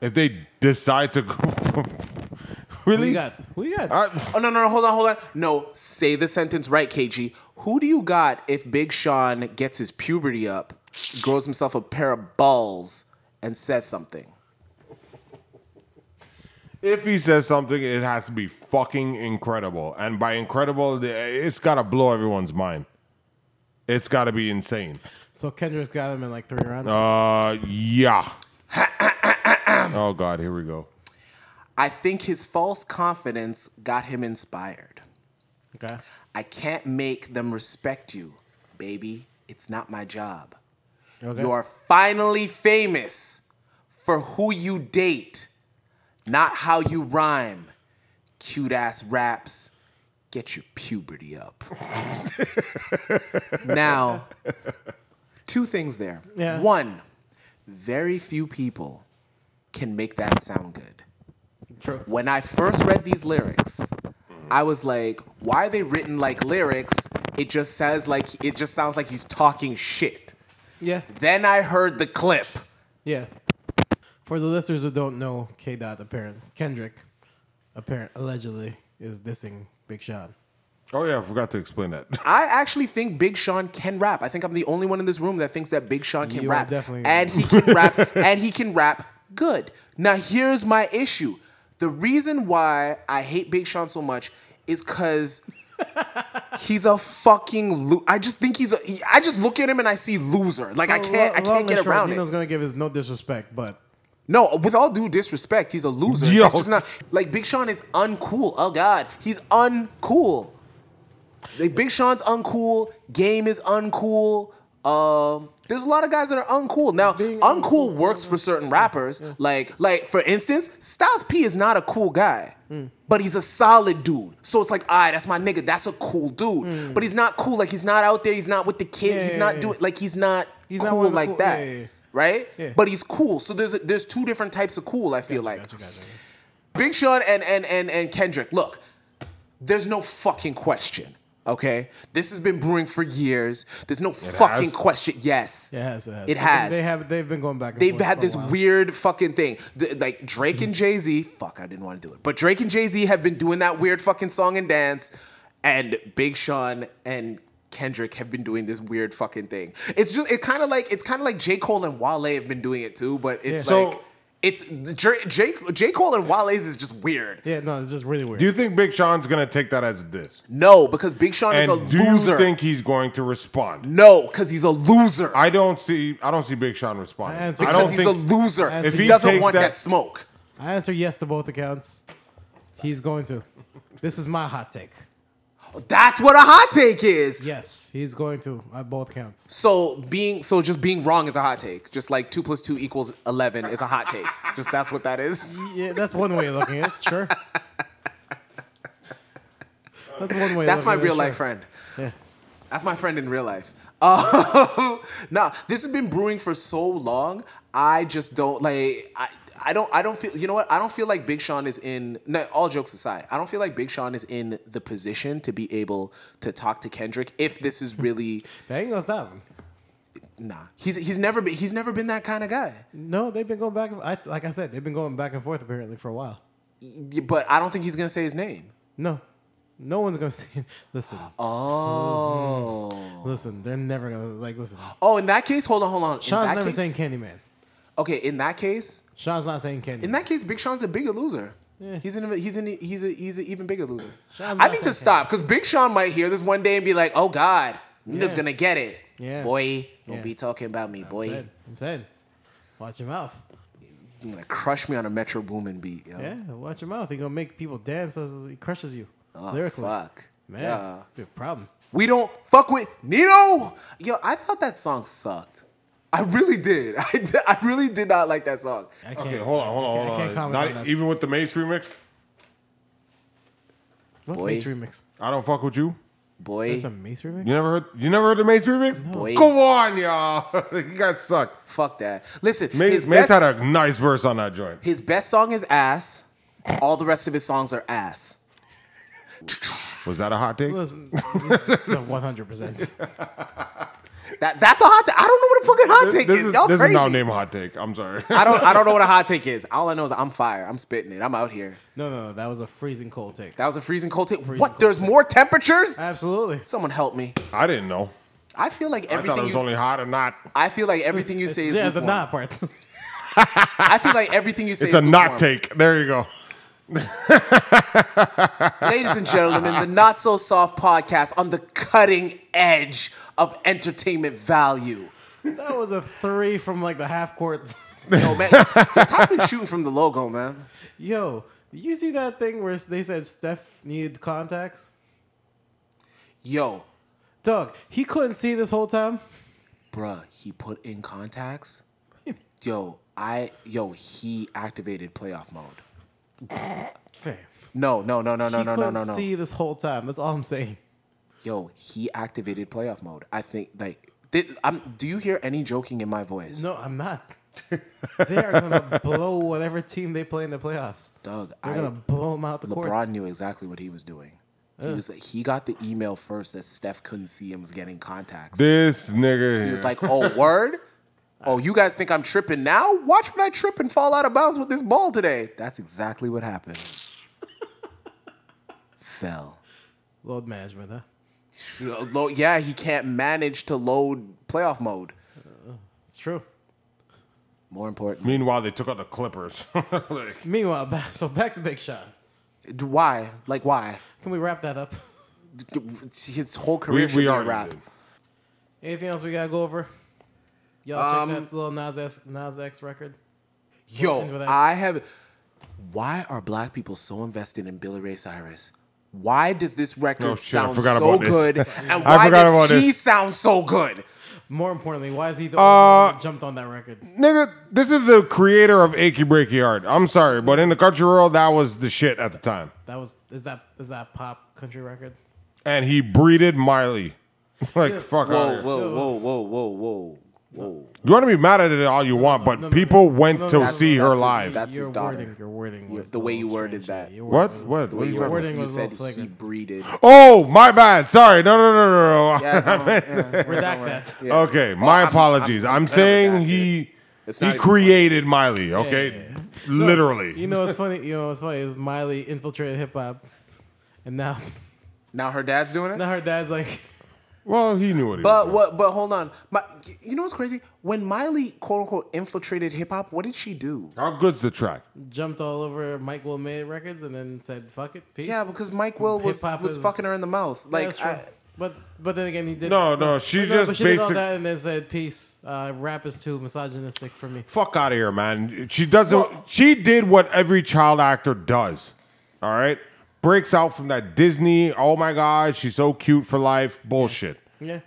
A: If they decide to go,
B: Who
A: really?
B: you got? Who you got?
A: I-
C: oh no, no, no, hold on, hold on, no, say the sentence right, KG. Who do you got if Big Sean gets his puberty up, grows himself a pair of balls, and says something?
A: if he says something, it has to be fucking incredible, and by incredible, the- it's got to blow everyone's mind. It's got to be insane.
B: So Kendrick's got him in like three rounds.
A: Uh, yeah. oh God, here we go.
C: I think his false confidence got him inspired.
B: Okay.
C: I can't make them respect you, baby. It's not my job.
B: Okay.
C: You are finally famous for who you date, not how you rhyme. Cute ass raps. Get your puberty up. now, two things there.
B: Yeah.
C: One, very few people can make that sound good.
B: True.
C: When I first read these lyrics, I was like, why are they written like lyrics? It just says like it just sounds like he's talking shit.
B: Yeah.
C: Then I heard the clip.
B: Yeah. For the listeners who don't know, K Dot apparent Kendrick apparent allegedly is dissing Big Sean.
A: Oh yeah, I forgot to explain that.
C: I actually think Big Sean can rap. I think I'm the only one in this room that thinks that Big Sean can
B: You are
C: rap.
B: definitely-
C: And he can rap and he can rap good. Now here's my issue. The reason why I hate Big Sean so much is cuz he's a fucking lo- I just think he's a he- I just look at him and I see loser. Like I can't I
B: Long
C: can't
B: and
C: get
B: short,
C: around it.
B: Nino's gonna give his no disrespect, but
C: No, with all due disrespect, he's a loser.
A: Yo.
C: He's just not like Big Sean is uncool. Oh God, he's uncool. Like Big Sean's uncool. Game is uncool. Um, there's a lot of guys that are uncool. Now,
B: Being
C: uncool,
B: uncool-
C: works for certain rappers. Like, like for instance, Styles P is not a cool guy,
B: Mm.
C: but he's a solid dude. So it's like, ah, that's my nigga. That's a cool dude. But he's not cool. Like he's not out there. He's not with the kids.
B: Mm. Yeah,
C: he's
B: yeah,
C: not
B: yeah.
C: doing like he's not
B: He's
C: cool
B: not one of the
C: like
B: cool-
C: that
B: yeah, yeah, yeah.
C: right?
B: Yeah.
C: But he's cool. So there's there's two different types of cool. I feel like
B: Gotcha, gotcha.
C: Big Sean and and and and Kendrick. Look, there's no fucking question. Okay, this has been brewing for years. There's no fucking question. Yes,
B: It has, it has.
C: It has.
B: They have. They've been going back. And
C: They've
B: forth
C: had
B: for a
C: this
B: while.
C: weird fucking thing. Th- like Drake and Jay Z, fuck, I didn't want to do it. But Drake and Jay Z have been doing that weird fucking song and dance, and Big Sean and Kendrick have been doing this weird fucking thing. It's just, it kind of like, it's kind of like J. Cole and Wale have been doing it too, but it's
B: Yeah.
A: So-
C: like, it's J, J, J. Cole and Wale's is just weird.
B: Yeah, no, it's just really weird.
A: Do you think Big Sean's gonna take that as a diss?
C: No, because Big Sean is a
A: And do you
C: loser.
A: think he's going to respond?
C: no, because he's a loser.
A: I don't see. I don't see Big Sean responding.
B: I answer-
A: I
C: because
A: don't
C: he's
A: think.
C: a loser.
B: If
C: If he
B: he
C: doesn't
A: takes
C: want that,
A: that-
C: smoke.
B: I answer yes to both accounts. He's going to. This is my hot take.
C: That's what a hot take is.
B: Yes, he's going to on both counts.
C: So being so just being wrong is a hot take. Just like two plus two equals eleven is a hot take. Just that's what that is.
B: Yeah, that's one way of looking at it. Sure. That's one way.
C: That's
B: of looking
C: my
B: at it,
C: real
B: sure.
C: life friend.
B: Yeah.
C: That's my friend in real life. Uh, nah, this has been brewing for so long. I just don't like. I, I don't. I don't feel. You know what? I don't feel like Big Sean is in. No, all jokes aside, I don't feel like Big Sean is in the position to be able to talk to Kendrick if this is really.
B: They ain't gonna stop him.
C: nah, he's he's never been he's never been that kind of guy.
B: No, they've been going back. and- I, like I said, they've been going back and forth apparently for a while.
C: But I don't think he's gonna say his name.
B: No, no one's gonna say. Listen,
C: Oh.
B: Mm-hmm. listen, they're never gonna like. Listen,
C: Oh, in that case, hold on, hold on. In
B: Sean's
C: that
B: never
C: case,
B: saying Candyman.
C: Okay, in that case,
B: Sean's not saying Candyman.
C: in that case, Big Sean's a bigger loser.
B: Yeah.
C: He's an he's an he's a he's an even bigger loser.
B: Sean's
C: I
B: not
C: need to
B: saying
C: stop because Big Sean might hear this one day and be like, "Oh God, Nina's
B: Yeah.
C: gonna get it,
B: Yeah.
C: boy. Don't
B: Yeah.
C: be talking about me, boy.
B: I'm saying, I'm saying, watch your mouth.
C: You're gonna crush me on a Metro Boomin beat, yo.
B: Yeah, watch your mouth. He gonna make people dance as he crushes you
C: Oh,
B: lyrically.
C: fuck.
B: Man,
C: Yeah.
B: be a problem.
C: We don't fuck with Nino. Yo, I thought that song sucked. I really did. I, did, I really did not like that song.
B: I can't.
A: okay, hold on, hold
B: I
A: on,
B: can't- I can't
A: hold on.
B: comment on
A: Not
B: that.
A: even with the Mace remix.
B: What
C: Boy.
B: Mace remix?
A: I don't fuck with you.
C: Boy,
B: There's a Mace remix.
A: You never heard? You never heard the Mace remix?
C: Boy.
A: Come on, y'all. you guys suck.
C: fuck that. Listen,
A: Mace,
C: his
A: Mace
C: best-
A: had a nice verse on that joint.
C: His best song is ass. All the rest of his songs are ass.
A: Was that a hot take?
B: Listen, it's a 100. percent
C: That that's a hot take. I don't know what a fucking hot take
A: this
C: is.
A: is,
C: Y'all
A: this is
C: crazy.
A: not name a hot take. I'm sorry.
C: I don't I don't know what a hot take is. All I know is I'm fire. I'm spitting it. I'm out here.
B: No, no, no, that was a freezing cold take.
C: That was a freezing cold take.
B: Freezing
C: what?
B: cold
C: There's more temperatures?
B: Absolutely.
C: Someone help me.
A: I didn't know.
C: I feel like
A: I thought it
C: everything
A: was
C: you
A: only hot or not.
C: I feel like everything you say is
B: yeah, the
C: lukewarm.
B: not part.
C: I feel like everything you say
A: It's
C: is
A: a not
C: lukewarm.
A: take. There you go.
C: Ladies and gentlemen, the Not So Soft podcast on the cutting edge of entertainment value.
B: that was a three from like the half court.
C: Yo, Oh, man, Top's been shooting from the logo, man.
B: Yo, you see that thing where they said Steph needed contacts?
C: Yo,
B: Doug, he couldn't see this whole time.
C: bruh, he put in contacts. Yo, I yo, he activated playoff mode.
B: Fam,
C: No, no, no, no, no,
B: he
C: no, no,
B: couldn't
C: no, no.
B: see this whole time. That's all I'm saying.
C: Yo, he activated playoff mode. I think like did, I'm, do you hear any joking in my voice?
B: No, I'm not. They are gonna blow whatever team they play in the playoffs.
C: Doug,
B: They're
C: I,
B: gonna blow them out the court.
C: LeBron knew exactly what he was doing. He was he got the email first that Steph couldn't see him was getting contacts.
A: This nigga.
C: He was
A: here.
C: like, "Oh, word." Oh, you guys think I'm tripping now? Watch when I trip and fall out of bounds with this ball today. That's exactly what happened. Fell.
B: Load management, huh?
C: Lo- yeah, he can't manage to load playoff mode.
B: It's true.
C: More important,
A: Meanwhile, they took out the Clippers. like,
B: Meanwhile, back, so back to Big Sean.
C: D- why? Like why?
B: Can we wrap that up?
C: D- g- His whole career
A: we
C: should
A: we
C: be a
A: already
C: wrap.
A: did.
B: Anything else we gotta go over? Y'all
C: Um,
B: check that little Nas X, Nas X record. end with
C: Yo,
B: that.
C: I have. Why are black people so invested in Billy Ray Cyrus? Why does this record
A: Oh, shit, I
C: sound
A: forgot
C: so
A: about
C: good?
A: this.
C: And
A: I
C: why
A: forgot
C: does
A: about
C: he
A: this.
C: sound so good?
B: More importantly, why is he
A: Uh,
B: the only one who jumped on that record?
A: Nigga, this is the creator of Achy Breaky Art. I'm sorry, but in the country world, that was the shit at the time.
B: That was is that is that pop country record?
A: And he breeded Miley. like, fuck out
C: Whoa,
A: here.
C: whoa, whoa, whoa, whoa, whoa, whoa.
A: You want to be mad at it all you want, but
B: no, no,
A: people
B: no.
A: went
B: No,
A: to
B: no, no,
A: see her
B: no,
C: that's his-
A: live.
C: that's
B: your
C: his daughter.
B: wording, your wording was
C: the
B: a
C: way you
B: little
C: worded
B: strange.
C: that.
B: Yeah, your
A: What?
B: wording was-
A: What? What are you
B: Your
A: talking about?
B: wording
C: You
B: was a
C: said
B: little
C: he
B: flagrant.
C: breeded.
A: Oh, my bad. Sorry. No, no, no, no, no.
C: Yeah, don't- yeah, don't
B: Redact
C: worry.
B: that.
C: Yeah.
A: Okay, my
C: I'm-
A: apologies. I'm,
C: I'm better
A: saying
C: with that,
A: he
C: It's
A: he
C: not even funny.
A: created Miley. Okay,
B: yeah, yeah.
A: literally.
B: You know what's funny? You know what's funny is Miley infiltrated hip hop, and now
C: Now her dad's doing it.
B: now her dad's like,
A: well, he knew what he
C: But
A: was.
C: what? But hold on. My, you know what's crazy? When Miley quote unquote infiltrated hip hop, what did she do?
A: How good's the track?
B: jumped all over Mike Will May records and then said, "Fuck it, peace."
C: Yeah, because Mike Will was
B: Hip-hop
C: was
B: is-
C: fucking her in the mouth.
B: Yeah,
C: Like,
B: that's true.
C: I,
B: but but then again, he did.
A: No, no, she
B: but
A: just
B: but she did all
A: basic-
B: that and then said, "Peace." Uh, rap is too misogynistic for me.
A: Fuck out of here, man. She doesn't. she did what every child actor does. All right, breaks out from that Disney. Oh my God, she's so cute for life. Bullshit.
B: Yeah,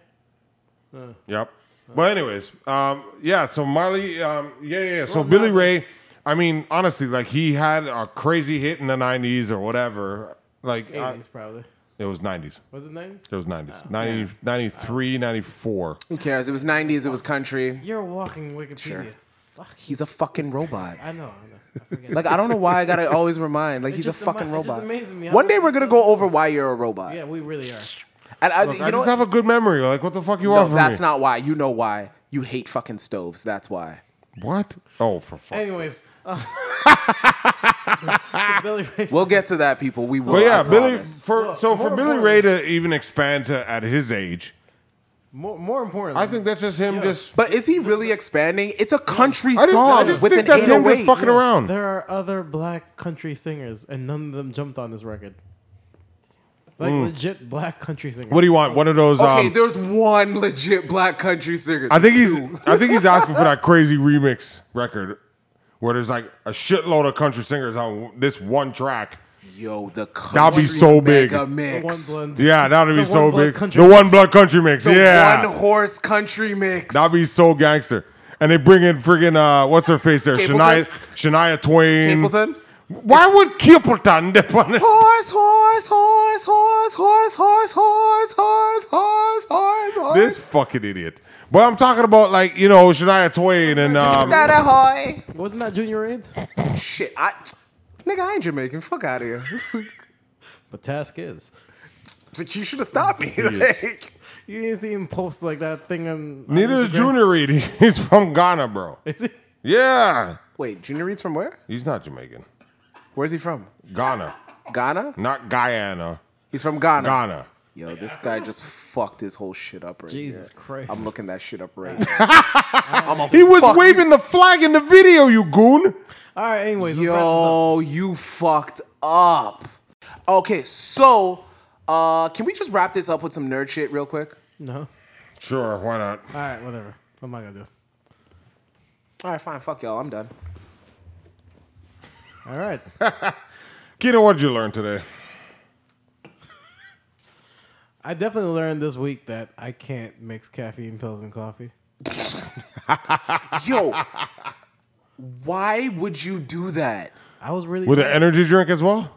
A: Yep. But anyways, um, yeah. So Miley, um, yeah, yeah. yeah. So Billy Ray, I mean, honestly, like he had a crazy hit in the '90s or whatever. Like I-
B: eighties probably.
A: it was '90s.
B: Was it nineties?
A: It was '90s.
C: Oh,
A: 90, 93, 94.
C: who cares? It was '90s. It was country.
B: You're walking Wikipedia.
C: Sure.
B: Fuck.
C: He's a fucking robot.
B: I know. I know. I forget.
C: Like I don't know why I gotta always remind. Like he's a
B: just
C: fucking
B: ama- it just
C: robot.
B: amazes me how
C: One day
B: much
C: we're gonna
B: he
C: go over why you're a robot.
B: yeah, we really are.
C: And I,
A: Look,
C: you
A: I
C: know what?
A: just have a good memory. Like, what the fuck you
C: no,
A: want from
C: that's
A: me?
C: not why. You know why? You hate fucking stoves. That's why.
A: what? Oh, for fuck.
B: Anyways, uh, to Billy Ray.
C: We'll get to that, people. We will.
A: But
C: I
A: yeah, Billy.
C: promise.
A: For
B: Well,
A: so for
B: more
A: Billy Ray to even expand to at his age,
B: more, more importantly,
A: I think that's just him. Just
C: But is he really expanding? It's a country
A: I just,
C: song
A: I just
C: with
A: think
C: an
A: that's him just
C: 808.
A: fucking around.
B: there are other black country singers, and none of them jumped on this record. Like legit black country singers.
A: Mm. What do you want? One of those.
C: Okay,
A: um,
C: there's one legit black country singer.
A: I think he's.
C: Two.
A: I think he's asking for that crazy remix record, where there's like a shitload of country singers on this one track.
C: Yo, the country
A: That'll be so
C: mega
A: big.
B: The one
C: mix.
B: blend.
A: Yeah, that'd be
B: The
A: so
B: One Blood
A: big.
B: country
A: the one
B: mix.
A: blood country mix.
C: The
A: yeah,
C: one horse country mix.
A: that'd be so gangster. And they bring in friggin' uh, what's her face there,
C: Capleton?
A: Shania, Shania Twain.
C: Capleton.
A: Why would Capleton? dip on it?
C: Horse, horse, horse, horse, horse, horse, horse, horse, horse, horse, horse.
A: This fucking idiot. But I'm talking about like you know Shania Twain and um,
C: that a hoy?
B: Wasn't that Junior Aid?
C: Shit, I, nigga, I ain't Jamaican. Fuck out of here.
B: But task is,
C: But you should have stopped me. Like,
B: you didn't see him post like that thing on. on
A: neither is
B: Instagram.
A: Junior Reed. He's from Ghana, bro.
B: Is he?
A: Yeah,
C: wait, Junior Reed's from where?
A: he's not Jamaican.
C: Where's he from?
A: Ghana,
C: Ghana?
A: not Guyana.
C: He's from Ghana.
A: Ghana.
C: Yo, this guy just fucked his whole shit up right
B: Jesus
C: here.
B: Christ.
C: I'm looking that shit up right now. I'm a
A: He was
C: fuck-
A: waving the flag in the video, you goon.
B: All right. Anyways, let's wrap this up.
C: Yo, you fucked up. Okay, so uh can we just wrap this up with some nerd shit real quick?
B: No.
A: Sure, why not?
B: All right. Whatever. What am I gonna do?
C: All right, fine. Fuck y'all. I'm done.
B: All right.
A: Keto, what did you learn today?
B: I definitely learned this week that I can't mix caffeine pills and coffee.
C: Yo, why would you do that?
B: I was really
A: With an energy drink as well?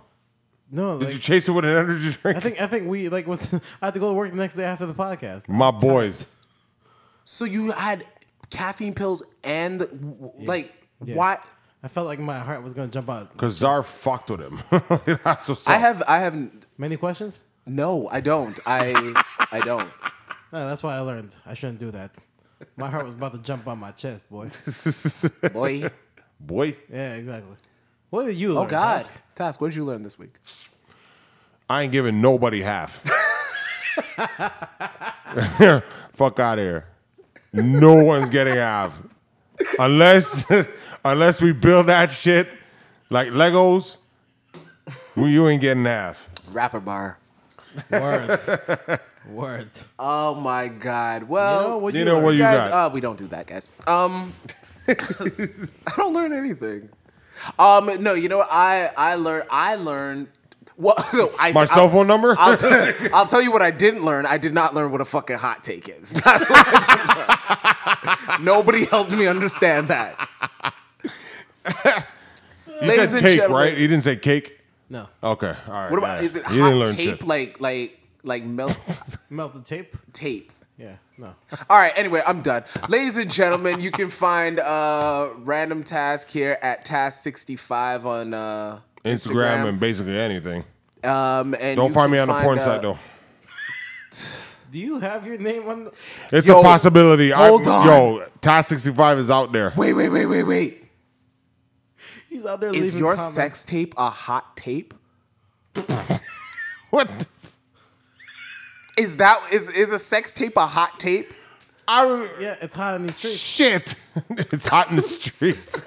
B: no
A: Did you
B: like
A: chase it with an energy
B: I
A: drink?
B: think I think we like was I had to go to work the next day after the podcast.
A: My boys.
C: So you had caffeine pills and the, like
B: Yeah.
C: why
B: I felt like my heart was gonna jump out.
A: Because Czar fucked with him. That's what's
C: I
A: up.
C: have I have
B: Many questions?
C: no, I don't. I I don't.
B: No, Uh, that's why I learned I shouldn't do that. My heart was about to jump on my chest, boy.
C: Boy.
A: Boy,
B: Yeah, exactly. What did you?
C: Oh
B: learn,
C: god.
B: Task?
C: Task, what did you learn this week?
A: I ain't giving nobody half. Fuck out of here. No one's getting half. Unless unless we build that shit like Legos, well, you ain't getting half.
C: Rapper bar.
B: Word. Word.
C: Oh my god. Well,
B: You know what
A: You know
B: learn?
A: what you
C: guys,
A: got?
C: uh, we don't do that, guys. Um, I don't learn anything. Um, no, you know what? I I learned I learned. Well, so I,
A: My cell phone number?
C: I'll, I'll, t- I'll tell you what I didn't learn. I did not learn what a fucking hot take is. That's what I didn't learn. Nobody helped me understand that.
A: you said
C: and
A: cake,
C: gentlemen,
A: right? You didn't say cake.
B: No.
A: Okay, all right.
C: What about
A: yeah.
C: is it
A: You
C: hot tape
A: shit.
C: like like like melt
B: Melted tape.
C: tape?
B: Yeah. No.
C: All right, anyway, I'm done. Ladies and gentlemen, you can find uh random task here at task65 on uh
A: Instagram, and basically anything.
C: um and
A: Don't
C: you
A: find me
C: can
A: on the porn
C: uh,
A: site though.
B: Do you have your name on? The-
A: It's
C: yo,
A: a possibility. I-
C: hold on.
A: Yo, Todd sixty five is out there.
C: Wait, wait, wait, wait, wait.
B: He's out there.
C: Is
B: leaving
C: your
B: comments.
C: sex tape a hot tape?
A: What? the-
C: Is that is is a sex tape a hot tape?
A: I
B: Yeah, it's hot in these streets.
A: shit. it's hot in the streets.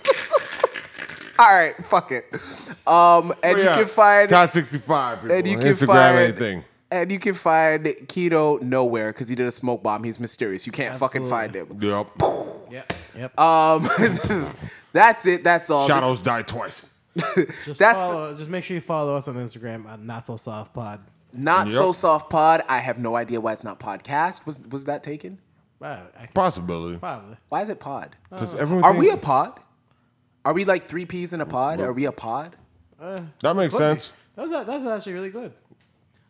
C: All right, fuck it. Um
A: Oh,
C: and you can find
A: Todd sixty five.
C: and you can
A: Instagram
C: find
A: anything.
C: And you can find Keto nowhere because he did a smoke bomb. He's mysterious. You can't fucking find him.
A: Yep.
B: Yep. Yep.
C: Um, that's it. That's all. This-
A: Shadows die twice.
B: just
C: that's
B: follow. just make sure you follow us on Instagram at Not So Soft Pod.
C: Not so
A: Yep.
C: soft pod. I have no idea why it's not podcast. Was was that taken?
B: Wow, Uh, I can-
A: Possibility.
B: Probably.
C: Why is it pod?
A: 'Cause everyone
C: Are
A: think-
C: we a pod? Are we like three peas in a pod? Are we a pod?
A: that makes sense.
B: That was that was actually really good.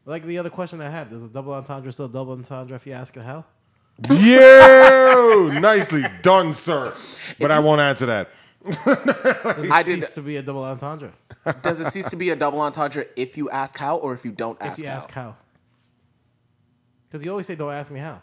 B: Like the other question I had, there's a double entendre still double entendre if you ask it how?
A: yeah, nicely done, sir. But I
C: you s-
A: won't answer that.
B: Does it
C: I did-
B: cease to be a double entendre
C: Does it cease to be a double entendre if you ask how or if you don't ask
B: if you
C: how?
B: ask how? Because you always say, "Don't ask me how."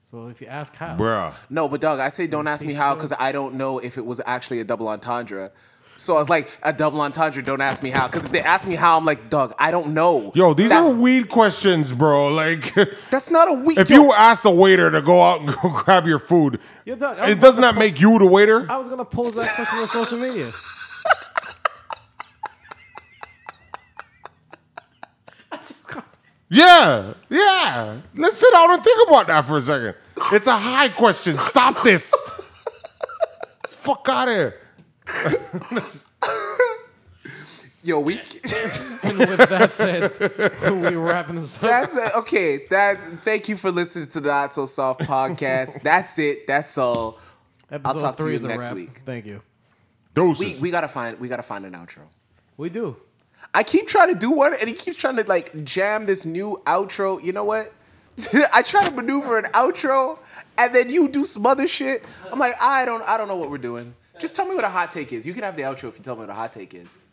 B: So if you ask how,
A: Bruh.
C: No, but Doug, I say don't ask me
B: cease
C: how
B: to-
C: because I don't know if it was actually a double entendre. So I was like, a double entendre, don't ask me how. Because if they ask me how, I'm like, Doug, I don't know.
A: Yo, these
C: That-
A: are weed questions, bro. Like
C: That's not a weak.
A: if you ask the waiter to go out and go grab your food,
B: Yo, Doug, I'm
A: it does not make you the waiter.
B: I was gonna pose that question on social media.
A: Yeah, yeah. Let's sit down and think about that for a second. It's a high question. Stop this. Fuck out of here.
C: Yo, we.
B: And with that said, we wrapping this up.
C: That's it. okay. That's thank you for listening to the Not So Soft podcast. That's it. That's all.
B: Episode
C: talk to
B: three
C: you
B: is a
C: next
B: wrap.
C: week.
B: Thank you.
A: Doses.
C: We we gotta find we gotta find an outro.
B: We do.
C: I keep trying to do one, and he keeps trying to like jam this new outro. You know what? I try to maneuver an outro, and then you do some other shit. I'm like, I don't I don't know what we're doing. Just tell me what a hot take is. You can have the outro if you tell me what a hot take is.